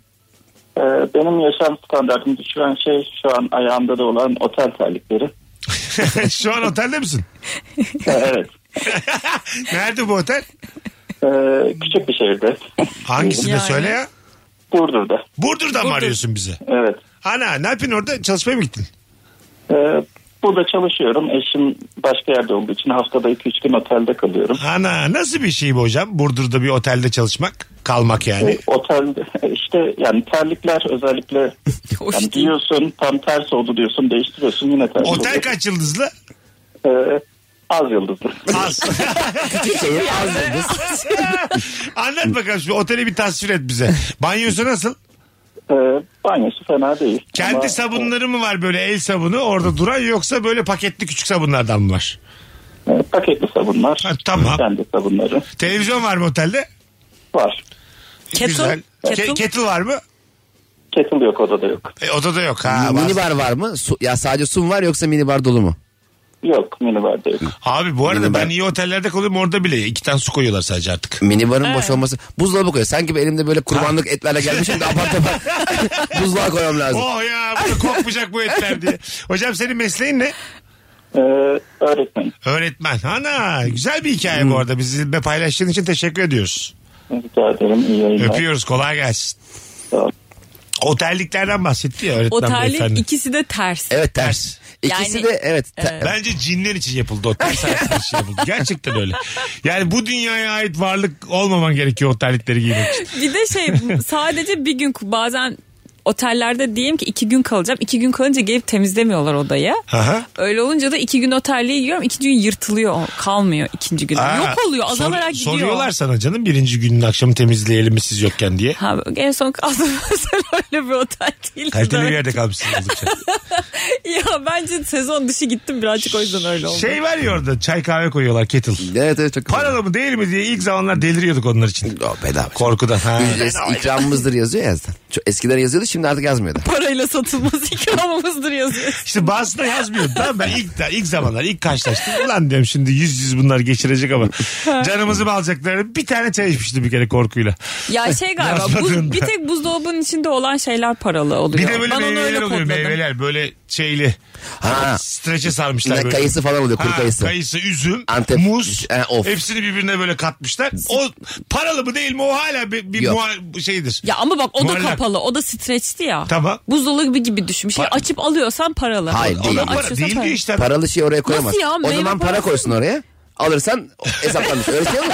[SPEAKER 9] Ee, benim yaşam standartımı düşüren şey şu an ayağımda da olan otel terlikleri.
[SPEAKER 1] Şu an otelde misin?
[SPEAKER 9] Ee, evet.
[SPEAKER 1] Nerede bu otel?
[SPEAKER 9] Ee, küçük bir şehirde.
[SPEAKER 1] Hangisinde
[SPEAKER 3] Yani.
[SPEAKER 1] söyle ya.
[SPEAKER 9] Burdur'da.
[SPEAKER 1] Burdur'dan mı arıyorsun bize?
[SPEAKER 9] Evet.
[SPEAKER 1] Ana ne yapıyorsun orada? Çalışmaya mı gittin?
[SPEAKER 9] Ee, Burada çalışıyorum. Eşim başka yerde olduğu için haftada 2-3 gün otelde kalıyorum.
[SPEAKER 1] Ana nasıl bir şey bu hocam? Burdur'da bir otelde çalışmak, kalmak yani.
[SPEAKER 9] Otelde işte yani terlikler özellikle
[SPEAKER 3] Hoş
[SPEAKER 9] yani
[SPEAKER 3] değil.
[SPEAKER 9] giyiyorsun tam ters oldu diyorsun değiştiriyorsun yine ters
[SPEAKER 1] Otel
[SPEAKER 9] oluyor.
[SPEAKER 1] kaç yıldızlı?
[SPEAKER 9] Ee, az yıldızlı.
[SPEAKER 1] Az.
[SPEAKER 2] Küçük şehir az yıldız.
[SPEAKER 1] Anlat bakalım şimdi oteli bir tasvir et bize. Banyosu nasıl?
[SPEAKER 9] Ee, banyosu fena değil.
[SPEAKER 1] Kendi
[SPEAKER 9] Ama-
[SPEAKER 1] sabunları mı var böyle el sabunu orada duran yoksa böyle paketli küçük sabunlardan mı var?
[SPEAKER 9] Ee, paketli sabunlar.
[SPEAKER 1] Ha, tamam.
[SPEAKER 9] Kendi sabunları
[SPEAKER 1] Televizyon var mı otelde?
[SPEAKER 9] var.
[SPEAKER 3] Kettle.
[SPEAKER 1] Güzel. Ke-
[SPEAKER 3] Kettle.
[SPEAKER 1] Kettle. var mı?
[SPEAKER 9] Kettle yok odada yok.
[SPEAKER 1] E, odada yok. Ha, var.
[SPEAKER 2] mini bar var mı? Su, ya sadece su mu var yoksa mini bar dolu mu?
[SPEAKER 9] Yok minibarda yok.
[SPEAKER 1] Abi bu arada
[SPEAKER 2] Mini
[SPEAKER 1] ben
[SPEAKER 2] bar.
[SPEAKER 1] iyi otellerde kalıyorum orada bile iki tane su koyuyorlar sadece artık.
[SPEAKER 2] Mini barın boş olması. Buzdolabı koyuyor. Sanki ben elimde böyle kurbanlık etlerle gelmişim de apar topar buzluğa koymam lazım.
[SPEAKER 1] Oh ya bu da kokmayacak bu etler diye. Hocam senin mesleğin ne?
[SPEAKER 9] Ee, öğretmen.
[SPEAKER 1] Öğretmen. Ana güzel bir hikaye
[SPEAKER 2] Hmm.
[SPEAKER 1] bu arada. Bizimle paylaştığın için teşekkür ediyoruz.
[SPEAKER 9] Rica ederim. İyi yayınlar.
[SPEAKER 1] Öpüyoruz kolay gelsin.
[SPEAKER 9] Sağ ol.
[SPEAKER 1] Otelliklerden bahsetti ya öğretmen
[SPEAKER 3] Otelin
[SPEAKER 1] beyefendi.
[SPEAKER 3] ikisi de ters.
[SPEAKER 2] Evet
[SPEAKER 1] Ters.
[SPEAKER 2] ters. İkisi
[SPEAKER 3] Yani-
[SPEAKER 2] de evet. te-
[SPEAKER 1] Bence cinler için yapıldı otel servisler için şey yapıldı. Gerçekten öyle. Yani bu dünyaya ait varlık olmaman gerekiyor otellikleri giymek için.
[SPEAKER 3] Bir de şey sadece bir gün bazen otellerde diyeyim ki iki gün kalacağım. İki gün kalınca gelip temizlemiyorlar odayı.
[SPEAKER 1] Aha.
[SPEAKER 3] Öyle olunca da iki gün otelliğe gidiyorum. İkinci gün yırtılıyor. Kalmıyor ikinci gün.
[SPEAKER 1] Aa,
[SPEAKER 3] Yok oluyor.
[SPEAKER 1] sor-
[SPEAKER 3] Azalarak gidiyor.
[SPEAKER 1] Soruyorlar sana canım birinci günün akşamı temizleyelim mi siz yokken diye.
[SPEAKER 3] Ha, en son kaldım mesela öyle bir otel değil.
[SPEAKER 1] Kaliteli bir yerde kalmışsınız. oldukça.
[SPEAKER 3] Ya bence sezon dışı gittim birazcık o yüzden öyle oldu.
[SPEAKER 1] şey var ya orada çay kahve koyuyorlar kettle.
[SPEAKER 2] Evet evet çok güzel.
[SPEAKER 1] Paralı mı değil mi diye ilk zamanlar deliriyorduk onlar için.
[SPEAKER 2] Oh, bedava.
[SPEAKER 1] Korkudan. Ha.
[SPEAKER 2] Ücretsiz ikramımızdır yazıyor ya zaten. Çok eskiden yazıyordu şimdi artık yazmıyor da.
[SPEAKER 3] Parayla satılmaz ikramımızdır yazıyor.
[SPEAKER 1] İşte bazısına yazmıyordu. Tamam ben ilk, ilk zamanlar ilk karşılaştım. Ulan diyorum şimdi yüz yüz bunlar geçirecek ama. Canımızı mı alacaklar? Bir tane çay içmişti bir kere korkuyla.
[SPEAKER 3] Ya şey galiba
[SPEAKER 1] Yazmadığında.
[SPEAKER 3] buz, bir tek buzdolabının içinde olan şeyler paralı oluyor.
[SPEAKER 1] Bir de böyle
[SPEAKER 3] ben onu
[SPEAKER 1] meyveler
[SPEAKER 3] öyle
[SPEAKER 1] oluyor
[SPEAKER 3] kodladım.
[SPEAKER 1] meyveler böyle şeyli.
[SPEAKER 2] Ha.
[SPEAKER 1] Streçe sarmışlar
[SPEAKER 2] Ne,
[SPEAKER 1] böyle.
[SPEAKER 2] kayısı falan oluyor kuru
[SPEAKER 1] Ha,
[SPEAKER 2] kayısı.
[SPEAKER 1] kayısı, üzüm,
[SPEAKER 2] Antep-
[SPEAKER 1] muz.
[SPEAKER 2] E, of.
[SPEAKER 1] Hepsini birbirine böyle katmışlar. O paralı mı değil mi o hala bir, bir
[SPEAKER 2] Yok.
[SPEAKER 1] muha- şeydir.
[SPEAKER 3] Ya ama bak o da
[SPEAKER 1] Muallak.
[SPEAKER 3] kapalı. O da streçti ya.
[SPEAKER 1] Tamam.
[SPEAKER 3] Buzdolabı gibi düşün. Bir Şey
[SPEAKER 1] Pa-
[SPEAKER 3] açıp alıyorsan paralı.
[SPEAKER 2] Hayır,
[SPEAKER 3] Onu
[SPEAKER 2] değil.
[SPEAKER 1] Ona para
[SPEAKER 3] açıyorsan
[SPEAKER 1] değil diyor
[SPEAKER 3] paralı.
[SPEAKER 1] işte.
[SPEAKER 2] Paralı şeyi oraya koyamaz.
[SPEAKER 3] ya?
[SPEAKER 2] O
[SPEAKER 3] Meyve
[SPEAKER 2] zaman para
[SPEAKER 3] parası-
[SPEAKER 2] koysun oraya. Alırsan hesaplanmış. Öyle şey olur.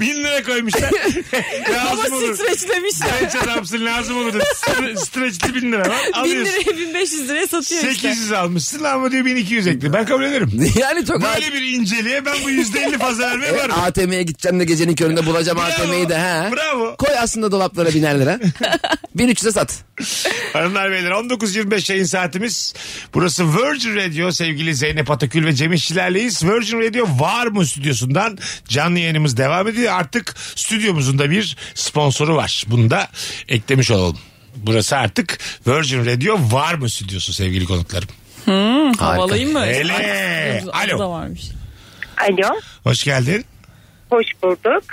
[SPEAKER 1] Bin lira koymuşlar.
[SPEAKER 3] Ama
[SPEAKER 1] lazım olur.
[SPEAKER 3] streçlemişler.
[SPEAKER 1] Streç adamsın lazım olur. Stre- Streçli bin lira var.
[SPEAKER 3] 1000
[SPEAKER 1] Alıyorsun.
[SPEAKER 3] liraya 1500 liraya satıyor işte.
[SPEAKER 1] 800 almışsın ama diyor 1200 ekle. Ben kabul ederim.
[SPEAKER 2] yani çok
[SPEAKER 1] Böyle bir inceliğe ben bu %50 fazla vermeye
[SPEAKER 2] Evet,
[SPEAKER 1] varım.
[SPEAKER 2] ATM'ye gideceğim de gecenin köründe bulacağım
[SPEAKER 1] Bravo.
[SPEAKER 2] ATM'yi E, de ha.
[SPEAKER 1] Bravo.
[SPEAKER 2] Koy aslında dolaplara biner lira. 1300'e sat.
[SPEAKER 1] Hanımlar beyler 19.25 yayın saatimiz. Burası Virgin Radio sevgili Zeynep Atakül ve Cem İşçilerleyiz. Virgin Radio var mı stüdyosundan canlı yayınımız devam ediyor. Artık stüdyomuzun da bir sponsoru var. Bunu da eklemiş olalım. Burası artık Virgin Radio var mı stüdyosu sevgili konuklarım.
[SPEAKER 3] Havalıyım mı?
[SPEAKER 1] Hele.
[SPEAKER 3] Adı- adı
[SPEAKER 1] Alo.
[SPEAKER 3] da varmış.
[SPEAKER 4] Alo.
[SPEAKER 1] Hoş geldin.
[SPEAKER 4] Hoş bulduk.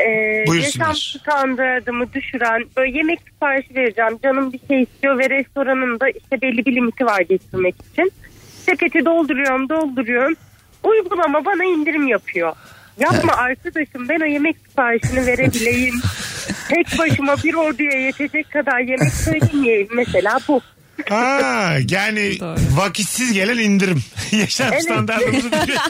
[SPEAKER 4] Ee,
[SPEAKER 1] Buyursunlar.
[SPEAKER 4] yaşam standartımı düşüren böyle yemek siparişi vereceğim. Canım bir şey istiyor ve restoranın da işte belli bir limiti var getirmek için. Sepeti dolduruyorum dolduruyorum. Uygulama bana indirim yapıyor. Yapma arkadaşım ben o yemek siparişini verebileyim. Tek başıma bir orduya yetecek kadar yemek söylemeyeyim mesela bu.
[SPEAKER 1] Ha, yani
[SPEAKER 3] Doğru.
[SPEAKER 1] vakitsiz gelen indirim. Yaşam
[SPEAKER 4] Evet.
[SPEAKER 1] standartımızı düşürüyor.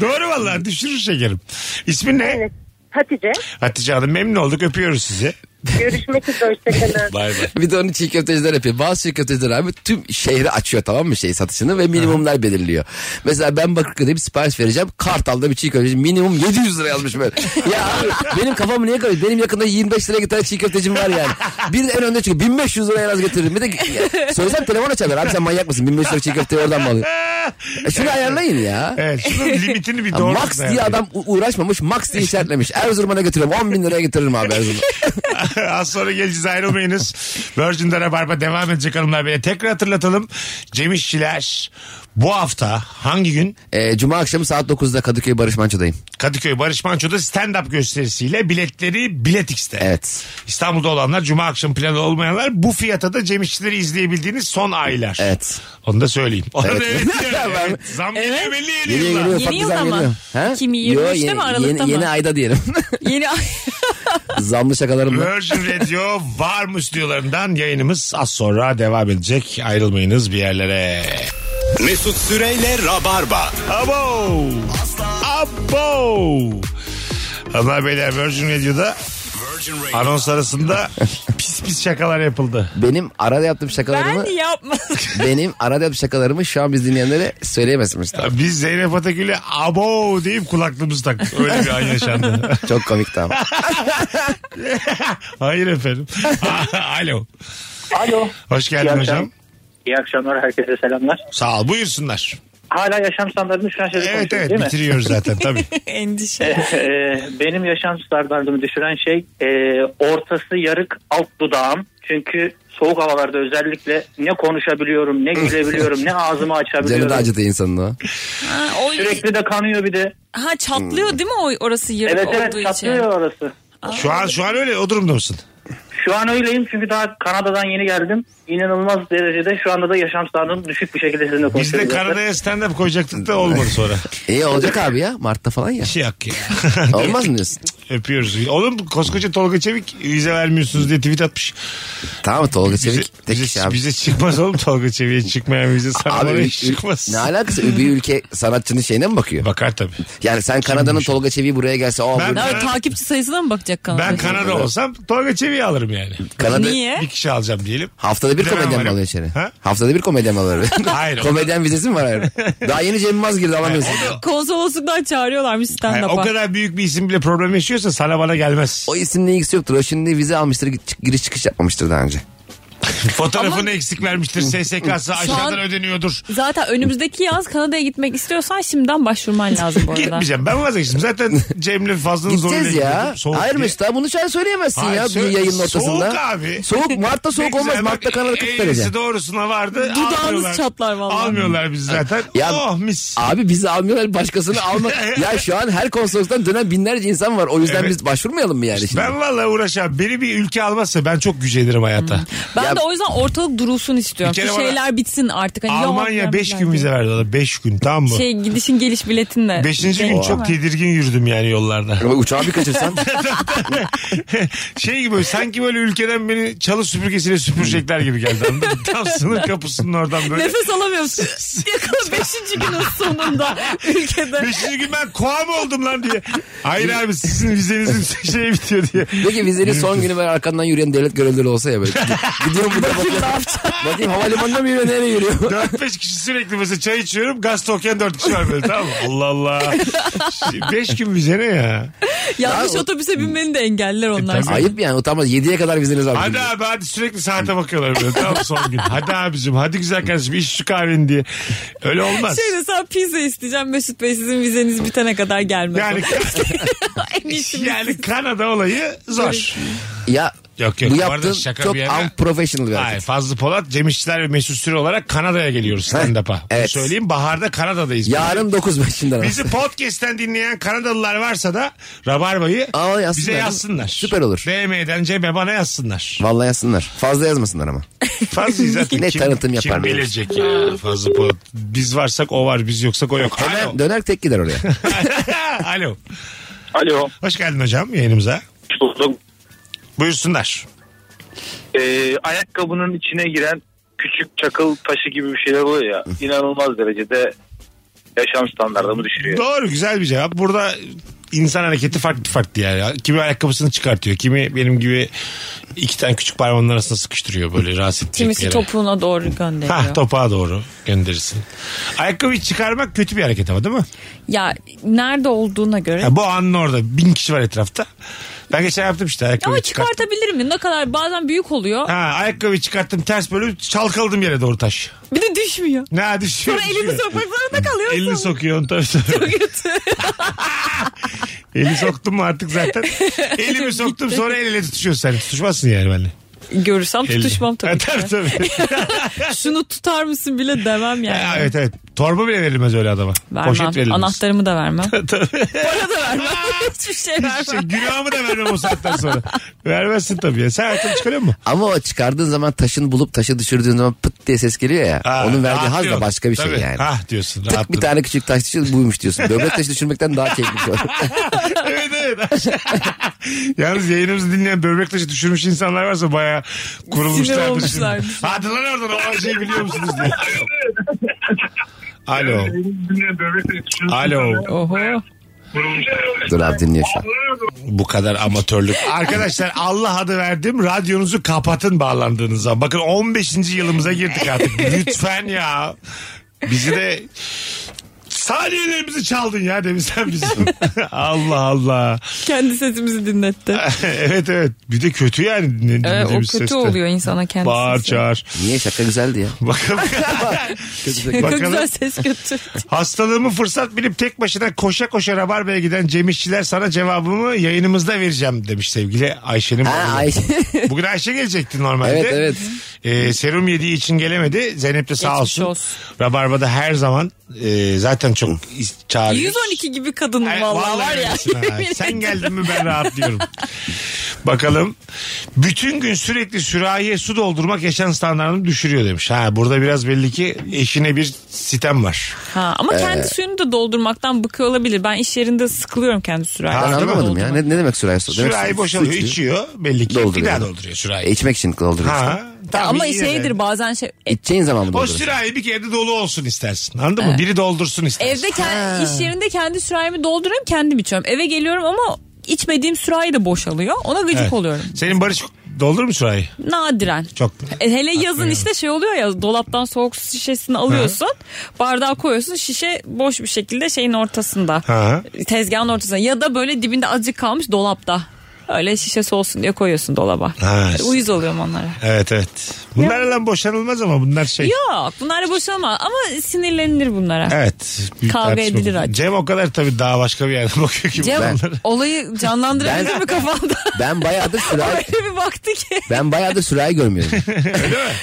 [SPEAKER 1] Doğru vallahi düşürür şekerim. İsmin ne?
[SPEAKER 4] Evet. Hatice
[SPEAKER 1] Hatice Hanım memnun olduk öpüyoruz sizi.
[SPEAKER 4] görüşmek üzere hoşçakalın.
[SPEAKER 1] Bay bay.
[SPEAKER 2] Bir de onu çiğ köfteciler yapıyor. Bazı çiğ köfteciler abi tüm şehri açıyor tamam mı şey satışını ve minimumlar belirliyor. Mesela ben Bakırköy'de bir sipariş vereceğim. Kartal'da bir çiğ köfteci minimum 700 lira yazmış böyle. ya abi benim kafamı niye koyuyor? Benim yakında 25 liraya giden çiğ köftecim var yani. Bir de en önde çıkıyor. 1500 liraya en az getiririm. Bir de ya, söylesem telefon açarlar. Abi sen manyak mısın? 1500 lira çiğ köfteyi oradan mı alıyorsun? E Şunu ayarlayın ya.
[SPEAKER 1] Evet şunun limitini bir
[SPEAKER 2] Ya
[SPEAKER 1] doğru
[SPEAKER 2] Max diye adam u- uğraşmamış Max diye işaretlemiş. Erzurum'a da götürüyorum 10 bin liraya getiririm abi Erzurum'a.
[SPEAKER 1] Az sonra geleceğiz ayrılmayınız. Virgin'de Rabarba devam edecek hanımlar beni. Tekrar hatırlatalım. Cem İşçiler bu hafta hangi gün
[SPEAKER 2] E, Cuma akşamı saat 9'da Kadıköy Barış Manço'dayım.
[SPEAKER 1] Kadıköy Barış Manço'da stand-up gösterisiyle biletleri Biletix'te.
[SPEAKER 2] Evet.
[SPEAKER 1] İstanbul'da olanlar, cuma akşam planı olmayanlar bu fiyata da Cem İşçileri izleyebildiğiniz son aylar.
[SPEAKER 2] Evet.
[SPEAKER 1] Onu da söyleyeyim. Onu da evet.
[SPEAKER 2] Evet.
[SPEAKER 1] diyorum.
[SPEAKER 2] Hakikaten var mı?
[SPEAKER 1] Evet, zam
[SPEAKER 3] Evet.
[SPEAKER 1] geliyor belli yeni
[SPEAKER 2] Geliyor
[SPEAKER 1] yılda.
[SPEAKER 2] geliyor.
[SPEAKER 3] Yeni
[SPEAKER 2] ufak bir
[SPEAKER 3] yılda
[SPEAKER 2] zam
[SPEAKER 3] mı?
[SPEAKER 2] geliyor. Ha?
[SPEAKER 3] 2023'te
[SPEAKER 2] Yo,
[SPEAKER 3] mi,
[SPEAKER 2] yeni-
[SPEAKER 3] Aralık'ta
[SPEAKER 2] yeni,
[SPEAKER 3] mı?
[SPEAKER 2] Yeni ayda diyelim.
[SPEAKER 3] Yeni
[SPEAKER 2] Zamlı şakalarımla.
[SPEAKER 1] Virgin Radio var mı stüdyolarından yayınımız az sonra devam edecek. Ayrılmayınız bir yerlere.
[SPEAKER 8] Mesut Süreyle Rabarba.
[SPEAKER 1] Abo! Abo! Hanımlar beyler Virgin Radio'da anons arasında pis pis şakalar yapıldı.
[SPEAKER 2] Benim arada yaptığım
[SPEAKER 3] ben
[SPEAKER 2] şakalarımı
[SPEAKER 3] yapmadım.
[SPEAKER 2] benim arada yaptığım şakalarımı şu an biz dinleyenlere söyleyemezsiniz.
[SPEAKER 1] Ya Biz Zeynep Atakül'e abo deyip kulaklığımızı taktık. Öyle bir an yaşandı.
[SPEAKER 2] Çok komik tamam.
[SPEAKER 1] Hayır efendim. Alo.
[SPEAKER 7] Alo.
[SPEAKER 1] Hoş geldin
[SPEAKER 7] İyi
[SPEAKER 1] hocam.
[SPEAKER 7] akşam- İyi akşamlar herkese selamlar.
[SPEAKER 1] Sağ ol. Buyursunlar.
[SPEAKER 7] Hala yaşam standartını düşüren şeyleri
[SPEAKER 1] Evet
[SPEAKER 7] konuşuyoruz
[SPEAKER 1] evet
[SPEAKER 7] değil mi?
[SPEAKER 1] bitiriyoruz zaten tabii.
[SPEAKER 3] Endişe.
[SPEAKER 7] Ee, benim yaşam standartımı düşüren şey e, ortası yarık alt dudağım. Çünkü soğuk havalarda özellikle ne konuşabiliyorum, ne gülebiliyorum, ne
[SPEAKER 2] Canı da
[SPEAKER 7] ağzımı açabiliyorum.
[SPEAKER 2] acıdı insanın o.
[SPEAKER 3] Ha, o,
[SPEAKER 7] Sürekli de kanıyor bir de.
[SPEAKER 3] ha çatlıyor değil mi o orası yarık
[SPEAKER 7] Evet
[SPEAKER 3] olduğu
[SPEAKER 7] evet
[SPEAKER 3] için?
[SPEAKER 7] çatlıyor orası.
[SPEAKER 1] Şu an şu an öyle o durumda mısın?
[SPEAKER 7] Şu an öyleyim çünkü daha Kanada'dan yeni geldim. İnanılmaz derecede şu anda da yaşam standartım düşük bir şekilde sizinle
[SPEAKER 1] Biz de
[SPEAKER 7] konuşuyoruz.
[SPEAKER 1] Kanada'ya stand-up koyacaktık da olmadı sonra.
[SPEAKER 2] İyi olacak abi ya. Mart'ta falan ya.
[SPEAKER 1] Şey hak ya.
[SPEAKER 2] Olmaz mı diyorsun?
[SPEAKER 1] Öpüyoruz. Oğlum koskoca Tolga Çevik vize vermiyorsunuz diye tweet atmış.
[SPEAKER 2] Tamam mı Tolga
[SPEAKER 1] Bize,
[SPEAKER 2] Çevik? Tek kişi
[SPEAKER 1] bize,
[SPEAKER 2] abi.
[SPEAKER 1] bize çıkmaz oğlum Tolga Çevik'e çıkmayan vize sana
[SPEAKER 2] Abi
[SPEAKER 1] bana hiç
[SPEAKER 2] ül- ül-
[SPEAKER 1] çıkmaz.
[SPEAKER 2] ne alakası? Bir ülke sanatçının şeyine mi bakıyor?
[SPEAKER 1] Bakar tabii.
[SPEAKER 2] Yani sen Kanada'nın
[SPEAKER 3] şey.
[SPEAKER 2] Tolga Çevik'i buraya gelse o
[SPEAKER 1] Ben-
[SPEAKER 3] Ne,
[SPEAKER 1] Ha.
[SPEAKER 3] takipçi sayısına mı bakacak kanal?
[SPEAKER 1] Ben Kanada olsam Tolga Çevik'i alırım yani.
[SPEAKER 2] Kanada
[SPEAKER 3] Niye?
[SPEAKER 1] Bir kişi alacağım diyelim.
[SPEAKER 2] haftada bir
[SPEAKER 1] Bilemem
[SPEAKER 2] komedyen mi
[SPEAKER 1] varım.
[SPEAKER 2] alıyor içeri?
[SPEAKER 1] Ha?
[SPEAKER 2] Haftada bir komedyen mi alıyor?
[SPEAKER 1] Hayır.
[SPEAKER 2] komedyen vizesi mi var? Hayır. Daha yeni Cem Yılmaz girdi alamıyorsun.
[SPEAKER 3] Konsolosluktan çağırıyorlarmış
[SPEAKER 1] Hayır,
[SPEAKER 3] stand-up'a.
[SPEAKER 1] o kadar büyük bir isim bile problem yaşıyorsa sana bana gelmez.
[SPEAKER 2] O isimle ilgisi yoktur. O şimdi vize almıştır git- giriş çıkış yapmamıştır daha önce.
[SPEAKER 1] Fotoğrafını eksik vermiştir. SSK'sı aşağıdan ödeniyordur.
[SPEAKER 3] Zaten önümüzdeki yaz Kanada'ya gitmek istiyorsan şimdiden başvurman lazım bu arada.
[SPEAKER 1] Gitmeyeceğim. Ben vazgeçtim. Zaten Cem'le fazla zoruyla
[SPEAKER 2] Gideceğiz ya.
[SPEAKER 1] gidiyordum. Soğuk
[SPEAKER 2] Hayır mı
[SPEAKER 1] diye.
[SPEAKER 2] işte bunu sen söyleyemezsin
[SPEAKER 1] Hayır,
[SPEAKER 2] ya
[SPEAKER 1] söyle-
[SPEAKER 2] bir yayının ortasında.
[SPEAKER 1] Soğuk abi.
[SPEAKER 2] Soğuk Mart'ta soğuk
[SPEAKER 1] Ne
[SPEAKER 2] olmaz.
[SPEAKER 1] güzel.
[SPEAKER 2] Mart'ta Kanada 40 derece.
[SPEAKER 1] Eğrisi doğrusuna vardı.
[SPEAKER 3] Dudağınız
[SPEAKER 1] almıyorlar.
[SPEAKER 3] çatlar vallahi.
[SPEAKER 1] Almıyorlar biz zaten.
[SPEAKER 2] Ya-
[SPEAKER 1] oh mis.
[SPEAKER 2] Abi bizi almıyorlar başkasını alma. ya şu an her konsolosluktan dönen binlerce insan var. O yüzden
[SPEAKER 1] Evet.
[SPEAKER 2] biz başvurmayalım mı yani şimdi?
[SPEAKER 1] Ben vallahi uğraşam. Beni bir ülke almazsa ben çok gücenirim hayata.
[SPEAKER 3] Ben
[SPEAKER 2] Ya-
[SPEAKER 3] de o yüzden ortalık durulsun istiyorum.
[SPEAKER 1] Bir kere
[SPEAKER 3] Şu
[SPEAKER 1] bana-
[SPEAKER 3] şeyler bitsin artık. Hani yok
[SPEAKER 1] Almanya
[SPEAKER 3] falan
[SPEAKER 1] 5
[SPEAKER 3] filan
[SPEAKER 1] gün vize
[SPEAKER 3] diye.
[SPEAKER 1] verdi. 5 gün tamam mı?
[SPEAKER 3] Şey gidişin geliş biletinle.
[SPEAKER 1] Beşinci
[SPEAKER 2] şey
[SPEAKER 1] gün
[SPEAKER 3] Değil
[SPEAKER 1] çok
[SPEAKER 3] mi?
[SPEAKER 1] tedirgin yürüdüm yani yollarda.
[SPEAKER 2] Ama Uçağı bir kaçırsan.
[SPEAKER 1] şey gibi sanki böyle ülkeden beni çalı süpürgesiyle süpürecekler gibi geldi. anladın mı? Tam sınır kapısının oradan böyle.
[SPEAKER 3] Nefes alamıyorsun. Yakın beşinci günün sonunda ülkede.
[SPEAKER 1] Beşinci gün ben koa mı oldum lan diye. Hayır abi sizin vizenizin şey bitiyor diye.
[SPEAKER 2] Peki vizenin son günü böyle arkandan yürüyen devlet görevlileri olsa ya böyle. Gidiyorum bu tarafa. Bakayım havalimanına mı yürüyor nereye yürüyor?
[SPEAKER 1] 4-5 kişi sürekli mesela çay içiyorum. Gazete okuyan 4 kişi var böyle tamam mı? Allah Allah. 5 gün bize ne ya? E,
[SPEAKER 3] Yanlış
[SPEAKER 2] Ya-
[SPEAKER 3] otobüse binmeni de engeller onlar.
[SPEAKER 1] tabii.
[SPEAKER 3] seni.
[SPEAKER 2] Ayıp yani utanmaz. 7'ye kadar vizeniz var.
[SPEAKER 1] Hadi
[SPEAKER 2] bizim.
[SPEAKER 1] abi hadi sürekli saate bakıyorlar böyle tamam son gün. Hadi abicim hadi güzel kardeşim iç şu kahveni diye. Öyle olmaz.
[SPEAKER 3] Şey mesela pizza isteyeceğim Mesut Bey sizin vizeniz bitene kadar gelmez.
[SPEAKER 1] Yani,
[SPEAKER 3] en iyisi
[SPEAKER 1] yani Kanada olayı zor.
[SPEAKER 2] Ya
[SPEAKER 1] Yok, yok.
[SPEAKER 2] bu
[SPEAKER 1] Bu arada
[SPEAKER 2] yaptığın
[SPEAKER 1] şaka
[SPEAKER 2] çok
[SPEAKER 1] bir yana-
[SPEAKER 2] unprofessional bir
[SPEAKER 1] Hayır
[SPEAKER 2] hareket.
[SPEAKER 1] Fazlı Polat, Cem İşçiler ve Mesut Süre olarak Kanada'ya geliyoruz stand-up'a. Bunu
[SPEAKER 2] Evet.
[SPEAKER 1] Söyleyeyim baharda Kanada'dayız.
[SPEAKER 2] Yarın 9 Beşinden
[SPEAKER 1] Bizi podcast'ten dinleyen Kanadalılar varsa da Rabarba'yı
[SPEAKER 2] Aa, yazsınlar.
[SPEAKER 1] bize yazsınlar.
[SPEAKER 2] Süper olur.
[SPEAKER 1] DM'den Cem'e bana yazsınlar.
[SPEAKER 2] Vallahi yazsınlar. Fazla yazmasınlar ama.
[SPEAKER 1] Fazlıyız zaten.
[SPEAKER 2] Ne tanıtım
[SPEAKER 1] Kim
[SPEAKER 2] yaparlar.
[SPEAKER 1] bilecek ya Fazlı Polat. Biz varsak o var biz yoksak o yok.
[SPEAKER 2] Hemen
[SPEAKER 1] Alo.
[SPEAKER 2] döner tek gider oraya.
[SPEAKER 1] Alo.
[SPEAKER 7] Alo.
[SPEAKER 1] Hoş geldin hocam yayınımıza.
[SPEAKER 7] Buldum.
[SPEAKER 1] Buyursunlar.
[SPEAKER 7] Ee, ayakkabının içine giren küçük çakıl taşı gibi bir şeyler oluyor ya. İnanılmaz derecede yaşam standartımı düşürüyor.
[SPEAKER 1] Doğru güzel bir cevap. Burada insan hareketi farklı farklı yani. Kimi ayakkabısını çıkartıyor. Kimi benim gibi iki tane küçük parmağının arasına sıkıştırıyor böyle rahatsız edecek bir
[SPEAKER 3] Kimisi
[SPEAKER 1] yere.
[SPEAKER 3] topuğuna doğru gönderiyor.
[SPEAKER 1] Hah topağa doğru gönderirsin. Ayakkabıyı çıkarmak kötü bir hareket ama değil mi?
[SPEAKER 3] Ya nerede olduğuna göre.
[SPEAKER 1] Ya bu anın orada bin kişi var etrafta. Ben geçen yaptım işte ayakkabıyı
[SPEAKER 3] Ama
[SPEAKER 1] çıkarttım.
[SPEAKER 3] çıkartabilir miyim? Ne kadar bazen büyük oluyor.
[SPEAKER 1] Ha, ayakkabıyı çıkarttım ters böyle çalkaladım yere doğru taş.
[SPEAKER 3] Bir de düşmüyor.
[SPEAKER 1] Ne ha, düşüyor.
[SPEAKER 3] Sonra elini
[SPEAKER 1] düşüyor.
[SPEAKER 3] sokmak zorunda kalıyorsun.
[SPEAKER 1] Elini sokuyorsun tabii. tabii.
[SPEAKER 3] Kötü.
[SPEAKER 1] Eli soktum mu artık zaten. Elimi soktum sonra el ele tutuşuyorsun sen. Tutuşmazsın yani benimle.
[SPEAKER 3] Görürsem tutuşmam
[SPEAKER 1] Ha,
[SPEAKER 3] tabii ki.
[SPEAKER 1] tabii tabii.
[SPEAKER 3] Şunu tutar mısın bile demem yani.
[SPEAKER 1] Ha, evet evet. Torba bile verilmez öyle adama. Poşet
[SPEAKER 3] Vermem.
[SPEAKER 1] verilmez.
[SPEAKER 3] Anahtarımı da vermem. Para da vermem. Hiçbir şey
[SPEAKER 1] Şey,
[SPEAKER 3] vermem.
[SPEAKER 1] günahımı da vermem o saatten sonra. Vermezsin tabii ya. Sen aklını çıkarıyor musun?
[SPEAKER 2] Ama o çıkardığın zaman taşın bulup taşı düşürdüğün zaman pıt diye ses geliyor ya.
[SPEAKER 1] Ha,
[SPEAKER 2] onun verdiği haz
[SPEAKER 1] rahatlıyorsun.
[SPEAKER 2] da başka bir şey
[SPEAKER 1] Tabii.
[SPEAKER 2] yani.
[SPEAKER 1] Hah diyorsun.
[SPEAKER 2] Tık bir
[SPEAKER 1] rahatladın.
[SPEAKER 2] tane küçük taş düşür buymuş diyorsun. Böbrek taşı düşürmekten daha keyifli. bir şey.
[SPEAKER 1] evet evet. Yalnız yayınımızı dinleyen böbrek taşı düşürmüş insanlar varsa bayağı
[SPEAKER 3] Sinir
[SPEAKER 1] kurulmuşlar.
[SPEAKER 3] olmuşlar.
[SPEAKER 1] düşürmüş. Hadi lan oradan o şeyi biliyor musunuz diye. Alo. Alo.
[SPEAKER 3] Oho.
[SPEAKER 2] Dur abi dinliyor şu an.
[SPEAKER 1] Bu kadar amatörlük. Arkadaşlar Allah adı verdim. Radyonuzu kapatın bağlandığınız zaman. Bakın 15. yılımıza girdik artık. Lütfen ya. Bizi de saniyelerimizi çaldın ya demin sen bizim. Allah Allah.
[SPEAKER 3] Kendi sesimizi dinletti.
[SPEAKER 1] evet evet. Bir de kötü yani din-
[SPEAKER 3] Ee, o
[SPEAKER 1] dinlediğimiz
[SPEAKER 3] kötü
[SPEAKER 1] seste.
[SPEAKER 3] oluyor insana kendisi.
[SPEAKER 1] Bağır çağır.
[SPEAKER 2] Niye şaka güzeldi ya.
[SPEAKER 1] Bakalım.
[SPEAKER 3] Çok
[SPEAKER 1] Bakalım.
[SPEAKER 3] güzel ses kötü.
[SPEAKER 1] Hastalığımı fırsat bilip tek başına koşa koşa Rabarba'ya giden Cem İşçiler sana cevabımı yayınımızda vereceğim demiş sevgili Ayşe'nin.
[SPEAKER 2] Ha,
[SPEAKER 1] babası.
[SPEAKER 2] ay.
[SPEAKER 1] Bugün Ayşe gelecekti normalde.
[SPEAKER 2] Evet, evet.
[SPEAKER 1] Ee, serum yediği için gelemedi. Zeynep de sağ
[SPEAKER 3] Geçmiş
[SPEAKER 1] olsun.
[SPEAKER 3] olsun.
[SPEAKER 1] Rabarba'da her zaman e, zaten çok çağırıyor.
[SPEAKER 3] 112 gibi kadınım
[SPEAKER 1] Ay,
[SPEAKER 3] vallahi, var ya.
[SPEAKER 1] öylesin ha. Sen geldin mi ben rahatlıyorum. Bakalım. Bütün gün sürekli sürahiye su doldurmak yaşam standartını düşürüyor demiş. Ha burada biraz belli ki eşine bir sitem var.
[SPEAKER 3] Ha, ama kendi suyunu da doldurmaktan bıkıyor olabilir. Ben iş yerinde sıkılıyorum kendi
[SPEAKER 2] Ben
[SPEAKER 1] Ha,
[SPEAKER 3] sürerken.
[SPEAKER 1] değil mi?
[SPEAKER 2] anlamadım ya. Ne, ne demek sürahi su? Demek
[SPEAKER 1] Sürahi
[SPEAKER 2] su-
[SPEAKER 1] boşalıyor,
[SPEAKER 2] su
[SPEAKER 1] içiyor belli ki. Bir
[SPEAKER 2] Dolduruyor.
[SPEAKER 1] daha dolduruyor
[SPEAKER 2] E,
[SPEAKER 1] sürahi.
[SPEAKER 2] içmek için dolduruyorsun.
[SPEAKER 1] Ha, tamam,
[SPEAKER 3] Ama
[SPEAKER 1] yine de.
[SPEAKER 3] şeydir bazen şey. E,
[SPEAKER 2] İçeceğin zaman mı
[SPEAKER 1] O
[SPEAKER 2] dolduruyorsun?
[SPEAKER 1] sürahi bir kere de dolu olsun istersin. Anladın mı? Biri doldursun istersin.
[SPEAKER 3] Evde kendi, iş yerinde kendi sürahimi dolduruyorum kendim içiyorum. Eve geliyorum ama içmediğim sürahi de boşalıyor. Ona gıcık
[SPEAKER 1] Evet.
[SPEAKER 3] oluyorum.
[SPEAKER 1] Senin Barış doldurur mu sürahi?
[SPEAKER 3] Nadiren.
[SPEAKER 1] Çok.
[SPEAKER 3] E, hele yazın işte şey oluyor ya dolaptan soğuk su şişesini alıyorsun. Bardağa koyuyorsun şişe boş bir şekilde şeyin ortasında.
[SPEAKER 1] Ha.
[SPEAKER 3] Tezgahın ortasında ya da böyle dibinde azıcık kalmış dolapta. Öyle şişesi olsun diye koyuyorsun dolaba.
[SPEAKER 1] Ha.
[SPEAKER 3] Uyuz oluyorum onlara.
[SPEAKER 1] Evet evet. Bunlarla boşanılmaz ama bunlar şey.
[SPEAKER 3] Yok bunlara boşalma ama sinirlenilir bunlara.
[SPEAKER 1] Evet. büyük
[SPEAKER 3] Kavga
[SPEAKER 1] tartışma.
[SPEAKER 3] edilir artık.
[SPEAKER 1] Cem o kadar tabii daha başka bir yerden bakıyor ki.
[SPEAKER 3] Cem
[SPEAKER 1] bunlara.
[SPEAKER 3] olayı canlandırabilir
[SPEAKER 2] Ben-
[SPEAKER 3] mi kafanda?
[SPEAKER 2] Ben bayağıdır sürahi...
[SPEAKER 3] Öyle bir baktı ki.
[SPEAKER 2] Ben bayağıdır sürahi görmüyorum.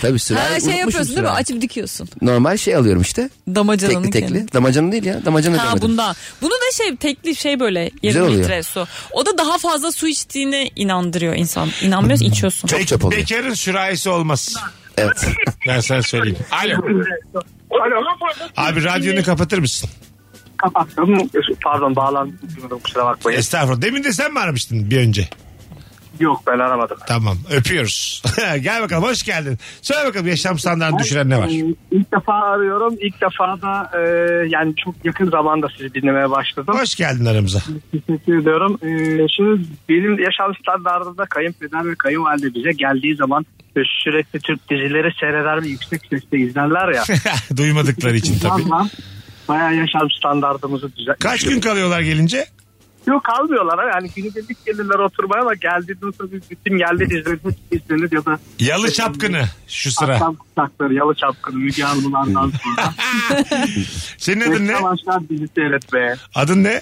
[SPEAKER 2] Tabii sürahi
[SPEAKER 3] Ha, şey
[SPEAKER 2] unutmuşum
[SPEAKER 3] yapıyorsun değil mi?
[SPEAKER 2] sürahi.
[SPEAKER 3] Açıp dikiyorsun.
[SPEAKER 2] Normal şey alıyorum işte.
[SPEAKER 3] Damacananın
[SPEAKER 2] Tekli tekli.
[SPEAKER 3] kendini.
[SPEAKER 2] Damacana değil ya. Damacana
[SPEAKER 3] Ha
[SPEAKER 2] demedim.
[SPEAKER 3] bundan. Bunu da şey tekli şey böyle
[SPEAKER 2] Güzel
[SPEAKER 3] 20
[SPEAKER 2] oluyor.
[SPEAKER 3] litre su. O da daha fazla su içtiğine inandırıyor insan. İnanmıyorsun içiyorsun.
[SPEAKER 2] Çok çöp oluyor.
[SPEAKER 1] Bekarın sürahisi olmaz.
[SPEAKER 2] Evet.
[SPEAKER 1] Ben sana söyleyeyim. Alo. Abi radyonu kapatır mısın?
[SPEAKER 7] Kapattım. Pardon bağlandım. Kusura bakmayın.
[SPEAKER 1] Estağfurullah. Demin de sen mi aramıştın bir önce?
[SPEAKER 7] Yok ben aramadım.
[SPEAKER 1] Tamam. Öpüyoruz. Gel bakalım. Hoş geldin. Söyle bakalım yaşam standartını düşüren ne var?
[SPEAKER 7] Ee, İlk defa arıyorum. İlk defa da e, yani çok yakın zamanda sizi dinlemeye başladım.
[SPEAKER 1] Hoş geldin aramıza.
[SPEAKER 7] Teşekkür ediyorum. Ee, şimdi benim yaşam standartımda kayınpeder ve kayınvalide bize geldiği zaman e, sürekli Türk dizileri seyreder ve yüksek sesle izlerler ya.
[SPEAKER 1] Duymadıkları için tabii.
[SPEAKER 7] Vallahi Bayağı yaşam standartımızı düzel.
[SPEAKER 1] Kaç gün kalıyorlar gelince?
[SPEAKER 7] Yok kalmıyorlar. Yani günü dedik gelirler oturmaya ama geldiğinde tabii bütün yerli dizileri izlenir ya da
[SPEAKER 1] Yalı çapkını şu sıra.
[SPEAKER 7] Akşam Kutsakları, Yalı Çapkını, Müge Anlılar'dan sonra.
[SPEAKER 1] Senin adın ne?
[SPEAKER 7] Savaşlar bizi seyretmeye.
[SPEAKER 1] Adın ne?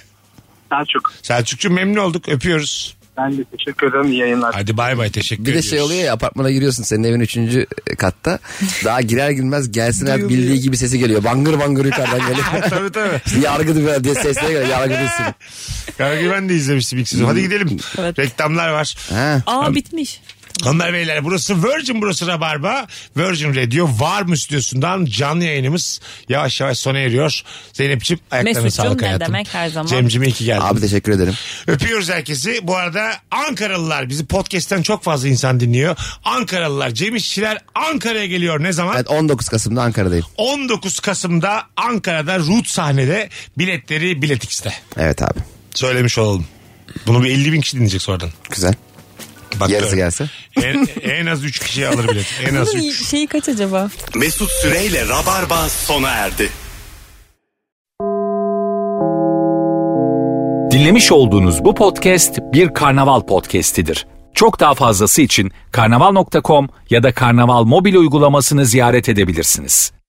[SPEAKER 7] Selçuk.
[SPEAKER 1] Selçuk'cum memnun olduk. Öpüyoruz.
[SPEAKER 7] Ben de teşekkür ederim. İyi yayınlar.
[SPEAKER 1] Hadi bay bay. Teşekkür
[SPEAKER 2] Bir de
[SPEAKER 1] ediyoruz.
[SPEAKER 2] şey oluyor ya apartmana giriyorsun senin evin üçüncü katta. Daha girer girmez gelsinler bildiği gibi sesi geliyor. Bangır bangır yukarıdan geliyor.
[SPEAKER 1] tabii tabii.
[SPEAKER 2] yargıdı böyle diye sesler geliyor. Yargıdısın.
[SPEAKER 1] Kargı ben de izlemiştim ilk sezon. Hadi gidelim.
[SPEAKER 3] Evet.
[SPEAKER 1] Reklamlar var.
[SPEAKER 2] Ha.
[SPEAKER 3] Aa bitmiş.
[SPEAKER 1] Hanımlar beyler burası Virgin burası Rabarba. Virgin Radio var mı stüdyosundan canlı yayınımız yavaş yavaş sona eriyor. Zeynep'ciğim ayaklarına
[SPEAKER 3] Mesut'cum
[SPEAKER 1] sağlık
[SPEAKER 3] ne
[SPEAKER 1] hayatım.
[SPEAKER 3] demek her zaman.
[SPEAKER 1] Cem'cim iyi ki geldin.
[SPEAKER 2] Abi teşekkür ederim.
[SPEAKER 1] Öpüyoruz herkesi. Bu arada Ankaralılar bizi podcast'ten çok fazla insan dinliyor. Ankaralılar Cem İşçiler Ankara'ya geliyor ne zaman?
[SPEAKER 2] Evet 19 Kasım'da Ankara'dayım.
[SPEAKER 1] 19 Kasım'da Ankara'da Root sahnede biletleri Bilet X'te.
[SPEAKER 2] Evet abi.
[SPEAKER 1] Söylemiş olalım. Bunu bir 50 bin kişi dinleyecek sonradan.
[SPEAKER 2] Güzel.
[SPEAKER 1] Bak
[SPEAKER 2] Yarısı
[SPEAKER 1] gör.
[SPEAKER 2] gelse.
[SPEAKER 1] En, en az 3 kişiye alır bilet. En az
[SPEAKER 3] Bunun
[SPEAKER 1] 3.
[SPEAKER 3] şeyi kaç acaba?
[SPEAKER 8] Mesut Süreyle Rabarba sona erdi.
[SPEAKER 10] Dinlemiş olduğunuz bu podcast bir karnaval podcastidir. Çok daha fazlası için karnaval.com ya da karnaval mobil uygulamasını ziyaret edebilirsiniz.